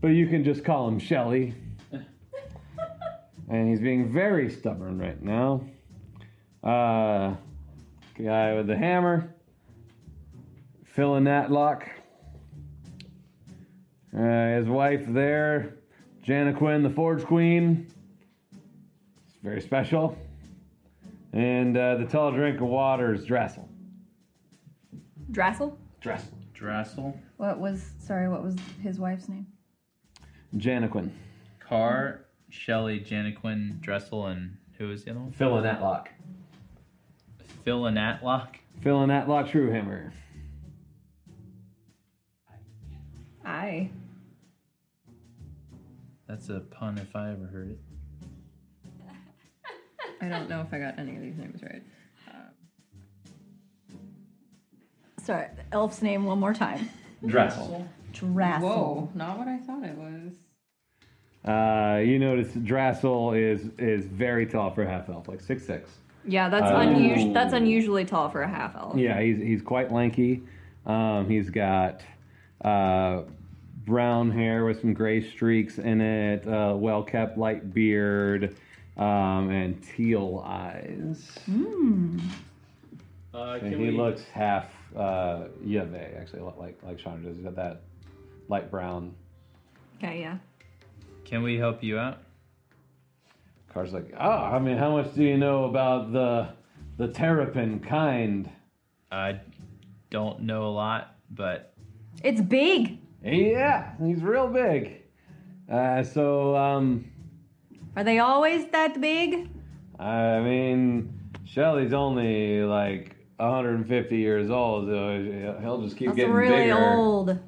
Speaker 2: but you can just call him Shelly. and he's being very stubborn right now. Uh, guy with the hammer, filling that lock. Uh, his wife there, Janaquin, the Forge Queen. It's very special. And uh, the tall drink of water is Drassel.
Speaker 6: Drassel?
Speaker 2: Drassel.
Speaker 5: Drassel.
Speaker 6: What was sorry, what was his wife's name?
Speaker 2: Janaquin.
Speaker 5: Carr, Shelley, Janaquin, Dressel, and who was the other one?
Speaker 2: Phil and Atlock.
Speaker 5: Phil and Atlock.
Speaker 2: Phil and Atlock Truehammer.
Speaker 4: I
Speaker 5: That's a pun if I ever heard it.
Speaker 3: I don't know if I got any of these names right.
Speaker 6: Sorry, the elf's name one more time.
Speaker 2: Drassel.
Speaker 6: Drassel.
Speaker 3: Whoa, not what I thought it was.
Speaker 2: Uh, you notice Drassel is is very tall for a half elf, like six six.
Speaker 4: Yeah, that's
Speaker 2: Uh,
Speaker 4: unusual. That's unusually tall for a half elf.
Speaker 2: Yeah, he's he's quite lanky. Um, he's got uh, brown hair with some gray streaks in it, uh, well kept light beard, um, and teal eyes.
Speaker 5: Uh,
Speaker 2: And
Speaker 5: can
Speaker 2: he
Speaker 5: we
Speaker 2: looks half uh, Yave, actually, a lot like like Sean does. He's got that light brown.
Speaker 4: Okay, yeah.
Speaker 5: can we help you out?
Speaker 2: Car's like, oh, I mean, how much do you know about the the terrapin kind?
Speaker 5: I don't know a lot, but
Speaker 6: It's big.
Speaker 2: Yeah, he's real big. Uh, so, um,
Speaker 6: Are they always that big?
Speaker 2: I mean, Shelly's only like 150 years old, so he'll just keep
Speaker 6: That's
Speaker 2: getting
Speaker 6: really
Speaker 2: bigger.
Speaker 6: old.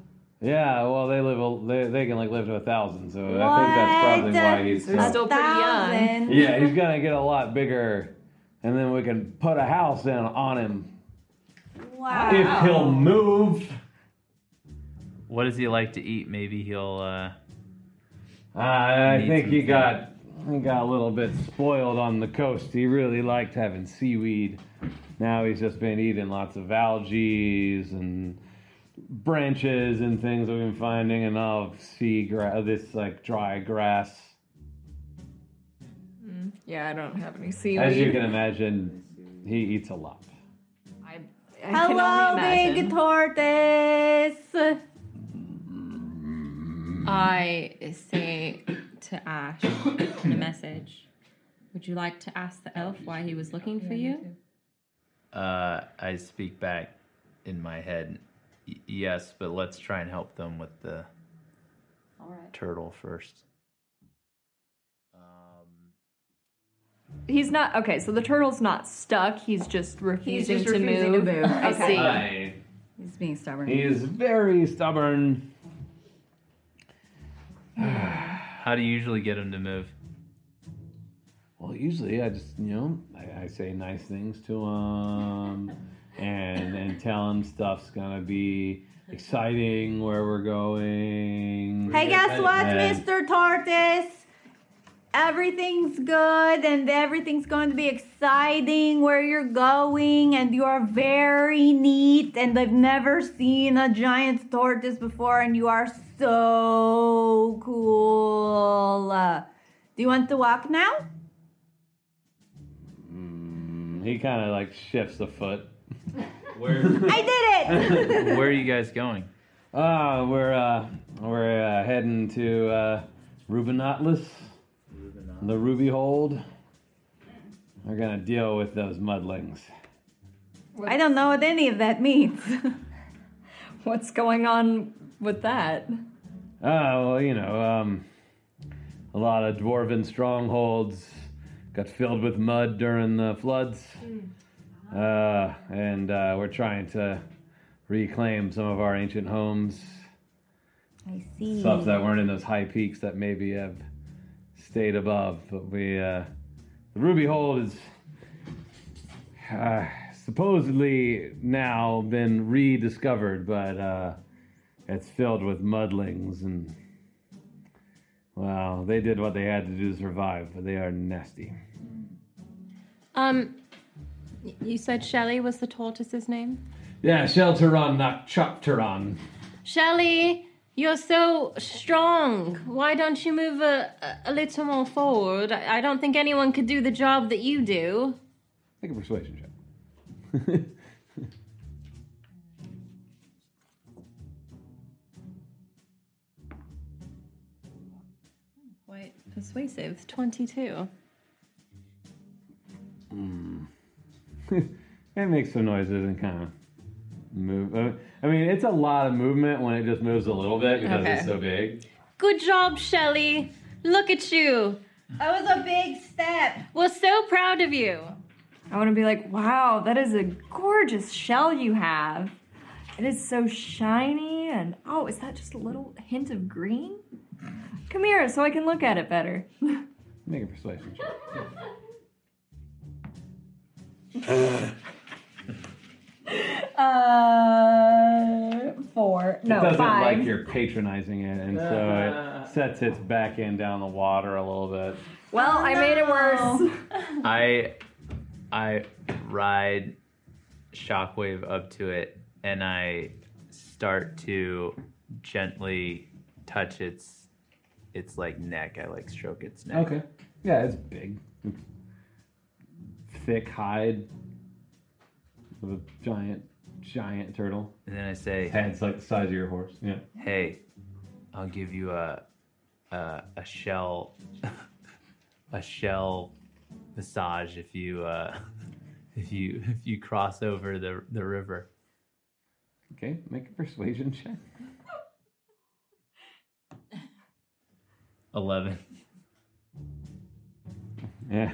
Speaker 2: Yeah, well, they live, a, they, they can like live to a thousand, so I think that's probably
Speaker 6: What?
Speaker 2: why he's
Speaker 8: They're
Speaker 2: so-
Speaker 8: still pretty young.
Speaker 6: Thousand.
Speaker 2: Yeah, he's gonna get a lot bigger, and then we can put a house in on him
Speaker 6: Wow.
Speaker 2: if he'll move.
Speaker 5: what does he like to eat? Maybe he'll. Uh,
Speaker 2: Uh, I I
Speaker 5: Need
Speaker 2: think
Speaker 5: some
Speaker 2: he
Speaker 5: food.
Speaker 2: got he got a little bit spoiled on the coast. He really liked having seaweed. Now he's just been eating lots of algae and branches and things we've been finding, and of sea gra- uh, this like dry grass.
Speaker 4: Yeah, I don't have any
Speaker 2: As you
Speaker 4: seaweed.
Speaker 2: can imagine, he eats a lot.
Speaker 4: I, I can
Speaker 6: Hello,
Speaker 4: only imagine.
Speaker 6: big tortoise.
Speaker 3: I say to Ash in a message, "Would you like to ask the elf why he was looking for you?"
Speaker 5: uh, I speak back in my head. Y- yes, but let's try and help them with the
Speaker 3: All right.
Speaker 5: turtle first.
Speaker 4: He's not okay. So the turtle's not stuck. He's just refusing,
Speaker 6: just refusing to
Speaker 4: move.
Speaker 6: move.
Speaker 4: I
Speaker 6: Okay.
Speaker 4: see.
Speaker 2: I
Speaker 6: He's being stubborn.
Speaker 2: He is very stubborn.
Speaker 5: How do you usually get him to move?
Speaker 2: Well, usually I just, you know, I, I say nice things to him and, and tell him stuff's going to be exciting where we're going.
Speaker 6: Hey, guess what,
Speaker 2: And-
Speaker 6: Mr. Tortoise? Everything's good and everything's going to be exciting where you're going, and you are very neat. And I've never seen a giant tortoise before, and you are so cool. Uh, Do you want to walk now?
Speaker 2: He kind of like shifts a foot.
Speaker 5: Where
Speaker 6: I did it!
Speaker 5: Where are you guys going?
Speaker 2: Ah, we're, uh, we're uh, heading to uh, Rubinatlas, the Ruby Hold. We're going to deal with those mudlings.
Speaker 6: I don't know what any of that means.
Speaker 4: What's going on with that?
Speaker 2: Oh, well, you know, um, a lot of dwarven strongholds got filled with mud during the floods.
Speaker 6: Mm.
Speaker 2: Uh, and uh, we're trying to reclaim some of our ancient homes,
Speaker 6: I see.
Speaker 2: stuff that weren't in those high peaks that maybe have stayed above. But we, uh, the Ruby Hold is uh, supposedly now been rediscovered, but uh, it's filled with mudlings and. Well, they did what they had to do to survive, but they are nasty.
Speaker 3: Um, y- you said Shelley was the tortoise's name.
Speaker 2: Yeah, Shelteron, not Chopteron.
Speaker 3: Shelly, you're so strong. Why don't you move a, a- a little more forward? I I don't think anyone could do the job that you do.
Speaker 2: Make a persuasion check.
Speaker 3: Quite persuasive. 22.
Speaker 2: it makes some noises and kind of move. uh, I mean, it's a lot of movement when it just moves a little bit because it's
Speaker 3: Okay.
Speaker 2: so big.
Speaker 3: Good job, Shelly. Look at you.
Speaker 6: That was a big step.
Speaker 3: We're so proud of you.
Speaker 4: I want to be like, wow, that is a gorgeous shell you have. It is so shiny and oh, is that just a little hint of green? Come here so I can look at it better.
Speaker 2: Make a persuasion check.
Speaker 6: Uh, four. No, So,
Speaker 2: doesn't
Speaker 6: five.
Speaker 2: like you're patronizing it, and so it sets its back end down the water a little bit.
Speaker 4: Well, I made it
Speaker 6: Oh,
Speaker 4: worse.
Speaker 5: I I ride shockwave up to it and I start to gently touch its its like neck. I like stroke its neck.
Speaker 2: Okay. Yeah, it's big. Thick hide of a giant, giant turtle.
Speaker 5: And then I say,
Speaker 2: Head's like the size of your horse. Yeah.
Speaker 5: "Hey, I'll give you a a, a shell a shell massage if you uh if you if you cross over the the river."
Speaker 2: Okay, make a persuasion check.
Speaker 5: 11.
Speaker 2: Yeah.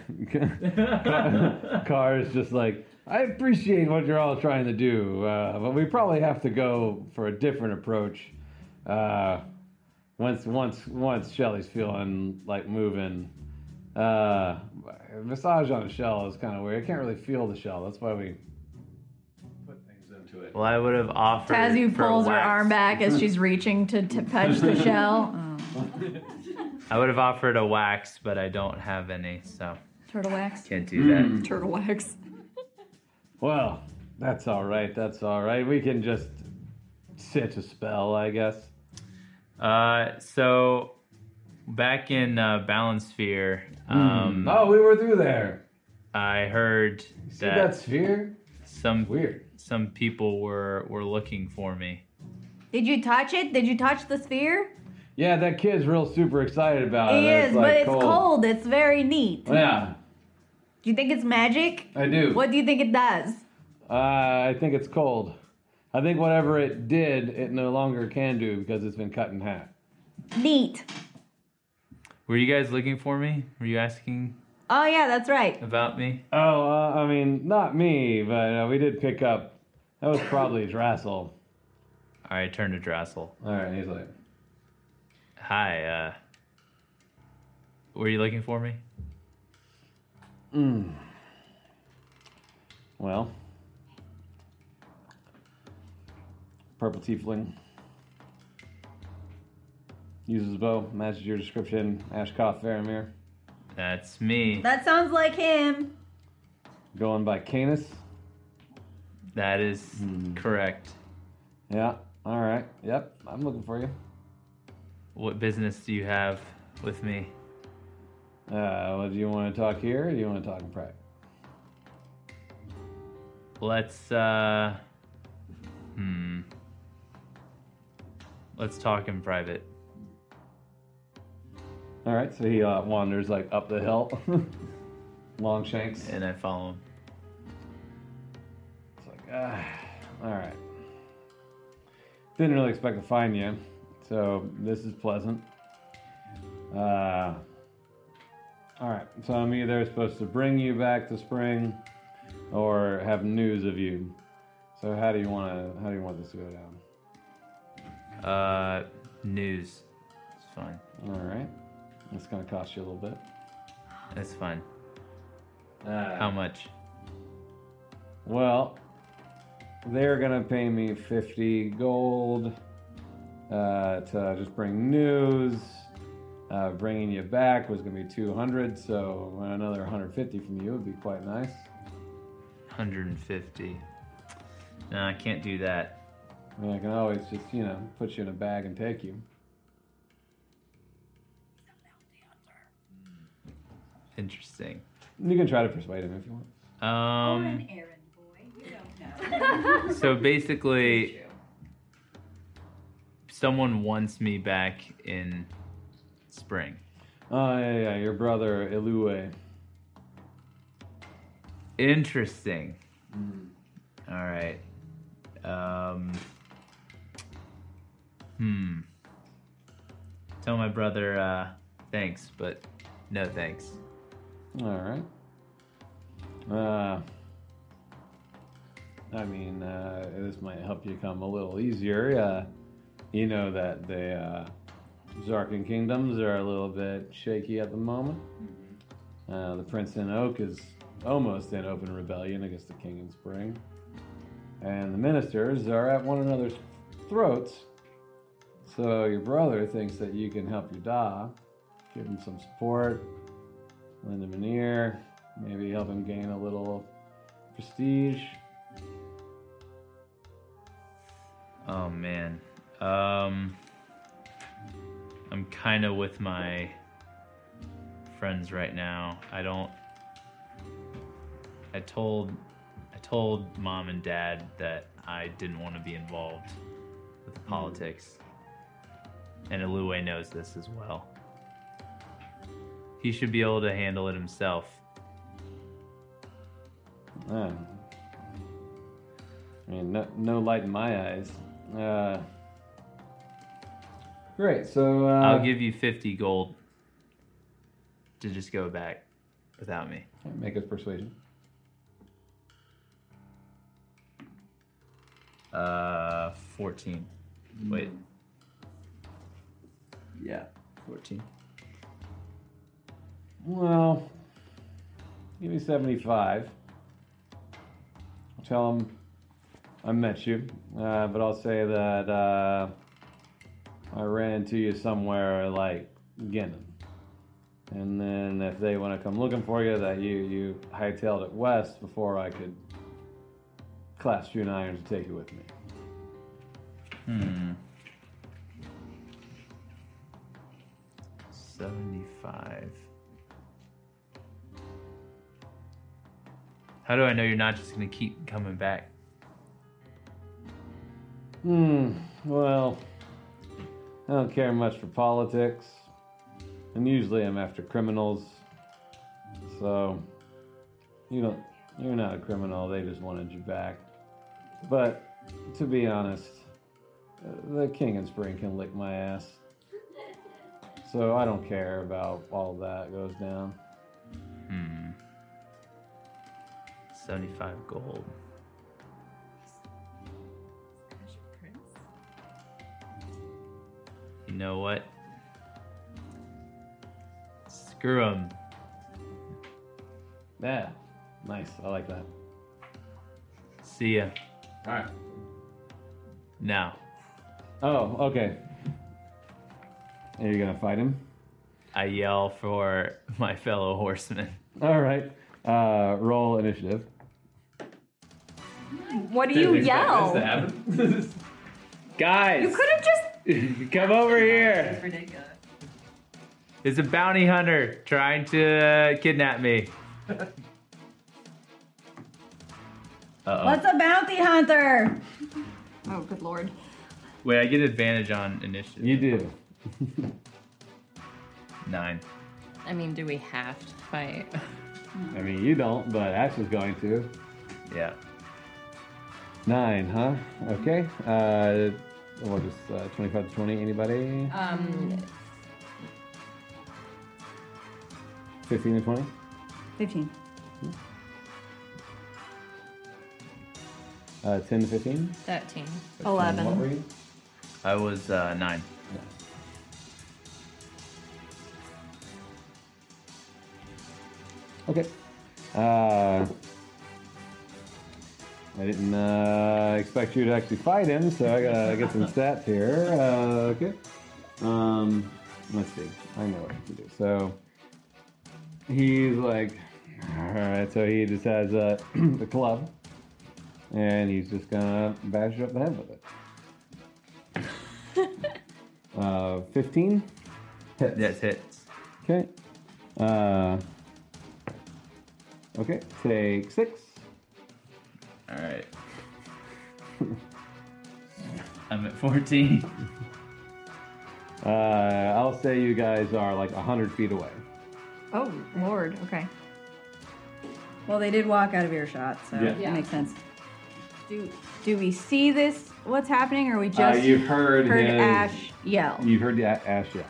Speaker 2: Car's just like, I appreciate what you're all trying to do, uh, but we probably have to go for a different approach. Uh, once, once, once Shelly's feeling like moving, uh, massage on a shell is kind of weird. I can't really feel the shell. That's why we put things into it.
Speaker 5: Well, I would have offered
Speaker 6: Tazu
Speaker 5: for
Speaker 6: pulls her
Speaker 5: wax.
Speaker 6: arm back as she's reaching to, to touch the shell.
Speaker 5: I would have offered a wax, but I don't have any, so
Speaker 6: Turtle wax.
Speaker 5: can't do that.
Speaker 6: Mm.
Speaker 4: Turtle wax.
Speaker 2: Well, that's all right. That's all right. We can just sit a spell, I guess.
Speaker 5: Uh, so back in uh, Balance Sphere, um,
Speaker 2: Oh, we were through there.
Speaker 5: I heard
Speaker 2: See
Speaker 5: that,
Speaker 2: that sphere?
Speaker 5: some
Speaker 2: Weird.
Speaker 5: some people were were looking for me.
Speaker 6: Did you touch it? Did you touch the sphere?
Speaker 2: Yeah, that kid's real super excited about it.
Speaker 6: It is,
Speaker 2: like,
Speaker 6: but it's cold. It's very neat. Do
Speaker 2: Yeah,
Speaker 6: you think it's magic?
Speaker 2: I do.
Speaker 6: What do you think it does?
Speaker 2: Uh, I think it's cold. I think whatever it did, it no longer can do because it's been cut in half.
Speaker 6: Neat.
Speaker 5: Were you guys looking for me? Were you asking
Speaker 6: Oh yeah, that's right.
Speaker 5: about me?
Speaker 2: Oh, uh, I mean, not me, but uh, we did pick up. That was probably Drassel.
Speaker 5: All right, turn to Drassel.
Speaker 2: All right, he's like,
Speaker 5: Hi. uh... Were you looking for me?
Speaker 2: well, purple tiefling uses bow, matches your description. Ashkoth Faramir,
Speaker 5: That's me.
Speaker 6: That sounds like him.
Speaker 2: going by Canis.
Speaker 5: That is correct.
Speaker 2: Yeah. All right. Yep. I'm looking for you.
Speaker 5: What business do you have with me?
Speaker 2: Uh, well, do you want to talk here or do you want to talk in private?
Speaker 5: Let's uh hmm. Let's talk in private.
Speaker 2: All right. So he uh, wanders like up the hill, long shanks.
Speaker 5: And I follow him.
Speaker 2: It's like, ah, all right. Didn't really expect to find you, so this is pleasant. Uh, all right, so I'm either supposed to bring you back to spring, or have news of you. So how do you want to? How do you want this to go down?
Speaker 5: Uh news. It's fine.
Speaker 2: All right, it's gonna cost you a little bit.
Speaker 5: It's fine.
Speaker 2: Uh,
Speaker 5: How much?
Speaker 2: Well, they're gonna pay me 50 gold uh, to just bring news. Uh, bringing you back was gonna be 200, so another 150 from you would be quite nice.
Speaker 5: 150. No, I can't do that.
Speaker 2: I mean, I can always just, you know, put you in a bag and take you.
Speaker 5: Interesting.
Speaker 2: You can try to persuade him if you want.
Speaker 5: Um So basically someone wants me back in spring.
Speaker 2: Oh, yeah, yeah, your brother, Ilue.
Speaker 5: Interesting. All right. Um, hmm. Tell my brother uh, thanks, but no thanks.
Speaker 2: All right. Uh, I mean, uh, this might help you come a little easier. Uh, you know that the uh, Zarkin kingdoms are a little bit shaky at the moment. Uh, the Prince in Oak is almost in open rebellion against the King in Spring. And the ministers are at one another's throats So your brother thinks that you can help your dog, give him some support, lend him an ear, maybe help him gain a little prestige.
Speaker 5: Oh man. Um I'm kind of with my friends right now. I don't I told I told mom and dad that I didn't want to be involved with the politics. And Ilue knows this as well. He should be able to handle it himself.
Speaker 2: Uh, I mean, no, no light in my eyes. Uh, great. So uh,
Speaker 5: I'll give you 50 gold to just go back without me.
Speaker 2: make a persuasion.
Speaker 5: Uh, 14. Wait,
Speaker 2: Yeah.
Speaker 5: 14.
Speaker 2: Well, give me 75. I'll tell him I met you, uh, but I'll say that uh, I ran into you somewhere like Ginham. And then if they want to come looking for you, that you, you hightailed it west before I could clasp you in irons and take you with me.
Speaker 5: Hmm. 75. How do I know you're not just going to keep coming back?
Speaker 2: Hmm, well, I don't care much for politics. And usually I'm after criminals. So, you don't, you're not a criminal, they just wanted you back. But, to be honest, uh, the King and Spring can lick my ass. So I don't care about all that goes down.
Speaker 5: Hmm. 75 gold. You know what? Screw 'em.
Speaker 2: Yeah, nice, I like that.
Speaker 5: See ya.
Speaker 2: Alright.
Speaker 5: Now,
Speaker 2: Oh, okay. Are you gonna fight him?
Speaker 5: I yell for my fellow horsemen.
Speaker 2: All right. Uh, roll initiative.
Speaker 4: What do you
Speaker 7: This to
Speaker 4: yell?
Speaker 7: happen?
Speaker 4: You
Speaker 5: Guys,
Speaker 4: could have just.
Speaker 5: come over here.
Speaker 3: It's ridiculous.
Speaker 5: There's a bounty hunter trying to kidnap me. Uh
Speaker 6: What's a bounty hunter?
Speaker 4: Oh, good lord.
Speaker 5: oh. Wait, I get advantage on initiative.
Speaker 2: You do.
Speaker 5: Nine.
Speaker 3: I mean, do we have to fight?
Speaker 2: I mean, you don't, but Ash is going to.
Speaker 5: Yeah.
Speaker 2: Nine, huh? Okay. Uh, we'll just uh, 25 to 20. Anybody?
Speaker 3: Um,
Speaker 2: 15 to 20?
Speaker 6: 15.
Speaker 2: Uh, 10 to 15?
Speaker 3: 13.
Speaker 4: 11.
Speaker 2: What were you?
Speaker 5: I was uh, nine.
Speaker 2: Okay. Uh, I didn't uh, expect you to actually fight him, so I gotta get some stats here. Uh, okay. Um, let's see. I know what I can do. So he's like, all right. So he just has uh, the club, and he's just gonna bash you up the head with it. uh, fifteen. Hits.
Speaker 5: That's hits.
Speaker 2: Okay. Uh, okay, take six.
Speaker 5: All right. I'm at 14.
Speaker 2: Uh, I'll say you guys are like 100 feet away.
Speaker 4: Oh, lord. Okay.
Speaker 6: Well, they did walk out of earshot, so
Speaker 2: Yeah.
Speaker 6: that makes sense. Do do we see this? What's happening, or we
Speaker 2: Uh,
Speaker 6: just
Speaker 2: you've heard,
Speaker 6: heard
Speaker 2: his-
Speaker 6: Ash yell?
Speaker 2: You've heard the a- Ash yell.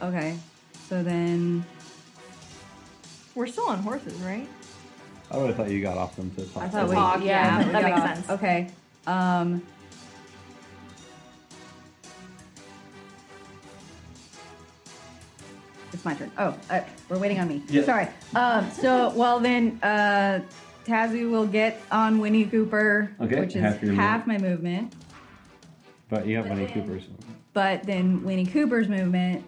Speaker 6: Okay, so then
Speaker 4: We're still on horses, right?
Speaker 2: I would have thought you got off them to talk.
Speaker 6: I thought we
Speaker 4: Talk, yeah,
Speaker 6: I thought we
Speaker 4: that
Speaker 6: got
Speaker 4: makes
Speaker 6: off.
Speaker 4: sense.
Speaker 6: Okay, um, it's my turn. Oh, uh, we're waiting on me.
Speaker 7: Yeah.
Speaker 6: Sorry. Um, so well then, uh, Tazu will get on Winnie Cooper,
Speaker 2: Okay,
Speaker 6: which is
Speaker 2: half your
Speaker 6: half my movement.
Speaker 2: But you have Winnie Cooper's.
Speaker 6: But then Winnie Cooper's movement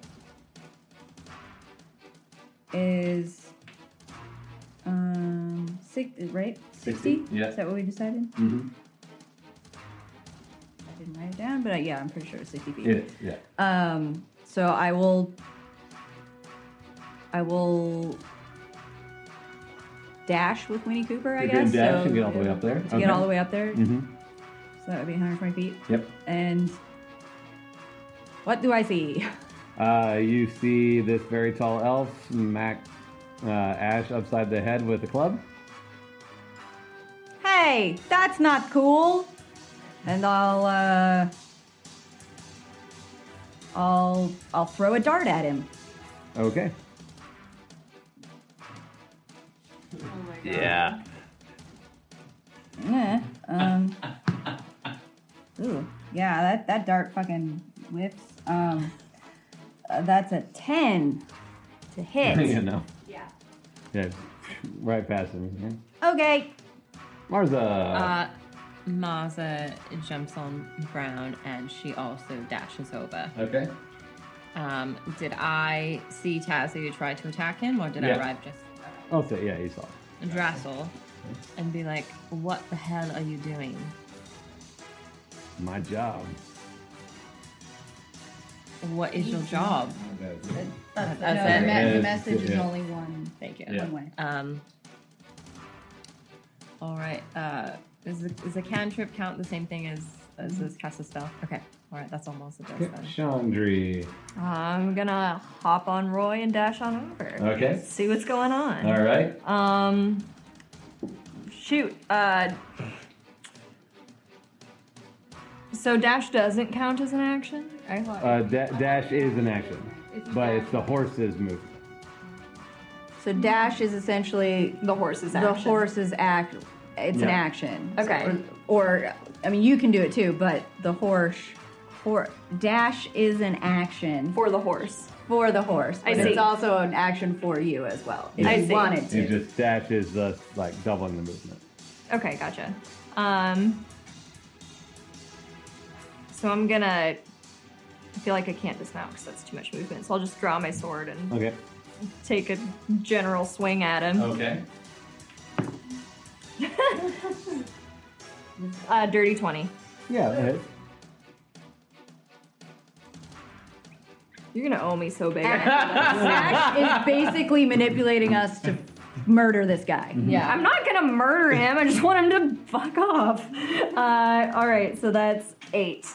Speaker 6: is um six right?
Speaker 2: Sixty,
Speaker 6: Sixty?
Speaker 2: yeah.
Speaker 6: Is that what we decided?
Speaker 2: Mm-hmm.
Speaker 6: I didn't write it down, but I, yeah, I'm pretty sure it's sixty feet.
Speaker 2: Yeah, yeah.
Speaker 6: Um, so I will. I will dash with Winnie Cooper, I
Speaker 2: You're gonna
Speaker 6: guess.
Speaker 2: dash
Speaker 6: so
Speaker 2: and get all the way up there?
Speaker 6: To
Speaker 2: Okay.
Speaker 6: get all the way up there,
Speaker 2: Mm-hmm.
Speaker 6: so that would be 120 feet.
Speaker 2: Yep.
Speaker 6: And what do I see?
Speaker 2: Uh, you see this very tall elf smack uh, Ash upside the head with a club.
Speaker 6: Hey, that's not cool. And I'll uh, I'll I'll throw a dart at him.
Speaker 2: Okay.
Speaker 5: Yeah.
Speaker 6: Yeah. Um. ooh. Yeah. That that dart fucking whips. Um. uh, that's a ten to
Speaker 2: you
Speaker 6: hit.
Speaker 2: know. Yeah. Yeah. Right past him. yeah.
Speaker 6: okay.
Speaker 2: Marza.
Speaker 3: Uh, Maza jumps on Brown and she also dashes over.
Speaker 2: okay.
Speaker 3: Um, did I see Tazzy try to attack him or did
Speaker 2: Yeah.
Speaker 3: I arrive just
Speaker 2: Oh, so, yeah, you saw.
Speaker 3: drassel and be like, what the hell are you doing?
Speaker 2: My job.
Speaker 3: What is your job?
Speaker 6: That's,
Speaker 3: That's it.
Speaker 2: Yeah,
Speaker 6: the
Speaker 2: it's-
Speaker 6: message is
Speaker 2: yeah.
Speaker 6: only one.
Speaker 3: Thank you.
Speaker 2: Yeah.
Speaker 6: One way.
Speaker 3: Um, all right. Uh, is the, is the cantrip count the same thing as as this cast a spell? Okay. All right. That's almost a does then.
Speaker 2: Chandri.
Speaker 4: I'm gonna hop on Roy and dash on over.
Speaker 2: Okay.
Speaker 4: See what's going on.
Speaker 2: All right.
Speaker 4: Um, shoot. Uh, so dash doesn't count as an action. I thought-
Speaker 2: Uh, da- dash is an action, but it's the horse's move.
Speaker 6: So dash is essentially
Speaker 4: the horse's
Speaker 6: the
Speaker 4: action.
Speaker 6: horse's act. It's an
Speaker 2: Yeah.
Speaker 6: action.
Speaker 4: Okay.
Speaker 6: Or, or, I mean, you can do it too, but the horse, hor dash is an action
Speaker 4: for the horse.
Speaker 6: for the horse.
Speaker 4: I
Speaker 6: but
Speaker 4: see.
Speaker 6: It's also an action for you as well. If
Speaker 4: I
Speaker 6: you
Speaker 4: see.
Speaker 6: wanted to.
Speaker 2: It just dash is thus like doubling the movement.
Speaker 4: Okay, gotcha. Um, so I'm gonna. I feel like I can't dismount because that's too much movement. So I'll just draw my sword and
Speaker 2: Okay.
Speaker 4: take a general swing at him.
Speaker 2: Okay.
Speaker 4: Uh, dirty twenty.
Speaker 2: Yeah. that hits.
Speaker 4: You're gonna owe me so big.
Speaker 6: Dash is basically manipulating us to murder this guy.
Speaker 2: Mm-hmm.
Speaker 4: Yeah, I'm not gonna murder him. I just want him to fuck off. Uh, all right, so that's eight.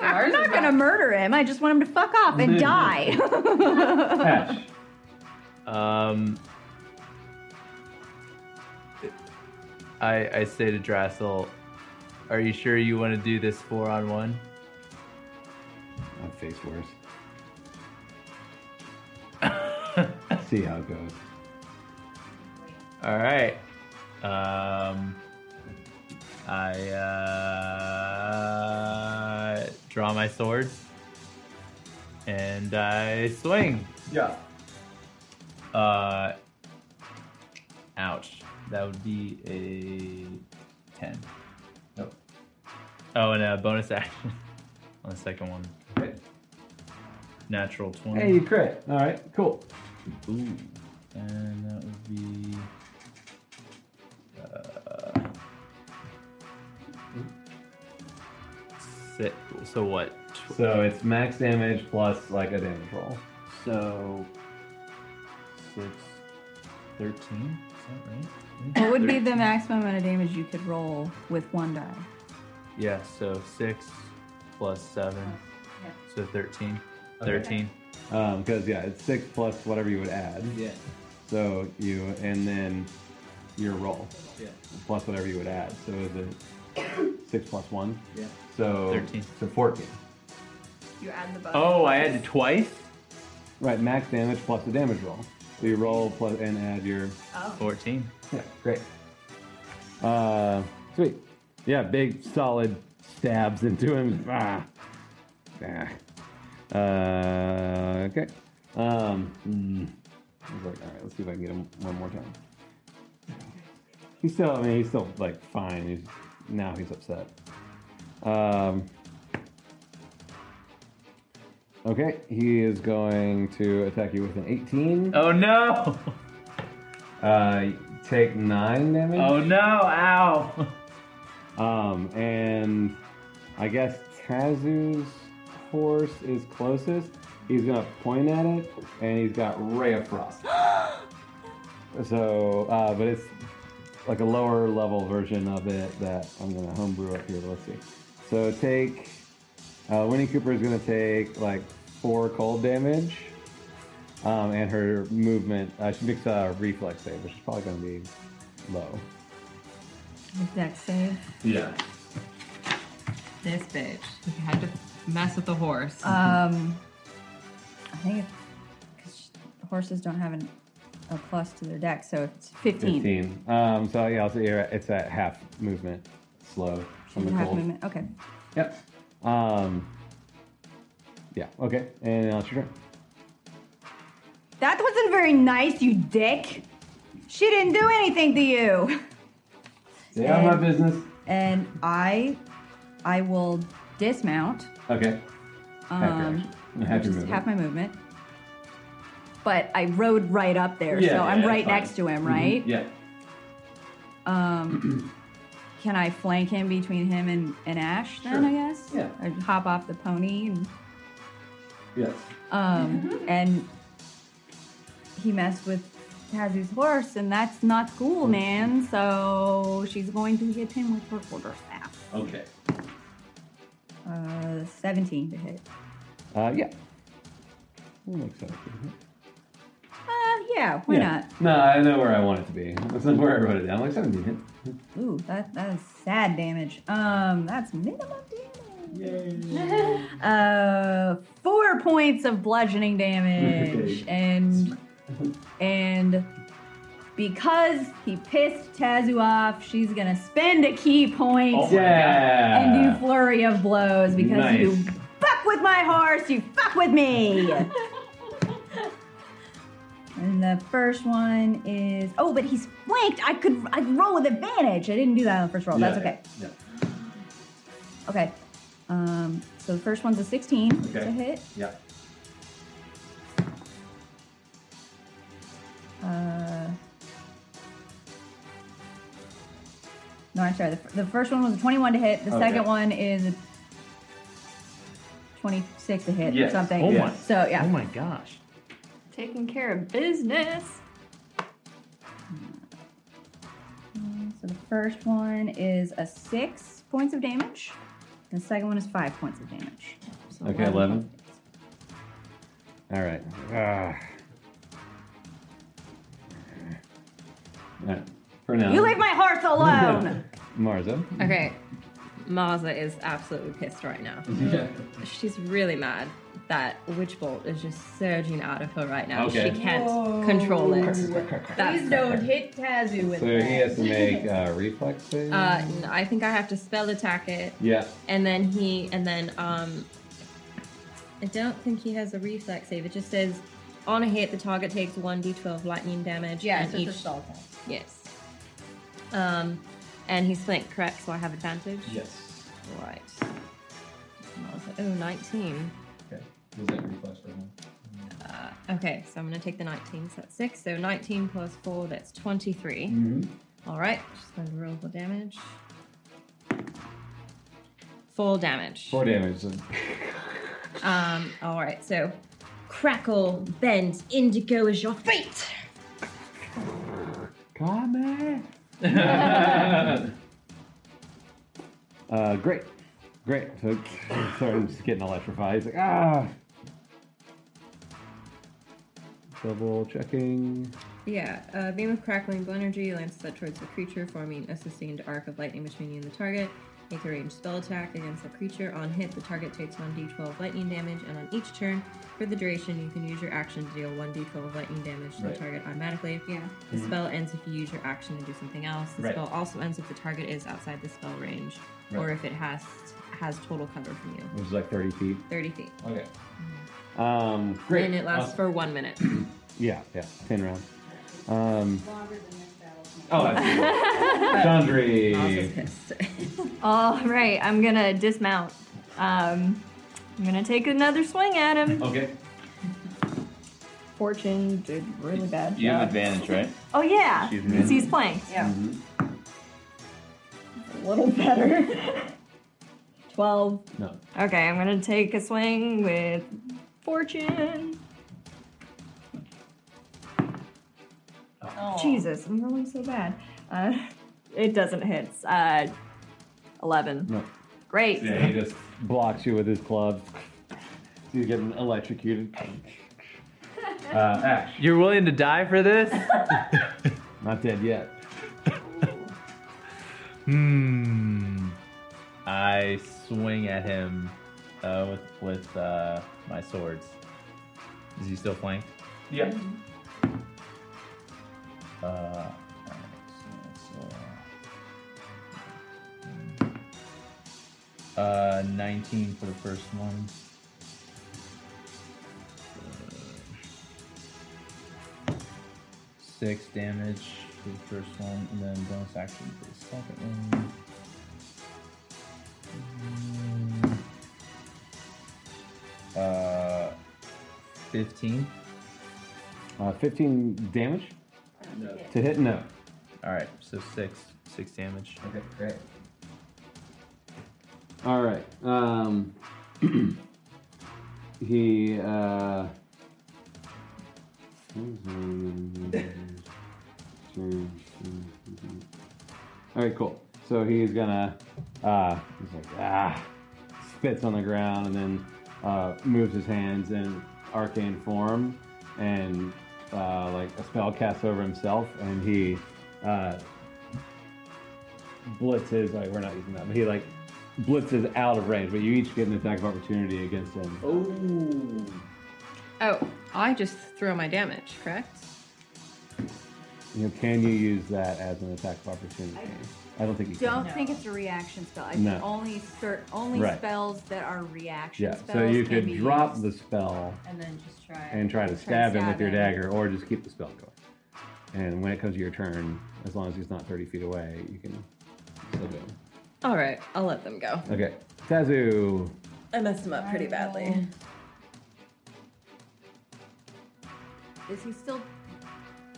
Speaker 6: I'm not gonna murder him. I just want him to fuck off
Speaker 2: Mm-hmm.
Speaker 6: and die.
Speaker 2: Ash.
Speaker 5: Um. I I say to Drassel, "Are you sure you want to do this four on one?"
Speaker 2: My face worse. See how it goes.
Speaker 5: All right. Um, I uh, draw my sword and I swing.
Speaker 2: Yeah.
Speaker 5: Uh, ouch. That would be a 10.
Speaker 2: Nope.
Speaker 5: Oh, and a bonus action on the second one. Natural 20.
Speaker 2: Hey, you crit. All right. Cool.
Speaker 5: Ooh. And that would be. Uh, si- so what? Tw-
Speaker 2: So it's max damage plus like a damage roll.
Speaker 5: So. Six. 13? Is that right?
Speaker 6: what would be the maximum amount of damage you could roll with one die?
Speaker 5: Yeah, so six plus seven. So 13. 13.
Speaker 2: Um, because yeah, it's six plus whatever you would add.
Speaker 5: Yeah.
Speaker 2: So you and then your roll
Speaker 5: Yeah.
Speaker 2: plus whatever you would add. So the six plus one.
Speaker 5: Yeah.
Speaker 2: So
Speaker 5: 13.
Speaker 2: So fourteen.
Speaker 4: You add the bonus.
Speaker 5: Oh, I added twice?
Speaker 2: Right, max damage plus the damage roll. So you roll plus and add your
Speaker 5: 14.
Speaker 2: Yeah, great. Uh, sweet. Yeah, big solid stabs into him. Ah. Ah. Uh, okay. Um, mm. I was like, all right, let's see if I can get him one more time. He's still, I mean, he's still like fine. He's Now he's upset. Um, okay, he is going to attack you with an 18.
Speaker 5: Oh no!
Speaker 2: Uh, take 9 damage.
Speaker 5: Oh no! Ow!
Speaker 2: Um, and I guess Tazu's horse is closest. He's gonna point at it, and he's got Ray of Frost. so, uh, but it's like a lower level version of it that I'm gonna homebrew up here. but Let's see. So take uh, Winnie Cooper is gonna take like four cold damage, um, and her movement. Uh, she makes a reflex save, which is probably gonna be low.
Speaker 6: Deck save.
Speaker 5: Yeah.
Speaker 9: This bitch who had to mess with the horse.
Speaker 3: Uh,
Speaker 6: Um, I think because horses don't have an, a plus to their deck, so it's 15.
Speaker 2: 15. Um, so yeah, I'll say you're at- it's at half movement, slow on the
Speaker 6: Half
Speaker 2: cold.
Speaker 6: movement. Okay.
Speaker 2: Yep. Um, yeah. Okay. And now it's your turn.
Speaker 6: That wasn't very nice, you dick. She didn't do anything to you.
Speaker 2: Stay out of my
Speaker 6: And-
Speaker 2: business.
Speaker 6: And I, I will dismount.
Speaker 2: Okay. Half your
Speaker 6: Um,
Speaker 2: action. Half your
Speaker 6: just
Speaker 2: movement.
Speaker 6: half my movement. But I rode right up there,
Speaker 5: Yeah,
Speaker 6: so
Speaker 5: yeah,
Speaker 6: I'm
Speaker 5: it's
Speaker 6: right
Speaker 5: fine. Mm-hmm.
Speaker 6: next to him, right?
Speaker 5: Yeah.
Speaker 6: Um, can I flank him between him and, and Ash then,
Speaker 5: Sure.
Speaker 6: I guess?
Speaker 5: Yeah.
Speaker 6: Or hop off the pony and
Speaker 5: Yes.
Speaker 6: um,
Speaker 5: Mm-hmm.
Speaker 6: and he messed with Tazu's horse, and that's not cool, man. So she's going to hit him with her quarterstaff.
Speaker 5: Okay.
Speaker 6: Uh, 17 to hit.
Speaker 2: Uh, yeah. That makes sense, doesn't it?
Speaker 6: Uh, yeah, why
Speaker 2: Yeah. No, I know where I want it to be. That's not where I wrote it down. Like 17 hit.
Speaker 6: not? Ooh, that that is sad damage. Um, that's minimum damage. uh, four points of bludgeoning damage, and and because he pissed Tazu off, she's gonna spend a key point.
Speaker 5: Oh my
Speaker 2: Yeah.
Speaker 6: and do flurry of blows because
Speaker 2: Nice.
Speaker 6: you fuck with my horse, you fuck with me. and the first one is oh, but he's flanked. I could I could roll with advantage. I didn't do that on the first roll. That's
Speaker 5: Yeah,
Speaker 6: okay.
Speaker 5: yeah.
Speaker 6: Okay. Um, so the first one's a 16 It's
Speaker 5: Okay.
Speaker 6: a hit.
Speaker 5: Yeah.
Speaker 6: Uh, no, I'm sorry. The, f- the first one was a 21 to hit. The
Speaker 5: Okay.
Speaker 6: second one is a 26 to hit
Speaker 5: Yes.
Speaker 6: or something.
Speaker 5: Oh my.
Speaker 6: So yeah.
Speaker 5: Oh my gosh.
Speaker 4: Taking care of business.
Speaker 6: So the first one is a six points of damage. The second one is five points of damage. So
Speaker 2: Okay, 11.
Speaker 6: points of damage.
Speaker 2: All right. Ah. All right. For now.
Speaker 6: You leave my horse alone.
Speaker 2: Marzo.
Speaker 9: okay. Marza is absolutely pissed right now.
Speaker 2: Yeah.
Speaker 9: She's really mad that Witch Bolt is just surging out of her right now.
Speaker 2: Okay.
Speaker 9: She can't control it. That's
Speaker 6: don't hit Tazu with
Speaker 2: So he has to make uh, reflex save.
Speaker 9: uh, no, I think I have to spell attack it,
Speaker 2: yeah.
Speaker 9: and then he, and then um, I don't think he has a reflex save. It just says on a hit, the target takes one d12 lightning damage. and each, Yes. Um, and he's flanked, correct? So I have advantage.
Speaker 5: Yes.
Speaker 9: Right. Oh, 19.
Speaker 5: Okay. Was that reflex right now?
Speaker 9: Okay, so I'm going to take the 19, so that's 6. So 19 plus 4, that's 23.
Speaker 2: Mm. Mm-hmm.
Speaker 9: All right, just going to roll for damage. 4 damage.
Speaker 2: Four damage. So-
Speaker 9: Um, all right, so crackle, bend, indigo is your fate.
Speaker 2: Comment. uh, great, great. So, sorry, I'm just getting electrified. He's like, ah. Double checking.
Speaker 9: Yeah, a beam of crackling blue energy lands that towards the creature, forming a sustained arc of lightning between you and the target. Make a ranged spell attack against the creature. On hit, the target takes 1d12 lightning damage, and on each turn, for the duration, you can use your action to deal 1d12 lightning damage
Speaker 5: Right.
Speaker 9: to
Speaker 5: Mm-hmm.
Speaker 9: the target automatically.
Speaker 6: Yeah.
Speaker 9: The spell ends if you use your action to do something else. The
Speaker 5: Right.
Speaker 9: spell also ends if the target is outside the spell range, or
Speaker 5: Right.
Speaker 9: if it has has total cover from you,
Speaker 2: Which is like 30 feet.
Speaker 9: 30 feet,
Speaker 5: Okay.
Speaker 2: Um, great.
Speaker 9: and it lasts for one minute.
Speaker 2: Yeah, yeah, 10 rounds. Um, Oh, absolutely. Chandri.
Speaker 4: All right, I'm gonna dismount. Um, I'm gonna take another swing at him.
Speaker 2: Okay.
Speaker 4: Fortune did really bad.
Speaker 5: You have advantage, right?
Speaker 4: Oh yeah,
Speaker 5: She's
Speaker 4: because he's playing.
Speaker 6: Yeah.
Speaker 4: A little better. Twelve.
Speaker 2: No.
Speaker 4: Okay, I'm gonna take a swing with fortune.
Speaker 2: Oh.
Speaker 4: Jesus, I'm rolling so bad. Uh, it doesn't hit. Uh, Eleven.
Speaker 2: No.
Speaker 4: Great.
Speaker 2: Yeah, he just blocks you with his club. He's getting electrocuted. Uh, Ash,
Speaker 5: You're willing to die for this?
Speaker 2: not dead yet.
Speaker 5: hmm. I swing at him uh, with with uh, my swords. Is he still flanked?
Speaker 2: Yeah.
Speaker 5: Uh, alright, so that's, uh, uh, 19 for the first one. Six damage for the first one, and then bonus action for the second one. Mm. Uh, 15.
Speaker 2: Uh, 15 damage
Speaker 5: No.
Speaker 2: to hit? No.
Speaker 5: All right, so six, six damage.
Speaker 2: Okay, great. All right. Um, he. Uh, all right, cool. So he's gonna. Uh, he's like ah, spits on the ground and then uh, moves his hands in arcane form and uh, like a spell casts over himself and he. Uh, blitzes. Like we're not using that, but he like blitzes out of range. But you each get an attack of opportunity against him.
Speaker 5: Oh.
Speaker 9: Oh, I just throw my damage, correct?
Speaker 2: You know, can you use that as an attack of opportunity? I don't think you
Speaker 6: Don't
Speaker 2: can.
Speaker 6: think it's a reaction spell. I think
Speaker 2: No.
Speaker 6: only cer- only
Speaker 2: Right.
Speaker 6: spells that are reaction
Speaker 2: Yeah.
Speaker 6: spells.
Speaker 2: So you
Speaker 6: can
Speaker 2: could
Speaker 6: be
Speaker 2: drop
Speaker 6: used.
Speaker 2: the spell
Speaker 3: And then just try.
Speaker 2: and try to stab him with
Speaker 6: stab
Speaker 2: your
Speaker 6: him.
Speaker 2: dagger, or just keep the spell going. And when it comes to your turn, as long as he's not 30 feet away, you can still do it.
Speaker 9: All right, I'll let them go.
Speaker 2: Okay. Tazu.
Speaker 9: I messed them up pretty badly.
Speaker 6: Is he still?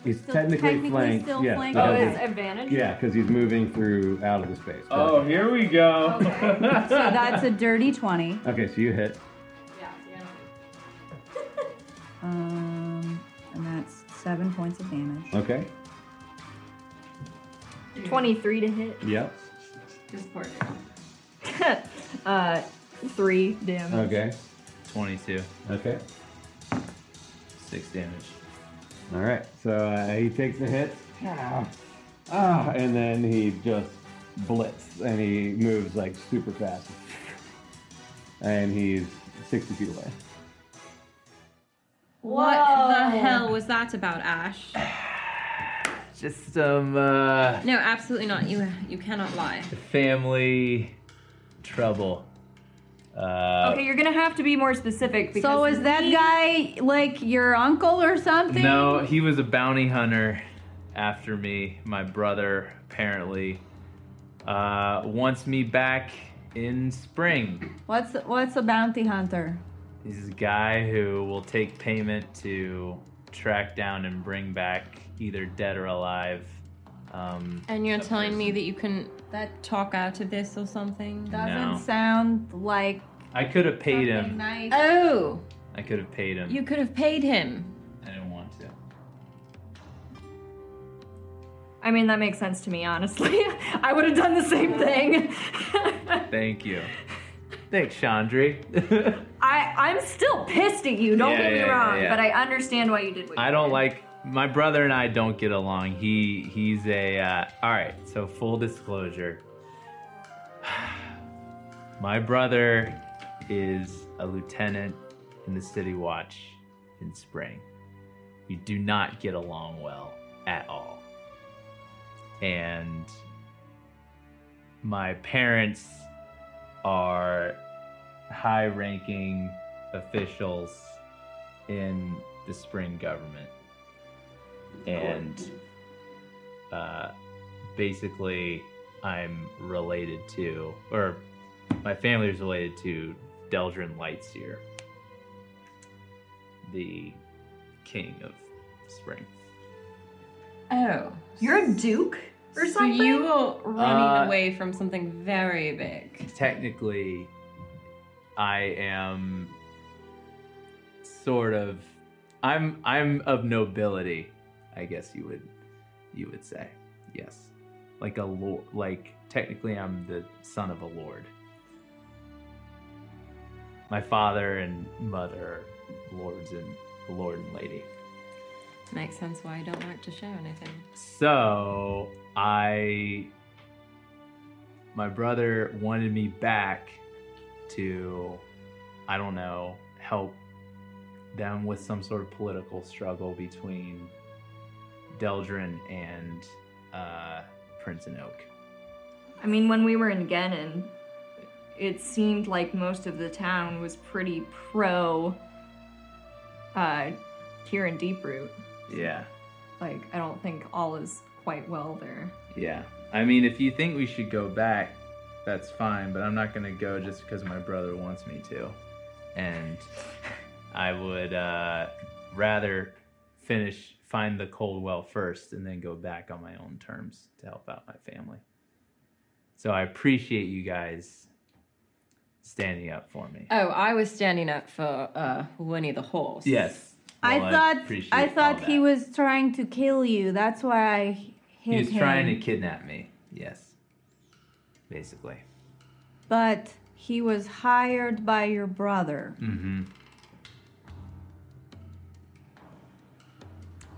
Speaker 2: He's
Speaker 6: Still
Speaker 2: technically,
Speaker 6: technically
Speaker 2: flanked.
Speaker 6: still
Speaker 2: yeah,
Speaker 6: flanked?
Speaker 4: Oh,
Speaker 2: because
Speaker 4: it's
Speaker 2: he's-
Speaker 4: advantage.
Speaker 2: yeah, because he's moving through out of the space.
Speaker 5: Oh, here we go.
Speaker 6: So that's a dirty twenty.
Speaker 2: Okay, so you hit.
Speaker 6: Um, and that's seven points of damage.
Speaker 2: Okay.
Speaker 4: Twenty-three to hit.
Speaker 2: Yep.
Speaker 3: Just pour it in.
Speaker 4: uh, three damage.
Speaker 2: Okay.
Speaker 5: 22,
Speaker 2: Okay.
Speaker 5: six damage.
Speaker 2: All right. So uh, he takes a hit. Ah, ah, and then he just blitz and he moves like super fast. And he's 60 feet away.
Speaker 9: What the hell was that about, Ash?
Speaker 5: Just some uh,
Speaker 9: No, absolutely not. You you cannot lie.
Speaker 5: family trouble. Uh,
Speaker 4: Okay, you're gonna have to be more specific because
Speaker 6: So is that
Speaker 4: he-
Speaker 6: guy like your uncle or something?
Speaker 5: No, he was a bounty hunter after me. My brother apparently uh, wants me back in spring.
Speaker 6: What's what's a bounty hunter?
Speaker 5: He's a guy who will take payment to track down and bring back either dead or alive. Um,
Speaker 9: And you're
Speaker 5: That
Speaker 9: telling me
Speaker 5: person.
Speaker 9: that you can
Speaker 6: That
Speaker 9: talk out of this or something?
Speaker 6: doesn't
Speaker 5: No.
Speaker 6: sound like
Speaker 5: I could have paid him.
Speaker 6: nice.
Speaker 9: Oh,
Speaker 5: I could have paid him.
Speaker 9: you could have paid him.
Speaker 5: I didn't want to.
Speaker 4: I mean, that makes sense to me, honestly. I would have done the same thing.
Speaker 5: Thank you. Thanks, Chandri.
Speaker 4: I, I'm still pissed at you. Don't
Speaker 5: Yeah,
Speaker 4: get me
Speaker 5: yeah, yeah,
Speaker 4: wrong,
Speaker 5: yeah.
Speaker 4: but I understand why you did what you
Speaker 5: I don't
Speaker 4: did.
Speaker 5: like my brother and I don't get along. He he's a uh, all right. So full disclosure, my brother is a lieutenant in the city watch in spring. We do not get along well at all, and my parents are high-ranking officials in the spring government. And uh, basically I'm related to, or my family is related to Deldrin Lightseer, the king of spring.
Speaker 9: Oh.
Speaker 4: You're a duke or
Speaker 9: so
Speaker 4: something?
Speaker 9: you were running
Speaker 5: Uh,
Speaker 9: away from something very big.
Speaker 5: Technically, I am sort of I'm I'm of nobility, I guess you would you would say. Yes. Like a lord like technically I'm the son of a lord. My father and mother are lords and the lord and lady.
Speaker 3: Makes sense why you don't like to share anything.
Speaker 5: So I, my brother wanted me back to, I don't know, help them with some sort of political struggle between Deldrin and uh, Prince and Oak.
Speaker 4: I mean, when we were in Genon, it seemed like most of the town was pretty pro uh, Kieran Deeproot.
Speaker 5: Yeah,
Speaker 4: Like, I don't think all is quite well there.
Speaker 5: yeah. I mean, if you think we should go back, that's fine, but I'm not gonna go just because my brother wants me to. and I would uh, rather finish find the Coldwell first and then go back on my own terms to help out my family. So I appreciate you guys standing up for me.
Speaker 9: Oh, I was standing up for uh, Winnie the horse.
Speaker 5: yes.
Speaker 6: I
Speaker 5: Well,
Speaker 6: thought
Speaker 5: appreciate
Speaker 6: I
Speaker 5: all
Speaker 6: thought he
Speaker 5: that.
Speaker 6: was trying to kill you. That's why I hit
Speaker 5: he was
Speaker 6: him.
Speaker 5: trying to kidnap me. Yes. Basically.
Speaker 6: But he was hired by your brother.
Speaker 5: Mm-hmm.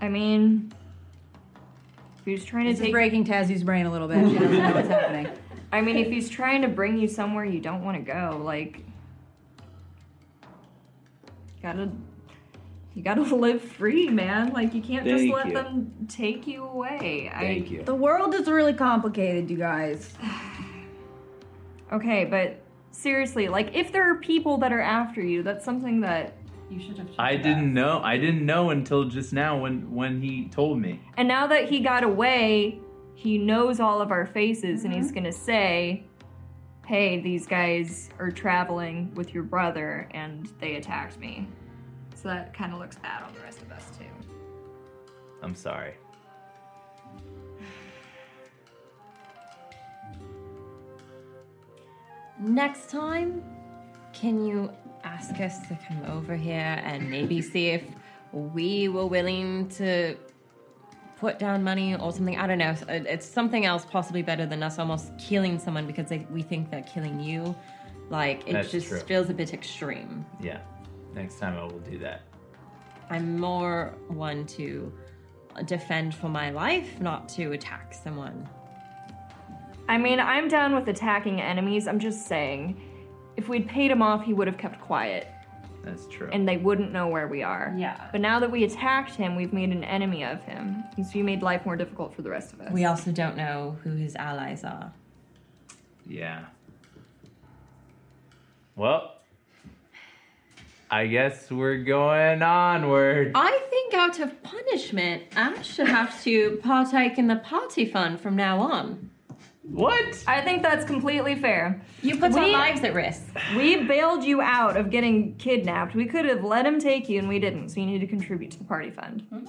Speaker 4: I mean, if he's trying to
Speaker 6: This is
Speaker 4: take.
Speaker 6: breaking Tassie's brain a little bit. She doesn't know what's happening.
Speaker 4: I mean, if he's trying to bring you somewhere you don't want to go, like, gotta, you gotta live free, man. Like, you can't just
Speaker 5: Thank
Speaker 4: let
Speaker 5: you.
Speaker 4: them take you away. I,
Speaker 5: Thank you.
Speaker 6: The world is really complicated, you guys.
Speaker 4: Okay, but seriously, like, if there are people that are after you, that's something that,
Speaker 3: You should have.
Speaker 5: I
Speaker 3: checked
Speaker 5: didn't
Speaker 3: that.
Speaker 5: know. I didn't know until just now when when he told me.
Speaker 4: and now that he got away, he knows all of our faces, and he's gonna say. Hey, these guys are traveling with your brother and they attacked me. So that kind of looks bad on the rest of us, too.
Speaker 5: I'm sorry.
Speaker 8: Next time, can you ask us to come over here and maybe see if we were willing to put down money or something? I don't know. It- It's something else, possibly better than us almost killing someone because they, we think they're killing you. Like, it
Speaker 5: That's
Speaker 8: just
Speaker 5: true.
Speaker 8: feels a bit extreme.
Speaker 5: Yeah. Next time I will do that.
Speaker 8: I'm more one to defend for my life, not to attack someone.
Speaker 4: I mean, I'm down with attacking enemies. I'm just saying, if we'd paid him off, he would have kept quiet
Speaker 5: That's true.
Speaker 4: and they wouldn't know where we are.
Speaker 9: Yeah.
Speaker 4: But now that we attacked him, we've made an enemy of him. And so you made life more difficult for the rest of us.
Speaker 8: We also don't know who his allies are.
Speaker 5: yeah. Well, I guess we're going onward.
Speaker 9: I think I
Speaker 8: Out of punishment, Ash should have to partake in the party fund from now on.
Speaker 5: What?
Speaker 4: I think that's completely fair.
Speaker 8: You put our
Speaker 4: We-
Speaker 8: lives at risk.
Speaker 4: We bailed you out of getting kidnapped. We could have let him take you, and we didn't. So you need to contribute to the party fund.
Speaker 6: Hmm?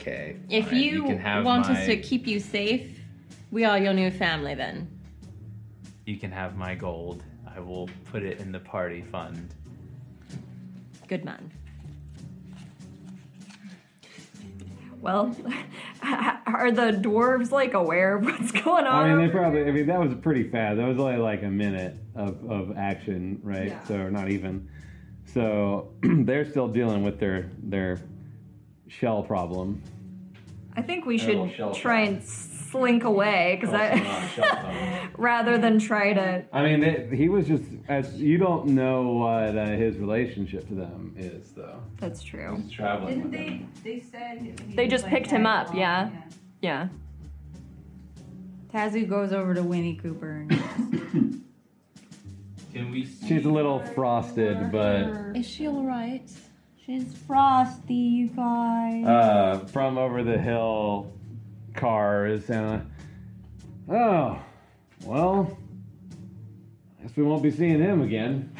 Speaker 5: Okay.
Speaker 8: If
Speaker 5: All right,
Speaker 8: you,
Speaker 5: can have
Speaker 8: want
Speaker 5: my-
Speaker 8: us to keep you safe, we are your new family then.
Speaker 5: you can have my gold. I will put it in the party fund.
Speaker 8: Good man.
Speaker 4: Well, are the dwarves like aware of what's going on?
Speaker 2: I mean, they probably. I mean, that was pretty fast. That was only like a minute of, of action, right?
Speaker 4: Yeah.
Speaker 2: So not even. So they're still dealing with their their shell problem.
Speaker 4: I think we
Speaker 2: will
Speaker 4: should
Speaker 2: shell
Speaker 4: try
Speaker 2: shock.
Speaker 4: and slink away because I, rather than try to.
Speaker 2: I mean, it, he was just as you don't know what uh, his relationship to them is, though.
Speaker 4: That's true.
Speaker 2: He's traveling with them.
Speaker 6: they said
Speaker 4: They just picked him up. Yeah. Yeah.
Speaker 6: Tazu goes over to Winnie Cooper and
Speaker 5: Can we?
Speaker 2: She's a little frosted, but
Speaker 8: Is she all right?
Speaker 6: She's frosty, you guys.
Speaker 2: uh, from over the hill, cars and uh, oh well i guess we won't be seeing him again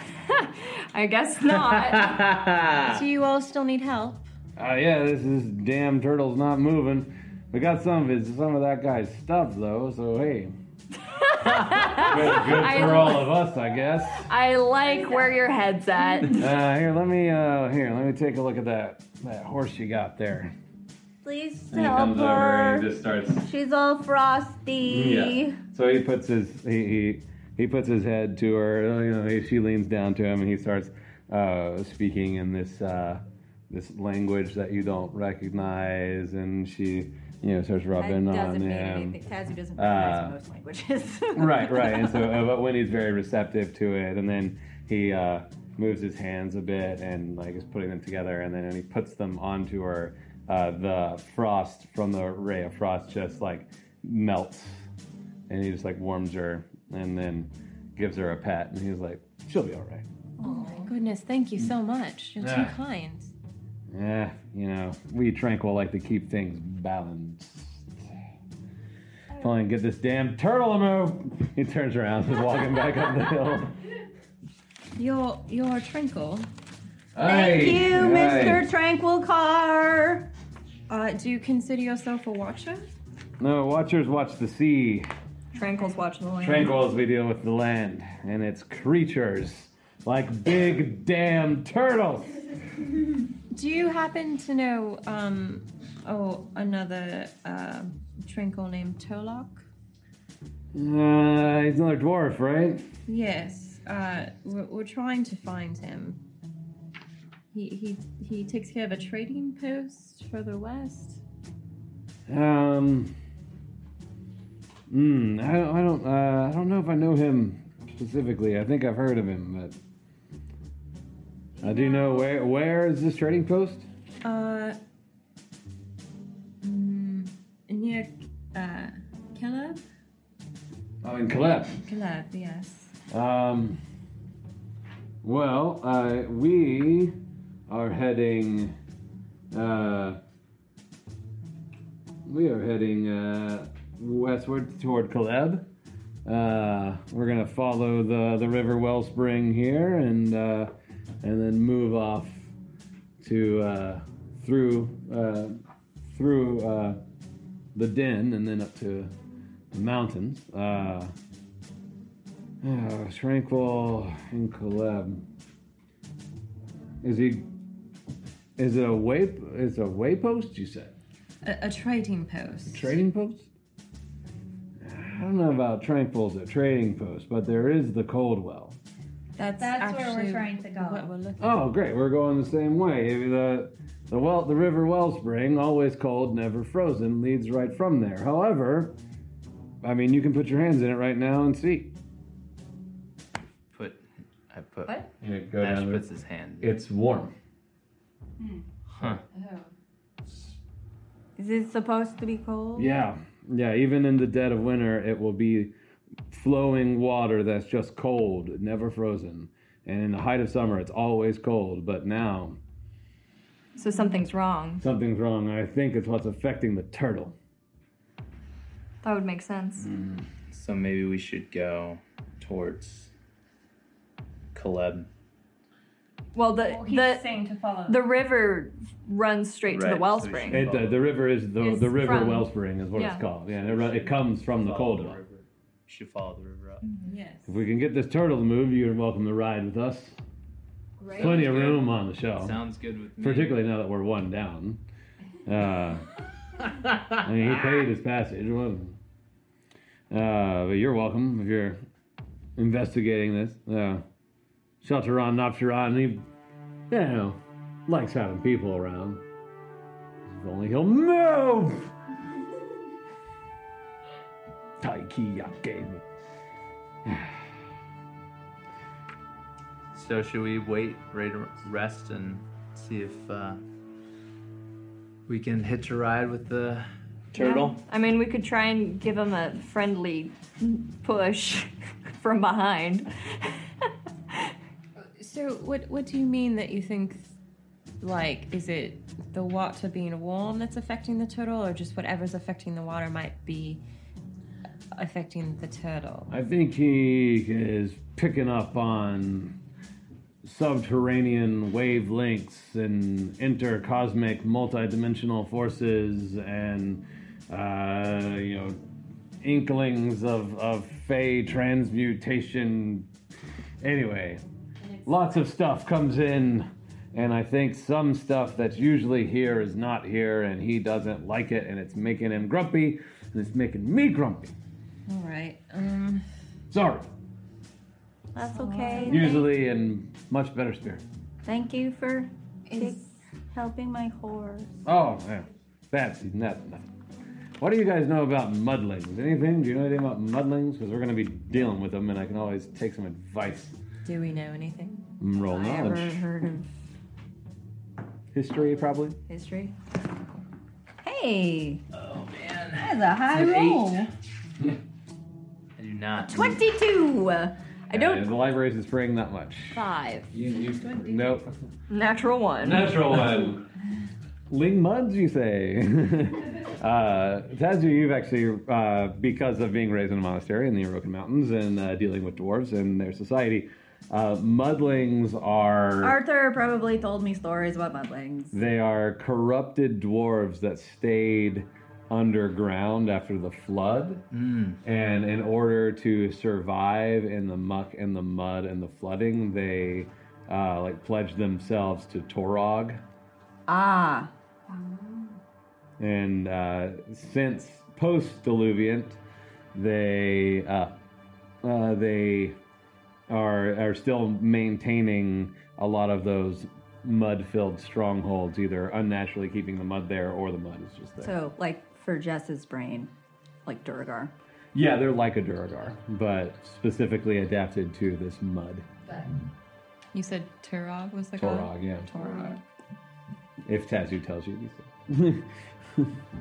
Speaker 4: I guess not.
Speaker 8: Do you all still need help?
Speaker 2: oh yeah this this damn turtle's not moving we got some of his some of that guy's stuff though so hey good, good for all of us i guess
Speaker 4: I like where your head's at.
Speaker 2: uh, here let me uh here let me take a look at that that horse you got there
Speaker 6: Please
Speaker 2: And he
Speaker 6: help
Speaker 2: comes over and
Speaker 6: her.
Speaker 2: he just starts
Speaker 6: She's all frosty.
Speaker 2: Yeah. So he puts his he he, he puts his head to her. You know, he, she leans down to him, and he starts uh, speaking in this uh, this language that you don't recognize, and she you know starts rubbing on him.
Speaker 6: Tazu
Speaker 2: recognize
Speaker 6: doesn't
Speaker 2: Uh,
Speaker 6: most languages.
Speaker 2: Right, right. And so, uh, but Winnie's very receptive to it, and then he uh, moves his hands a bit and like is putting them together, and then he puts them onto her. Uh, the frost from the ray of frost just like melts, and he just like warms her, and then gives her a pat, and he's like, "She'll be all right."
Speaker 8: Oh, Goodness, thank you so much. You're too
Speaker 2: Yeah.
Speaker 8: kind.
Speaker 2: Yeah, you know, we tranquil like to keep things balanced. Fine, get this damn turtle to move. He turns around and is walking back up the hill.
Speaker 9: Your your Trinkle.
Speaker 6: Thank you, Mr. Tranquil Car.
Speaker 9: Uh, do you consider yourself a watcher?
Speaker 2: No, watchers watch the sea.
Speaker 4: Tranquil's watching the land.
Speaker 2: Tranquils, we deal with the land and its creatures, like big damn turtles.
Speaker 9: Do you happen to know um oh another uh, Trinkle named Tolok?
Speaker 2: Uh, he's another dwarf, right?
Speaker 9: Yes. Uh, we're, we're trying to find him. He he he takes care of a trading post further west.
Speaker 2: Um. Hmm. I don't. I don't. Uh, I don't know if I know him specifically. I think I've heard of him, but I do know where. Where is this trading post?
Speaker 9: Uh, mm, near uh, Caleb.
Speaker 2: Oh, in Caleb.
Speaker 9: Caleb, yes.
Speaker 2: Um. Well, uh, we are heading. Uh, we are heading uh, westward toward Caleb. Uh, we're gonna follow the the river wellspring here, and uh, and then move off to uh, through uh, through uh, the den, and then up to the mountains. Uh, Oh, Tranquil and Caleb. Is he? Is it a way? Is a waypost? You said
Speaker 9: A, a trading post.
Speaker 2: trading post. I don't know about Tranquil's a trading post, but there is the Coldwell.
Speaker 9: That's,
Speaker 6: That's where we're
Speaker 9: actually
Speaker 6: trying to go.
Speaker 9: What we're looking.
Speaker 2: Oh, great! We're going the same way. If The the well, the river wellspring, always cold, never frozen, leads right from there. However, I mean, you can put your hands in it right now and see.
Speaker 5: Put, I put.
Speaker 6: What?
Speaker 2: go
Speaker 5: Ash puts his hand.
Speaker 2: It's warm.
Speaker 5: Huh.
Speaker 6: Oh. Is it supposed to be cold?
Speaker 2: Yeah, yeah. Even in the dead of winter, it will be flowing water that's just cold, never frozen. And in the height of summer, it's always cold. But now
Speaker 4: So something's wrong.
Speaker 2: something's wrong. I think it's what's affecting the turtle.
Speaker 4: That would make sense.
Speaker 5: Hmm. So maybe we should go towards Caleb.
Speaker 4: Well, the
Speaker 6: He's
Speaker 4: the
Speaker 6: saying to follow.
Speaker 4: the river runs straight to
Speaker 5: Right,
Speaker 4: the
Speaker 5: so
Speaker 4: wellspring.
Speaker 5: we
Speaker 2: It, the, the river is the
Speaker 4: Is
Speaker 2: the river
Speaker 4: from-
Speaker 2: wellspring is what
Speaker 4: yeah.
Speaker 2: it's called. Yeah, and it, run- it comes from the
Speaker 5: Follow
Speaker 2: cold Mm-hmm. one.
Speaker 5: river. We should follow the river up.
Speaker 9: Yes.
Speaker 2: If we can get this turtle to move, you're welcome to ride with us. Plenty of
Speaker 5: Sounds good.
Speaker 2: room on the show.
Speaker 5: Sounds good with
Speaker 2: Mm-hmm.
Speaker 5: me.
Speaker 2: particularly now that we're one down. Uh, I mean, he paid his passage. Well, uh, but you're welcome if you're investigating this. Uh, Shelteron Nopteron, he, you know, likes having people around. If only he'll move! Taiki Yake.
Speaker 5: So should we wait, right, rest, and see if uh, we can hitch a ride with the turtle?
Speaker 4: I mean, we could try and give him a friendly push from behind.
Speaker 9: So what what do you mean that you think? Like, is it the water being warm that's affecting the turtle, or just whatever's affecting the water might be affecting the turtle?
Speaker 2: I think he is picking up on subterranean wavelengths and intercosmic multidimensional forces and uh, you know inklings of of fey transmutation. Anyway, lots of stuff comes in. And I think some stuff that's usually here is not here, and he doesn't like it, and it's making him grumpy, and it's making me grumpy.
Speaker 9: All right. Um,
Speaker 2: Sorry.
Speaker 6: That's okay.
Speaker 2: Usually in much better spirit.
Speaker 6: Thank you for
Speaker 3: Is-
Speaker 6: helping my horse.
Speaker 2: Oh, yeah. That's nothing. What do you guys know about mudlings? Anything? Do you know anything about mudlings? Because we're going to be dealing with them, and I can always take some advice.
Speaker 9: do we know anything?
Speaker 2: Roll
Speaker 4: I
Speaker 2: knowledge.
Speaker 4: ever heard of
Speaker 2: History, probably.
Speaker 4: history?
Speaker 6: Hey,
Speaker 5: Oh man,
Speaker 6: that's a high
Speaker 5: An eight.
Speaker 6: roll.
Speaker 5: I do not.
Speaker 6: Twenty-two. I don't.
Speaker 2: the libraries is spraying that much.
Speaker 6: Five.
Speaker 2: You, you, nope.
Speaker 4: Natural one.
Speaker 2: Natural one. Ling muds, you say? uh, Tazu, you've actually, uh, because of being raised in a monastery in the Iroquois Mountains and uh, dealing with dwarves and their society, uh, mudlings are
Speaker 6: Arthur probably told me stories about mudlings.
Speaker 2: they are corrupted dwarves that stayed underground after the flood, and in order to survive in the muck and the mud and the flooding, they uh, like pledged themselves to Torog.
Speaker 6: Ah,
Speaker 2: And uh, since post diluvian, they uh, uh, they are are still maintaining a lot of those mud filled strongholds, either unnaturally keeping the mud there or the mud is just there.
Speaker 6: so like for Jess's brain, like Durgar.
Speaker 2: yeah, they're like a Duragar, but specifically adapted to this mud.
Speaker 9: You said Turog was the
Speaker 2: Torog, yeah.
Speaker 9: god? Torog.
Speaker 2: If Tazu tells you these things.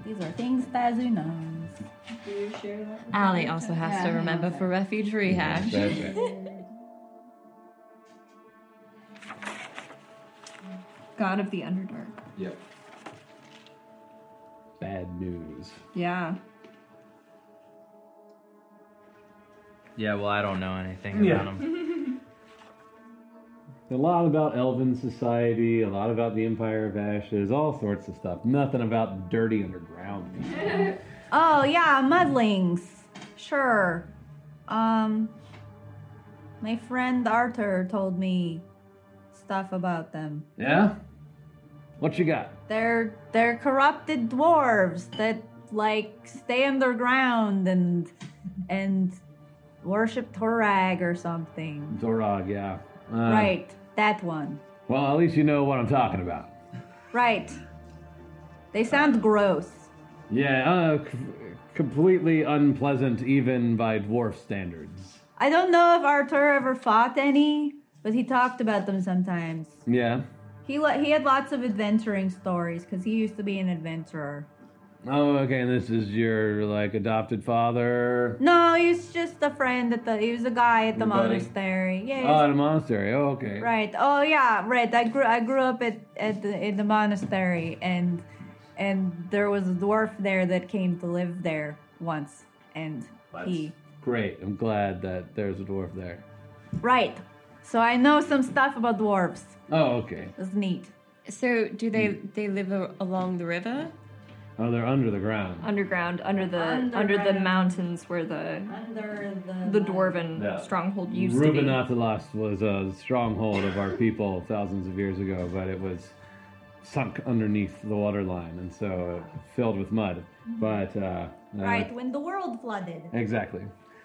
Speaker 6: These are things Tazu knows.
Speaker 8: Allie also has to remember for refuge rehash.
Speaker 2: That's it.
Speaker 4: God of the Underdark.
Speaker 2: Yep. Bad news.
Speaker 4: Yeah.
Speaker 5: Yeah, well, I don't know anything
Speaker 2: Yeah.
Speaker 5: about them.
Speaker 2: A lot about elven society, a lot about the Empire of Ashes, all sorts of stuff. Nothing about dirty underground. people.
Speaker 6: Oh yeah, mudlings. Sure. Um, my friend Arthur told me stuff about them.
Speaker 2: Yeah? What you got?
Speaker 6: They're they're corrupted dwarves that like stay underground and and worship Torag or something.
Speaker 2: Zorog, yeah. Uh,
Speaker 6: Right, that one.
Speaker 2: Well, at least you know what I'm talking about.
Speaker 6: Right. They sound gross.
Speaker 2: Yeah, uh, c- completely unpleasant even by dwarf standards.
Speaker 6: I don't know if Arthur ever fought any, but he talked about them sometimes.
Speaker 2: Yeah?
Speaker 6: He lo- he had lots of adventuring stories because he used to be an adventurer.
Speaker 2: Oh, okay, and this is your, like, adopted father?
Speaker 6: No, he's just a friend at the. He was a guy at the
Speaker 2: Your buddy.
Speaker 6: monastery. Yeah. he was
Speaker 2: Oh, in a monastery. Oh, okay.
Speaker 6: Right. Oh yeah. Right. I grew. I grew up at, at the, in the monastery, and and there was a dwarf there that came to live there once, and he.
Speaker 2: Great. I'm glad that there's a dwarf there.
Speaker 6: Right. So I know some stuff about dwarves.
Speaker 2: Oh, okay.
Speaker 6: It's neat.
Speaker 9: So do they they live a- along the river?
Speaker 2: Oh, they're under the ground.
Speaker 4: Underground, under the under the
Speaker 6: Underground.
Speaker 4: mountains where the
Speaker 6: Under
Speaker 4: the dwarven
Speaker 2: Yeah.
Speaker 4: stronghold used to
Speaker 2: Rubinatilas was a stronghold of our people thousands of years ago, but it was sunk underneath the waterline and so filled with mud. But uh, uh,
Speaker 6: Right when the world flooded.
Speaker 2: exactly.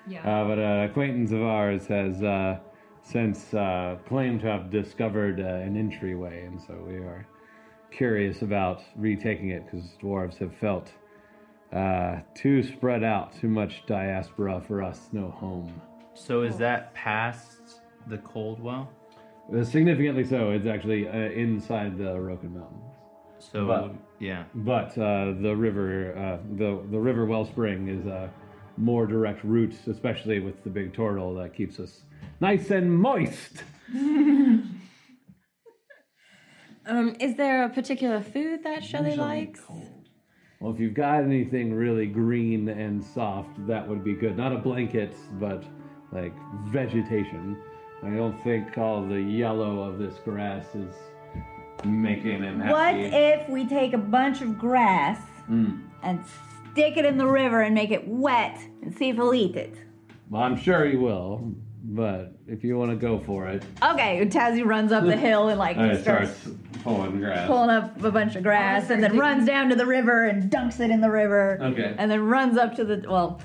Speaker 4: be. Yeah.
Speaker 2: Uh, but an acquaintance of ours has uh, since uh, claimed to have discovered uh, an entryway, and so we are curious about retaking it because dwarves have felt uh, too spread out, too much diaspora for us, no home.
Speaker 5: So is that past the Coldwell?
Speaker 2: Uh, Significantly so. It's actually uh, inside the Rokan Mountains,
Speaker 5: So
Speaker 2: But-
Speaker 5: yeah.
Speaker 2: but uh, the river, uh, the the river wellspring is a more direct route, especially with the big turtle that keeps us nice and moist.
Speaker 9: Um, is there a particular food that Shelley
Speaker 2: Usually
Speaker 9: likes?
Speaker 2: cold. Well, if you've got anything really green and soft, that would be good. Not a blanket, but like vegetation. I don't think all the yellow of this grass is making him happy.
Speaker 6: What if we take a bunch of grass
Speaker 2: Mm.
Speaker 6: and stick it in the river and make it wet and see if he'll eat it?
Speaker 2: Well, I'm sure he will, but if you want to go for it,
Speaker 6: Okay, Tazzy runs up the hill and like
Speaker 2: it
Speaker 6: starts
Speaker 2: starts pulling grass.
Speaker 6: pulling up a bunch of grass and then runs down to the river and dunks it in the river.
Speaker 2: Okay.
Speaker 6: And then runs up to the well.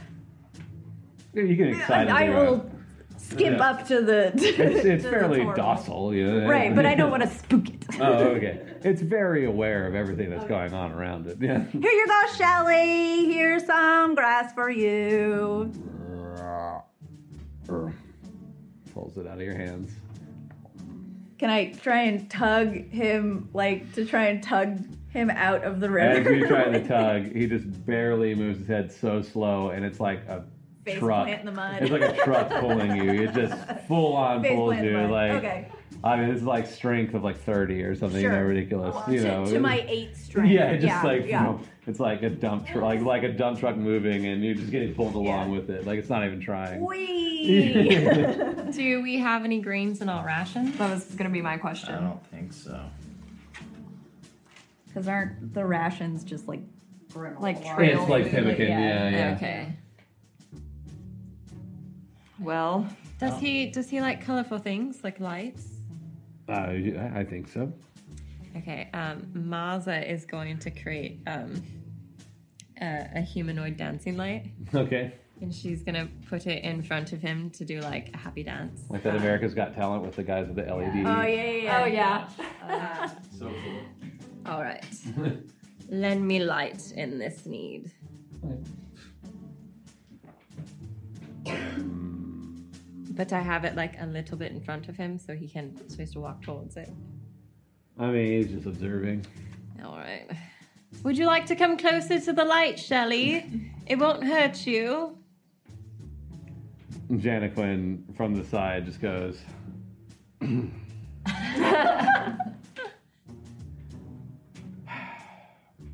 Speaker 2: you get excited.
Speaker 6: I
Speaker 2: about it.
Speaker 6: will skip
Speaker 2: Yeah.
Speaker 6: up to the.
Speaker 2: It's,
Speaker 6: to
Speaker 2: it's
Speaker 6: the
Speaker 2: fairly
Speaker 6: torrent.
Speaker 2: docile, you know?
Speaker 6: Right, but I don't want to spook it.
Speaker 2: Oh, okay. It's very aware of everything that's going on around it. Yeah.
Speaker 6: Here you go, Shelly. Here's some grass for you.
Speaker 2: Pulls it out of your hands.
Speaker 6: Can I try and tug him, like to try and tug him out of the river?
Speaker 2: As you try to tug, he just barely moves his head so slow, and it's like a
Speaker 6: Face
Speaker 2: truck.
Speaker 6: plant in the mud.
Speaker 2: It's like a truck pulling you. It just full on
Speaker 6: Face
Speaker 2: pulls
Speaker 6: plant in
Speaker 2: you.
Speaker 6: the mud.
Speaker 2: Like
Speaker 6: Okay.
Speaker 2: I mean, this is like strength of like thirty or something. You know,
Speaker 6: Sure.
Speaker 2: ridiculous. you
Speaker 6: to,
Speaker 2: know,
Speaker 6: to my eight strength.
Speaker 2: Yeah, it just like
Speaker 6: yeah.
Speaker 2: it's like a dump truck, like like a dump truck moving, and you're just getting pulled along with it. Like it's not even trying.
Speaker 6: Whee!
Speaker 3: Do we have any greens in our rations?
Speaker 4: That was gonna be my question.
Speaker 5: I don't think so.
Speaker 6: Because aren't the rations just like
Speaker 4: Like trail.
Speaker 2: It's like
Speaker 4: food,
Speaker 2: pemmican. Yeah, yeah.
Speaker 3: Okay.
Speaker 4: Well,
Speaker 9: Does he does he like colorful things like lights?
Speaker 6: Oh,
Speaker 2: Uh, yeah, I think so.
Speaker 9: Okay, um, Marza is going to create um, uh, a, a humanoid dancing light,
Speaker 2: Okay,
Speaker 9: and she's gonna put it in front of him to do like a happy dance.
Speaker 2: like that. America's Got Talent with the guys with the E LED.
Speaker 6: Oh yeah, yeah, yeah.
Speaker 4: oh yeah.
Speaker 5: So cool.
Speaker 9: All right, lend me light in this need. But I have it like a little bit in front of him, so he can. So he has to walk towards it.
Speaker 2: I mean, he's just observing.
Speaker 9: All right. Would you like to come closer to the light, Shelley? It won't hurt you.
Speaker 2: Janaquin from the side just goes.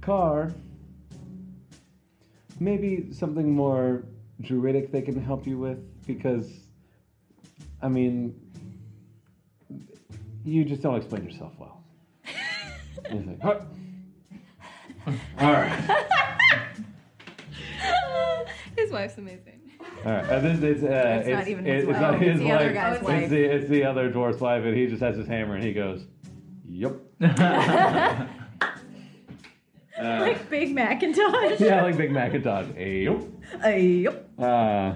Speaker 2: Car. Maybe something more druidic they can help you with because, I mean, you just don't explain yourself well. And he's like, "Huh." All right.
Speaker 9: His wife's amazing.
Speaker 2: All right. Uh, this, it's, uh,
Speaker 6: That's
Speaker 2: it's
Speaker 6: not even his
Speaker 2: it-
Speaker 6: wife.
Speaker 2: It's, not
Speaker 6: Oh,
Speaker 2: his
Speaker 6: it's the other
Speaker 2: wife.
Speaker 6: guy's
Speaker 2: it's,
Speaker 6: wife.
Speaker 2: The, it's the other dwarf's wife, and he just has his hammer and he goes, "Yep." Uh,
Speaker 6: Like Big Macintosh.
Speaker 2: yeah, like Big Macintosh. Yep.
Speaker 6: Yep.
Speaker 2: Uh,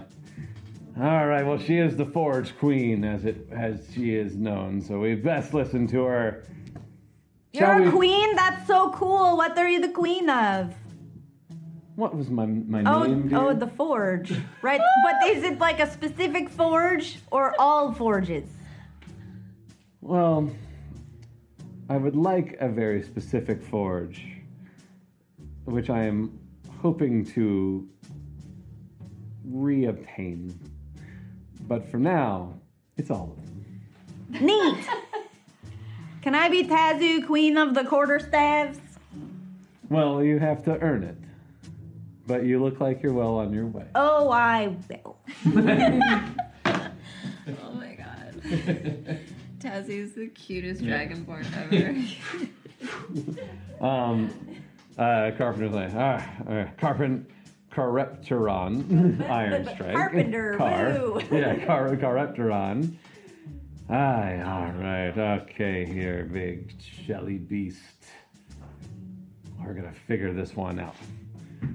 Speaker 2: all right. Well, she is the Forge Queen, as it as she is known. So we best listen to her. Shall
Speaker 6: You're
Speaker 2: we-
Speaker 6: a queen. That's so cool. What are you the queen of?
Speaker 2: What was my my
Speaker 6: Oh,
Speaker 2: name?
Speaker 6: oh,
Speaker 2: dear?
Speaker 6: the forge, right? but is it like a specific forge or all forges?
Speaker 2: Well, I would like a very specific forge, which I am hoping to reobtain. But for now, it's all of them.
Speaker 6: Neat. Can I be Tazu, queen of the quarterstaffs?
Speaker 2: Well, you have to earn it. But you look like you're well on your way.
Speaker 6: Oh, I will.
Speaker 9: Oh my god. Tazzy is the cutest dragonborn ever.
Speaker 2: Um, uh, Carpenter's like, ah, uh, Carpen, Carrepteron, Iron Strike.
Speaker 6: Carpenter, woo.
Speaker 2: Yeah, Car, Carrepteron. Aye, all right, okay, here, big shelly beast. We're gonna figure this one out.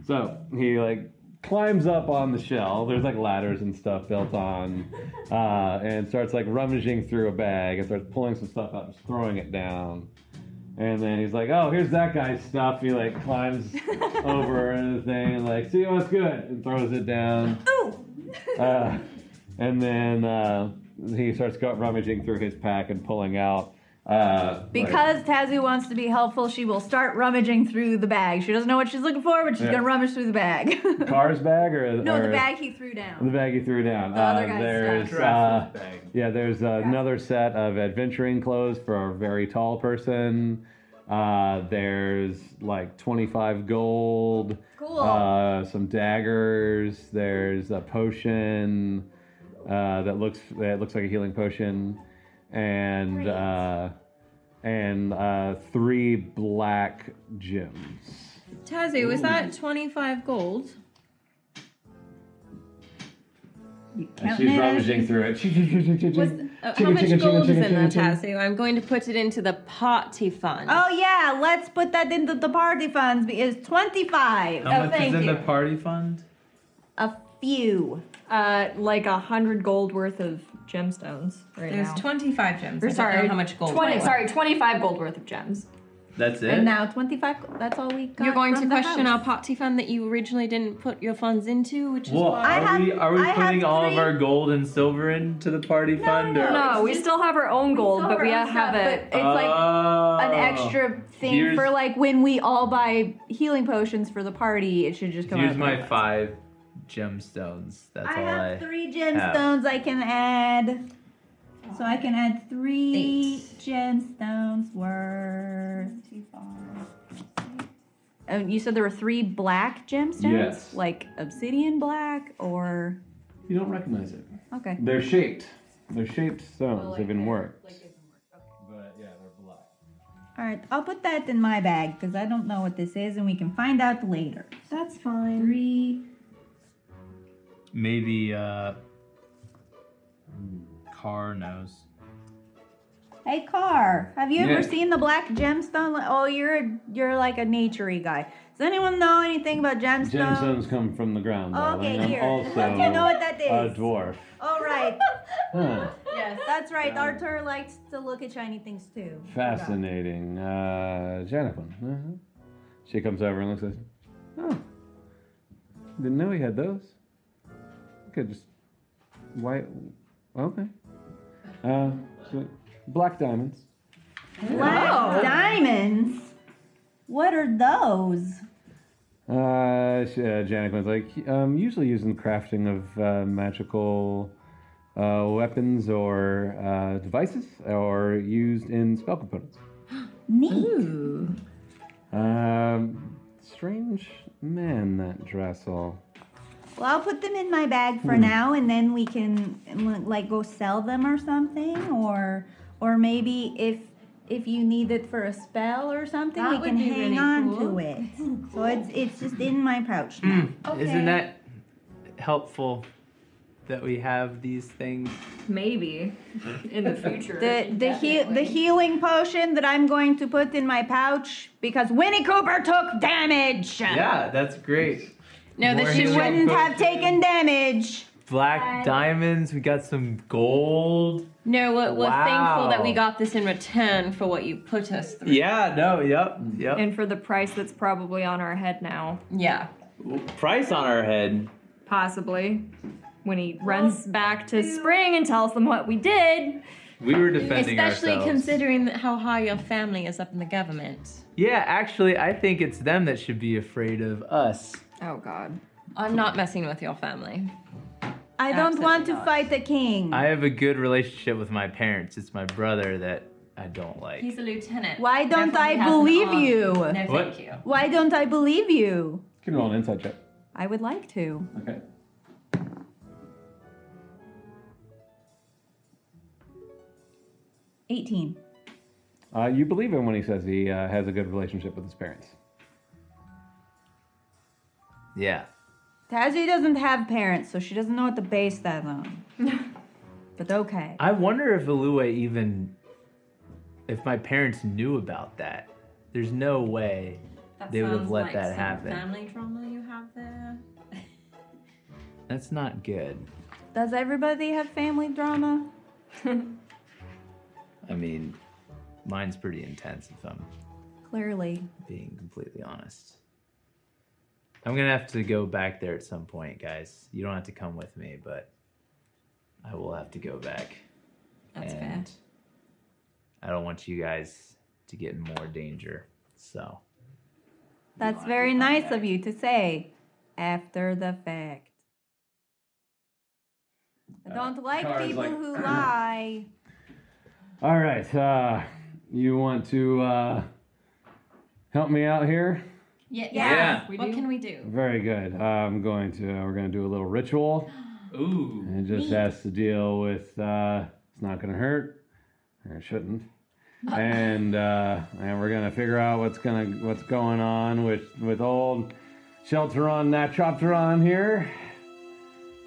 Speaker 2: So he like climbs up on the shell. There's like ladders and stuff built on, uh, and starts like rummaging through a bag and starts pulling some stuff out, and just throwing it down. And then he's like, "Oh, here's that guy's stuff." He like climbs over the thing and like, "See what's good," and throws it down.
Speaker 6: Ooh.
Speaker 2: Uh, and then uh, he starts go- rummaging through his pack and pulling out. Uh, like-
Speaker 6: Because Tazzy wants to be helpful, she will start rummaging through the bag. She doesn't know what she's looking for, but she's
Speaker 2: Yeah.
Speaker 6: gonna rummage through the bag.
Speaker 2: Car's bag or
Speaker 6: no, the
Speaker 2: or-
Speaker 6: bag he threw down.
Speaker 2: The bag you threw down.
Speaker 6: The other
Speaker 2: Uh,
Speaker 6: guy's
Speaker 2: there's
Speaker 6: stuff.
Speaker 2: uh,
Speaker 5: Giraffe bag.
Speaker 2: yeah, there's another set of adventuring clothes for a very tall person. Uh, there's like 25 gold.
Speaker 6: Cool.
Speaker 2: Uh, some daggers. There's a potion uh, that looks that looks like a healing potion, and uh, and uh, three black gems.
Speaker 9: Tazzy, was that 25 gold? Uh,
Speaker 2: And she's rummaging through it.
Speaker 9: Was, uh, how much gold is in that, Tazzy?
Speaker 10: I'm going to put it into the party fund.
Speaker 6: oh yeah, let's put that into the party funds because twenty-five.
Speaker 5: How
Speaker 6: oh,
Speaker 5: much is
Speaker 6: thank
Speaker 5: in
Speaker 6: you.
Speaker 5: the party fund?
Speaker 6: A few.
Speaker 4: Uh, like a hundred gold worth of gemstones right
Speaker 9: There's
Speaker 4: now.
Speaker 9: 25 gems.
Speaker 4: Or
Speaker 9: I
Speaker 4: sorry,
Speaker 9: don't know how much gold.
Speaker 4: 20,
Speaker 9: was.
Speaker 4: sorry, 25 gold worth of gems.
Speaker 5: That's it.
Speaker 6: And now twenty-five. go- That's all we got.
Speaker 10: You're going
Speaker 6: from
Speaker 10: to
Speaker 6: the
Speaker 10: question
Speaker 6: house.
Speaker 10: our party fund that you originally didn't put your funds into, which is
Speaker 5: Well,
Speaker 10: why.
Speaker 5: are
Speaker 6: I have-
Speaker 5: we are we
Speaker 6: I have
Speaker 5: putting all of
Speaker 6: three-
Speaker 5: our gold and silver into the party fund? or?
Speaker 4: No, we still have our own gold, but we
Speaker 6: Silver and
Speaker 4: have
Speaker 6: stuff,
Speaker 4: it.
Speaker 6: but It's like an
Speaker 5: Oh.
Speaker 6: extra thing
Speaker 5: Here's-
Speaker 6: for like when we all buy healing potions for the party. It should just come. out
Speaker 5: Here's
Speaker 6: of
Speaker 5: my
Speaker 6: our-
Speaker 5: five gemstones. That's
Speaker 6: I
Speaker 5: all
Speaker 6: have
Speaker 5: I.
Speaker 6: three gemstones I can add. So I can add three gemstones worth.
Speaker 4: uh,
Speaker 6: Um, you said there were three black gemstones,
Speaker 2: Yes.
Speaker 6: like obsidian black, or
Speaker 2: You don't recognize it.
Speaker 6: okay.
Speaker 2: They're shaped. They're shaped stones. they've been worked. But yeah, they're black.
Speaker 6: All right, I'll put that in my bag because I don't know what this is, and we can find out later.
Speaker 9: That's fine. Three.
Speaker 5: Maybe uh, Car knows.
Speaker 6: Hey, Car, have you
Speaker 2: Yeah.
Speaker 6: ever seen the black gemstone? Oh, you're you're like a naturey guy. Does anyone know anything about gemstones?
Speaker 2: Gemstones come from the ground. darling.
Speaker 6: Oh, Okay,
Speaker 2: I'm
Speaker 6: here.
Speaker 2: also
Speaker 6: Do you know what that
Speaker 2: a
Speaker 6: is?
Speaker 2: dwarf.
Speaker 6: All right.
Speaker 2: Huh.
Speaker 6: Yes, that's right. Arthur likes to look at shiny things too.
Speaker 2: Fascinating. Uh, Jonathan. Uh-huh. She comes over and looks at. Oh, didn't know he had those. Okay, just white. Okay. Uh, so- black diamonds.
Speaker 6: Black diamonds. What are those?
Speaker 2: Uh, sh- uh Janik was like, um, usually used in the crafting of uh, magical uh, weapons or uh, devices, or used in spell components.
Speaker 6: Neat.
Speaker 2: Um, strange man, that Dressel.
Speaker 6: Well, I'll put them in my bag for now, and then we can like go sell them or something, or or maybe if if you need it for a spell or something,
Speaker 10: That
Speaker 6: we
Speaker 10: would
Speaker 6: can
Speaker 10: be
Speaker 6: hang
Speaker 10: really
Speaker 6: on
Speaker 10: cool.
Speaker 6: to it. So it's it's just in my pouch now.
Speaker 5: Isn't that helpful that we have these things?
Speaker 4: Maybe in the future.
Speaker 6: The the, heal the healing potion that I'm going to put in my pouch because Winnie Cooper took damage.
Speaker 5: Yeah, that's great.
Speaker 10: No,
Speaker 5: More
Speaker 10: this
Speaker 6: She
Speaker 10: is
Speaker 5: healing
Speaker 6: wouldn't have
Speaker 5: potions,
Speaker 6: taken damage.
Speaker 5: black diamonds. We got some gold.
Speaker 10: no. We're, we're
Speaker 5: Wow.
Speaker 10: thankful that we got this in return for what you put us through.
Speaker 5: Yeah. No. Yep. Yep.
Speaker 4: and for the price that's probably on our head now,
Speaker 10: Yeah.
Speaker 5: Price on our head.
Speaker 4: possibly. When he runs back to spring and tells them what we did.
Speaker 5: We were defending
Speaker 10: Especially
Speaker 5: ourselves.
Speaker 10: considering that how high your family is up in the government.
Speaker 5: yeah, actually, I think it's them that should be afraid of us.
Speaker 4: Oh God.
Speaker 10: I'm not messing with your family.
Speaker 6: I don't
Speaker 10: Absolutely
Speaker 6: want to
Speaker 10: not.
Speaker 6: fight the king.
Speaker 5: I have a good relationship with my parents. It's my brother that I don't like.
Speaker 10: He's a lieutenant.
Speaker 6: Why don't
Speaker 10: Therefore, he
Speaker 6: I
Speaker 10: has an
Speaker 6: believe
Speaker 10: honor.
Speaker 6: you?
Speaker 10: No, thank
Speaker 5: What?
Speaker 10: you.
Speaker 6: Why don't I believe you?
Speaker 2: Can roll an inside check.
Speaker 6: I would like to.
Speaker 2: Okay.
Speaker 6: Eighteen.
Speaker 2: Uh, you believe him when he says he uh, has a good relationship with his parents.
Speaker 5: Yeah.
Speaker 6: Tazzy doesn't have parents, so she doesn't know what to base that on. but okay.
Speaker 5: I wonder if Alua even if my parents knew about that. There's no way they would have
Speaker 10: sounds
Speaker 5: let
Speaker 10: like
Speaker 5: that
Speaker 10: some
Speaker 5: happen.
Speaker 10: Family drama you have there.
Speaker 5: That's not good.
Speaker 6: Does everybody have family drama?
Speaker 5: I mean, mine's pretty intense if I'm
Speaker 6: Clearly.
Speaker 5: being completely honest. I'm gonna have to go back there at some point, guys. You don't have to come with me, but I will have to go back.
Speaker 10: That's
Speaker 5: and I don't want you guys to get in more danger. So
Speaker 6: That's very nice of you to say after the fact.
Speaker 4: Uh,
Speaker 6: I don't like
Speaker 2: Kara's
Speaker 6: people
Speaker 2: like,
Speaker 6: who lie.
Speaker 2: All right. Uh, you want to uh, help me out here?
Speaker 10: Yeah.
Speaker 6: Yeah.
Speaker 7: Yeah.
Speaker 10: What can we do?
Speaker 2: Very good. I'm going to. We're going to do a little ritual.
Speaker 5: Ooh.
Speaker 2: And it just has to deal with. Uh, it's not going to hurt, or it shouldn't. and uh, and we're going to figure out what's going to what's going on with with old Shelteron Natropteron here,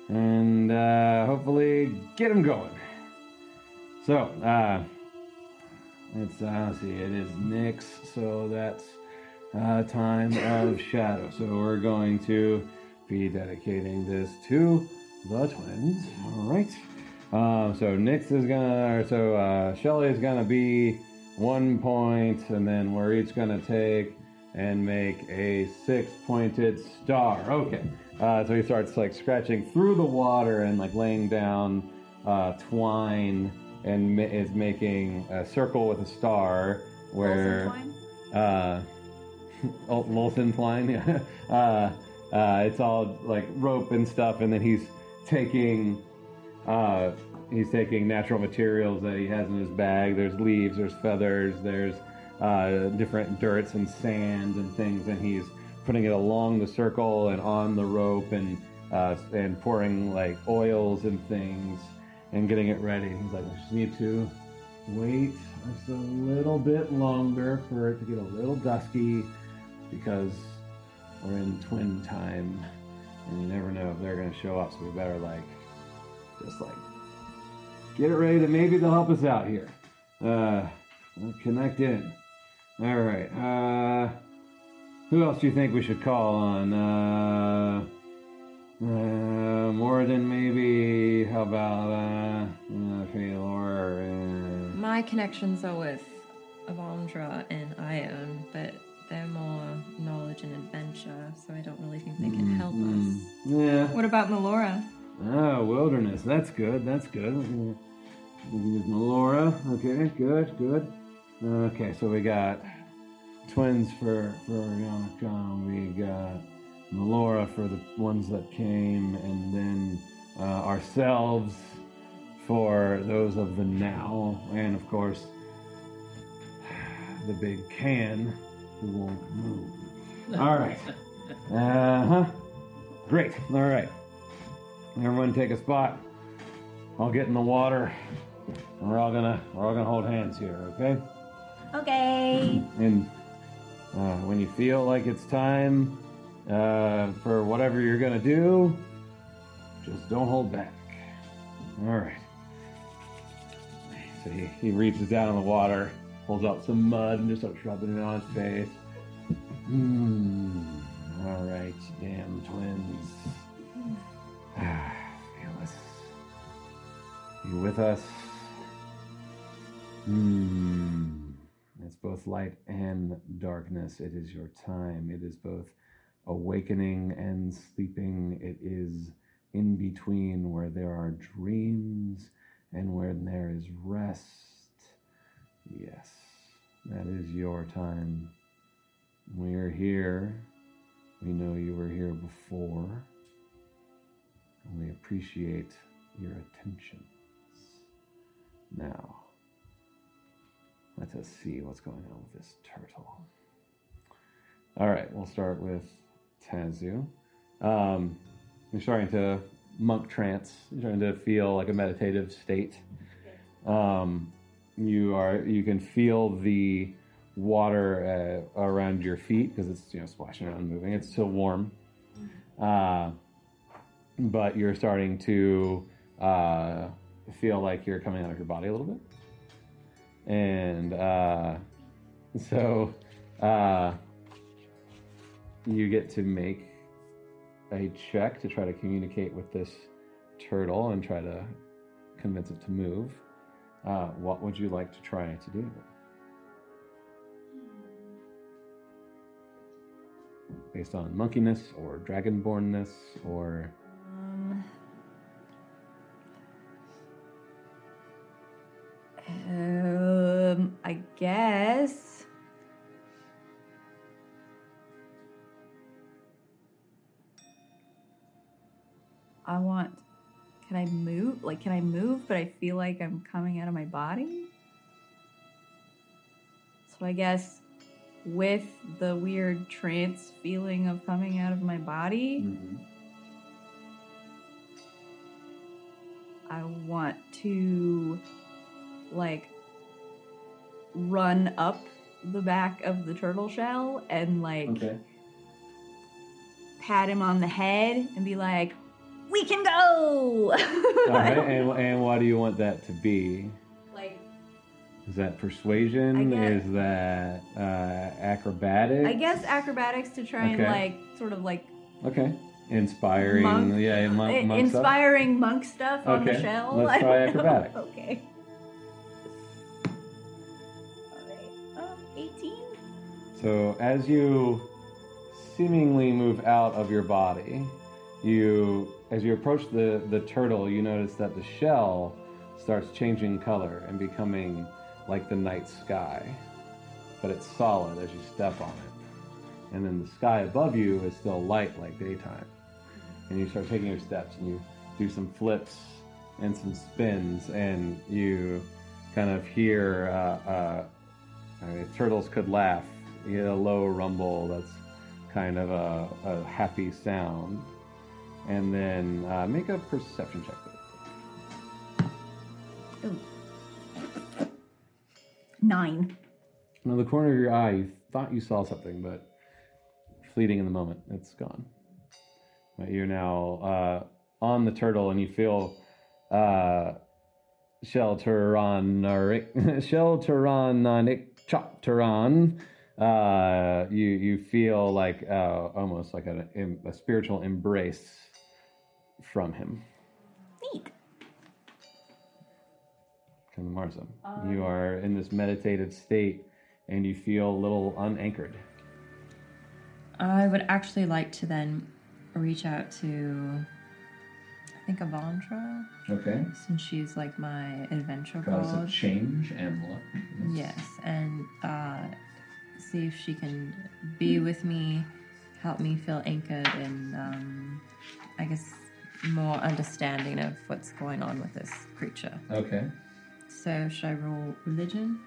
Speaker 2: and uh, hopefully get him going. So uh, it's uh, let's see. It is Nyx, so that's uh, time of shadow. So we're going to be dedicating this to the twins. All right. Um, so Nyx is gonna, or so uh, Shelly is gonna be one point, and then we're each gonna take and make a six-pointed star. Okay. Uh, so he starts like scratching through the water and like laying down uh, twine, and ma- is making a circle with a star where. Uh, Ol- Lolton twine. yeah. uh, uh, it's all like rope and stuff, and then he's taking uh, he's taking natural materials that he has in his bag. There's leaves, there's feathers, there's uh, different dirts and sand and things, and he's putting it along the circle and on the rope and uh, and pouring like oils and things and getting it ready. He's like, I just need to wait just a little bit longer for it to get a little dusky because we're in twin time and you never know if they're going to show up so we better like just like get it ready to maybe they'll help us out here uh we'll connect in all right uh who else do you think we should call on uh uh, Morden, maybe. How about uh, uh Kaylor? Uh,
Speaker 10: My connections are with Avandra and Ion, but they're more knowledge and adventure, so I don't really think they can help
Speaker 5: Mm-hmm.
Speaker 10: us.
Speaker 2: Yeah.
Speaker 4: What about Melora?
Speaker 2: Oh, wilderness. That's good. That's good. We can- we can use Melora. Okay, good, good. Okay, so we got twins for for Yannicon. We got Melora for the ones that came, and then uh, ourselves for those of the now, and of course the big can who won't move. All right. Uh huh. Great. All right. Everyone take a spot. I'll get in the water. And we're all gonna we're all gonna hold hands here, okay?
Speaker 6: Okay.
Speaker 2: And uh, when you feel like it's time uh, for whatever you're gonna do, just don't hold back. All right. So he, he reaches down in the water, pulls out some mud, and just starts rubbing it on his face. Hmm. All right, damn twins. Ah, feel us. You with us? Hmm. It's both light and darkness. It is your time. It is both awakening and sleeping. It is in between where there are dreams and where there is rest. Yes, that is your time. We're here. We know you were here before. And we appreciate your attentions. Now, let us see what's going on with this turtle. All right, we'll start with Tazu. Um, you're starting to monk trance. You're starting to feel like a meditative state. Um, you are. You can feel the water uh, around your feet because it's you know splashing around, moving. It's still warm, uh, but you're starting to uh, feel like you're coming out of your body a little bit. And uh, so uh, you get to make a check to try to communicate with this turtle and try to convince it to move. Uh, what would you like to try to do? Based on monkeyness or dragonbornness or.
Speaker 6: Um, um, guess. I want. Can I move? Like, can I move, but I feel like I'm coming out of my body? So I guess with the weird trance feeling of coming out of my body,
Speaker 2: Mm-hmm.
Speaker 6: I want to like run up the back of the turtle shell and like
Speaker 2: Okay.
Speaker 6: pat him on the head and be like, "We can go!"
Speaker 2: All right. And, and what do you want that to be?
Speaker 6: Like
Speaker 2: Is that persuasion?
Speaker 6: I guess-
Speaker 2: Is that uh, acrobatics?
Speaker 6: I guess acrobatics to try and
Speaker 2: Okay.
Speaker 6: like sort of like
Speaker 2: Okay. Inspiring.
Speaker 6: Monk-
Speaker 2: yeah,
Speaker 6: i-
Speaker 2: Uh, monk, monk stuff.
Speaker 6: inspiring monk stuff on the
Speaker 2: Okay,
Speaker 6: shell.
Speaker 2: let's
Speaker 6: I
Speaker 2: try
Speaker 6: don't know.
Speaker 2: acrobatics.
Speaker 6: Okay. All right. Um, 18.
Speaker 2: So as you seemingly move out of your body, you as you approach the, the turtle, you notice that the shell starts changing color and becoming like the night sky. But it's solid as you step on it. And then the sky above you is still light like daytime. And you start taking your steps and you do some flips and some spins and you kind of hear uh, uh, I mean, turtles could laugh. You get a low rumble that's kind of a, a happy sound. And then uh, make a perception check.
Speaker 6: Nine.
Speaker 2: Now, the corner of your eye, you thought you saw something, but fleeting in the moment, it's gone. But you're now uh, on the turtle and you feel uh, Shelteronic, Shelteronic, Chopteron. Uh, you you feel like uh, almost like a, a spiritual embrace from him.
Speaker 6: Neat.
Speaker 2: Kind of Marza. you are in this meditative state and you feel a little unanchored.
Speaker 9: I would actually like to then reach out to, I think, Avandra,
Speaker 11: Okay.
Speaker 9: since she's like my adventure
Speaker 11: Cause a
Speaker 9: girl.
Speaker 11: change and look.
Speaker 9: Yes, and uh, see if she can be with me, help me feel anchored, and um, I guess more understanding of what's going on with this creature.
Speaker 11: Okay.
Speaker 9: So should I roll religion?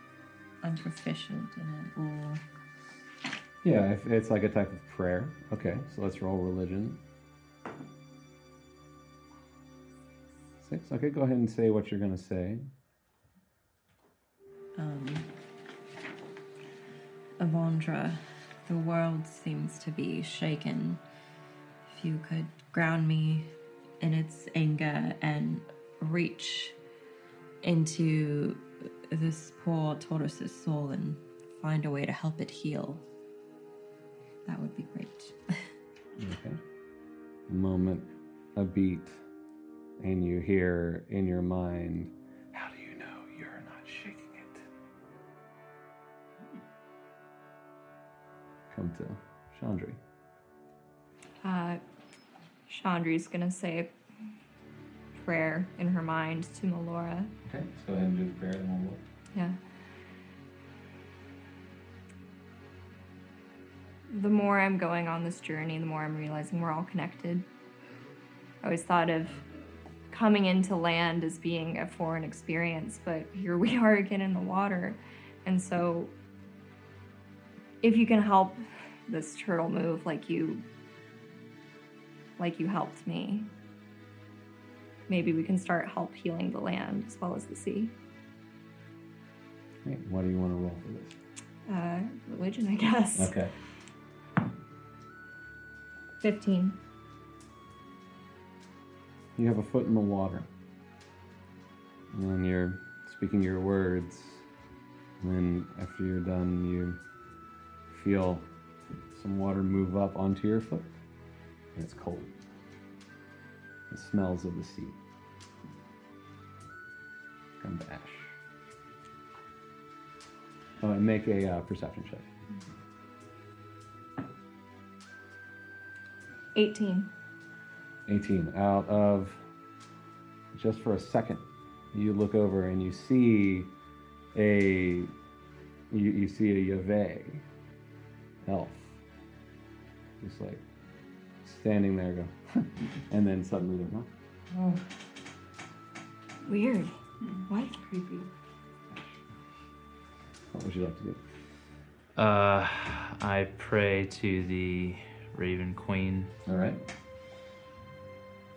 Speaker 9: I'm proficient in it, or
Speaker 2: Yeah, if it's like a type of prayer. Okay, so let's roll religion. Six. Okay, go ahead and say what you're gonna say.
Speaker 9: um, Avandra, the world seems to be shaken. If you could ground me in its anger and reach into this poor tortoise's soul and find a way to help it heal, that would be great.
Speaker 2: Okay. A moment, a beat, and you hear in your mind, How do you know you're not shaking it? Come to Chandri.
Speaker 4: Uh, Chandri's gonna say a prayer in her mind to Melora.
Speaker 11: Okay, let's go ahead and do the prayer and we'll look.
Speaker 4: Yeah. The more I'm going on this journey, the more I'm realizing we're all connected. I always thought of coming into land as being a foreign experience, but here we are again in the water. And so, if you can help this turtle move like you like you helped me, maybe we can start help healing the land as well as the sea.
Speaker 2: Okay, what do you want to roll for
Speaker 4: Uh, religion, I guess.
Speaker 2: this? Okay.
Speaker 4: 15.
Speaker 2: You have a foot in the water. And then you're speaking your words. And then after you're done, you feel some water move up onto your foot. And it's cold. It smells of the sea. Come to ash. Oh, and make a uh, perception check.
Speaker 4: 18.
Speaker 2: 18 out of just for a second you look over and you see a you, you see a Yave elf just like standing there, go, and then suddenly they're gone.
Speaker 4: Weird. What?
Speaker 9: Creepy.
Speaker 2: What would you like to do?
Speaker 5: Uh, I pray to the Raven Queen
Speaker 2: All right.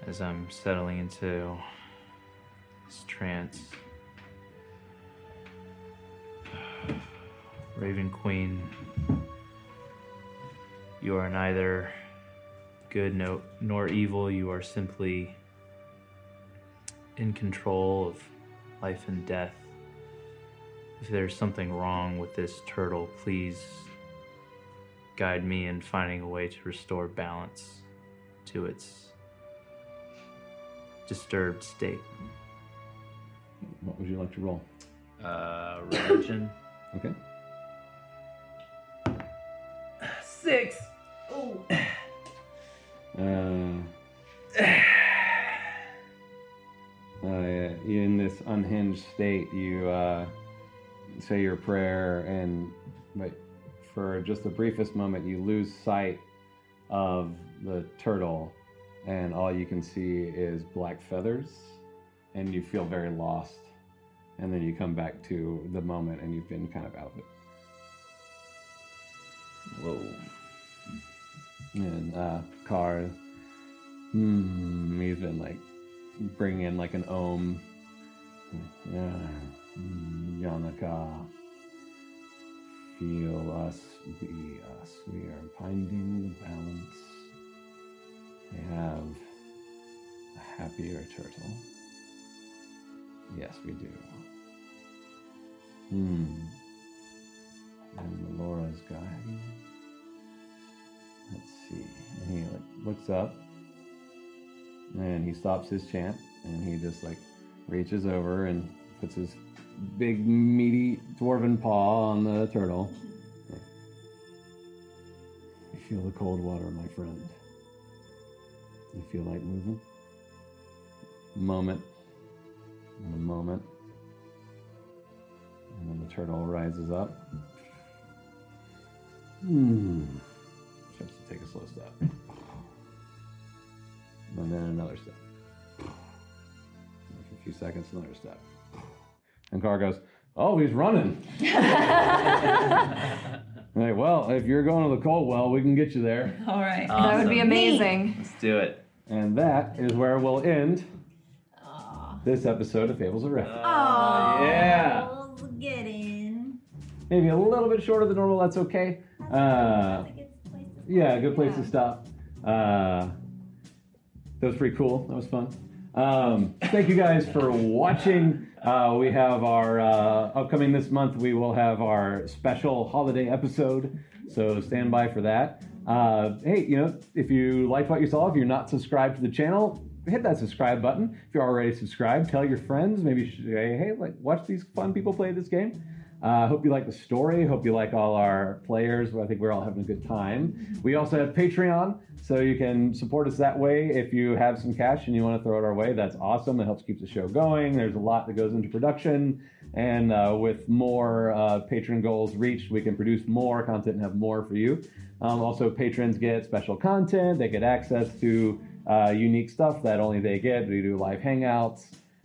Speaker 5: as I'm settling into this trance. Raven Queen, you are neither good no, nor evil. You are simply in control of life and death. If there's something wrong with this turtle, please guide me in finding a way to restore balance to its disturbed state.
Speaker 2: What would you like to roll?
Speaker 5: Uh, religion.
Speaker 2: Okay.
Speaker 7: Six. Oh.
Speaker 2: Uh, uh, in this unhinged state, you uh, say your prayer, and but for just the briefest moment, you lose sight of the turtle, and all you can see is black feathers, and you feel very lost. And then you come back to the moment, and you've been kind of out of it.
Speaker 5: Whoa.
Speaker 2: and uh, Carl, hmm, he's been like bringing in like an ohm. Yeah, hmm, Yanaka, feel us, be us. We are finding the balance. We have a happier turtle. Yes, we do. Hmm. And Laura's guide. Let's see. And he like looks up and he stops his chant and he just like reaches over and puts his big meaty dwarven paw on the turtle. You feel the cold water, my friend. You feel like moving? Moment. And a moment. And then the turtle rises up. Hmm. Starts to take a slow step. And then another step. And for a few seconds, another step. And Carr goes, Oh, he's running. I'm like, well, if you're going to the cold well, we can get you there.
Speaker 9: All right.
Speaker 4: That would be
Speaker 5: Awesome.
Speaker 4: amazing.
Speaker 5: Let's do it.
Speaker 2: And that is where we'll end this episode of Fables of Refuge.
Speaker 6: Oh,
Speaker 2: yeah.
Speaker 6: Get in.
Speaker 2: Maybe a little bit shorter than normal, that's okay. Uh, yeah, good place to stop. Uh, that was pretty cool. That was fun. Um, thank you guys for watching. Uh, we have our uh, upcoming this month. We will have our special holiday episode, so stand by for that. Uh, hey, you know, if you like what you saw, if you're not subscribed to the channel, hit that subscribe button. If you're already subscribed, tell your friends. Maybe say, hey, like, watch these fun people play this game. Uh, hope you like the story. Hope you like all our players. I think we're all having a good time. We also have Patreon, so you can support us that way. If you have some cash and you want to throw it our way, that's awesome. It helps keep the show going. There's a lot that goes into production, and uh, with more uh, patron goals reached, we can produce more content and have more for you. Um, also, patrons get special content. They get access to uh, unique stuff that only they get. We do live hangouts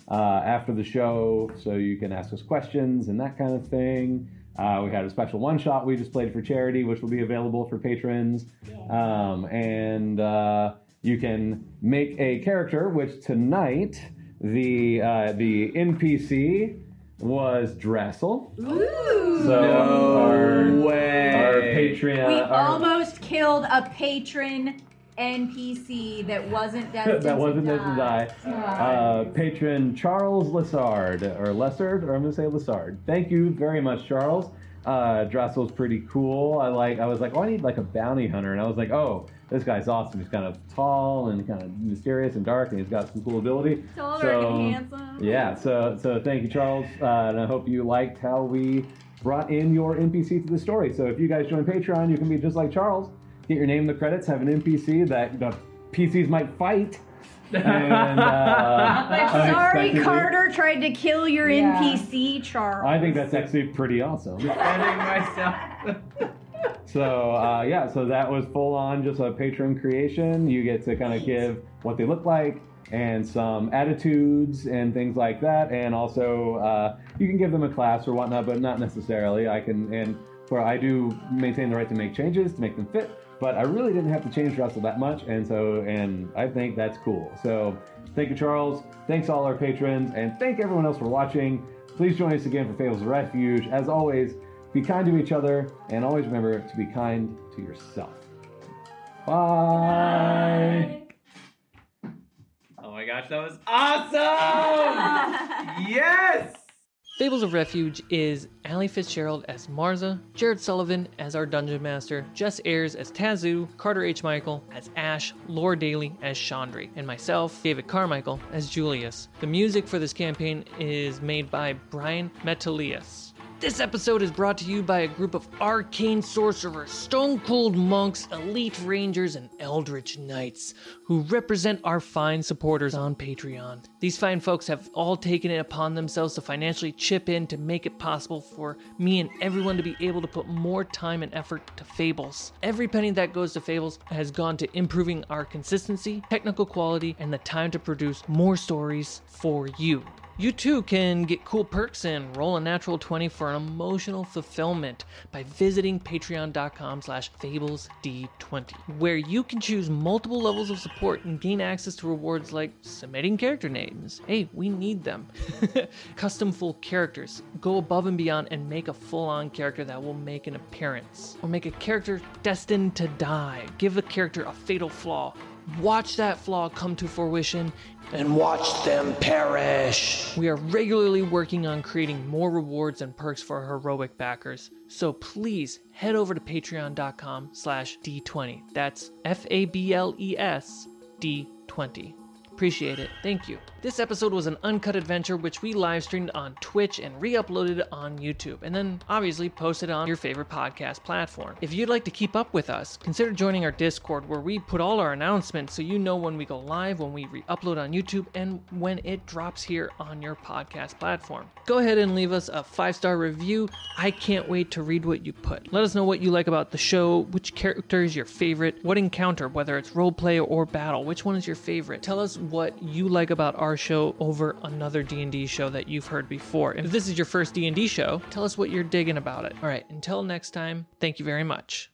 Speaker 2: uh, after the show so you can ask us questions and that kind of thing. Uh, we had a special one shot we just played for charity, which will be available for patrons. Um, and uh, you can make a character, which tonight the uh, the NPC was Drassel. So our,
Speaker 7: way.
Speaker 2: our Patreon.
Speaker 6: we
Speaker 2: our-
Speaker 6: almost killed a patron NPC that wasn't destined
Speaker 2: that wasn't
Speaker 6: to
Speaker 2: meant to die. Uh, patron Charles Lessard, or Lessard, or I'm gonna say Lessard. Thank you very much, Charles. Uh, Drossel's pretty cool. I like. I was like, oh, I need like a bounty hunter, and I was like, oh, this guy's awesome. He's kind of tall and kind of mysterious and dark, and he's got some cool ability.
Speaker 6: Taller
Speaker 2: So-
Speaker 6: and handsome.
Speaker 2: Yeah. So, so thank you, Charles, uh, and I hope you liked how we brought in your NPC to the story. So, if you guys join Patreon, you can be just like Charles. Get your name in the credits. Have an NPC that the PCs might fight. And, uh,
Speaker 6: Sorry,
Speaker 2: unexpectedly-
Speaker 6: Carter tried to kill your
Speaker 9: Yeah.
Speaker 6: NPC, Charles.
Speaker 2: I think that's actually pretty awesome.
Speaker 5: Defending myself.
Speaker 2: So uh, yeah, so that was full on just a patron creation. You get to kind of give what they look like and some attitudes and things like that, and also uh, you can give them a class or whatnot, but not necessarily. I can and for I do maintain the right to make changes to make them fit, but I really didn't have to change Russell that much, and so and I think that's cool. So thank you, Charles. Thanks all our patrons, and thank everyone else for watching. Please join us again for Fables of Refuge. As always, be kind to each other, and always remember to be kind to yourself. Bye.
Speaker 5: Oh my gosh, that was awesome! yes!
Speaker 1: Fables of Refuge is Allie Fitzgerald as Marza, Jared Sullivan as our Dungeon Master, Jess Ayers as Tazoo, Carter H. Michael as Ash, Laura Daly as Chandri, and myself, David Carmichael, as Julius. The music for this campaign is made by Brian Metalius. This episode is brought to you by a group of arcane sorcerers, stone cold monks, elite rangers, and eldritch knights who represent our fine supporters on Patreon. These fine folks have all taken it upon themselves to financially chip in to make it possible for me and everyone to be able to put more time and effort to Fables. Every penny that goes to Fables has gone to improving our consistency, technical quality, and the time to produce more stories for you. You too can get cool perks and roll a natural 20 for an emotional fulfillment by visiting patreon.com slash fablesd20, where you can choose multiple levels of support and gain access to rewards like submitting character names. Hey, we need them. Custom full characters. Go above and beyond and make a full-on character that will make an appearance. Or make a character destined to die. Give a character a fatal flaw. Watch that flaw come to fruition and watch them perish. We are regularly working on creating more rewards and perks for our heroic backers, so please head over to patreon.com slash d20. That's E F-A-B-L-E-S D20. Appreciate it. Thank you. This episode was an uncut adventure which we live streamed on Twitch and re uploaded on YouTube, and then obviously posted on your favorite podcast platform. If you'd like to keep up with us, consider joining our Discord where we put all our announcements so you know when we go live, when we re upload on YouTube, and when it drops here on your podcast platform. Go ahead and leave us a five star review. I can't wait to read what you put. Let us know what you like about the show, which character is your favorite, what encounter, whether it's roleplay or battle, which one is your favorite. Tell us what you like about our show over another D&D show that you've heard before. If this is your first D&D show, tell us what you're digging about it. All right, until next time, thank you very much.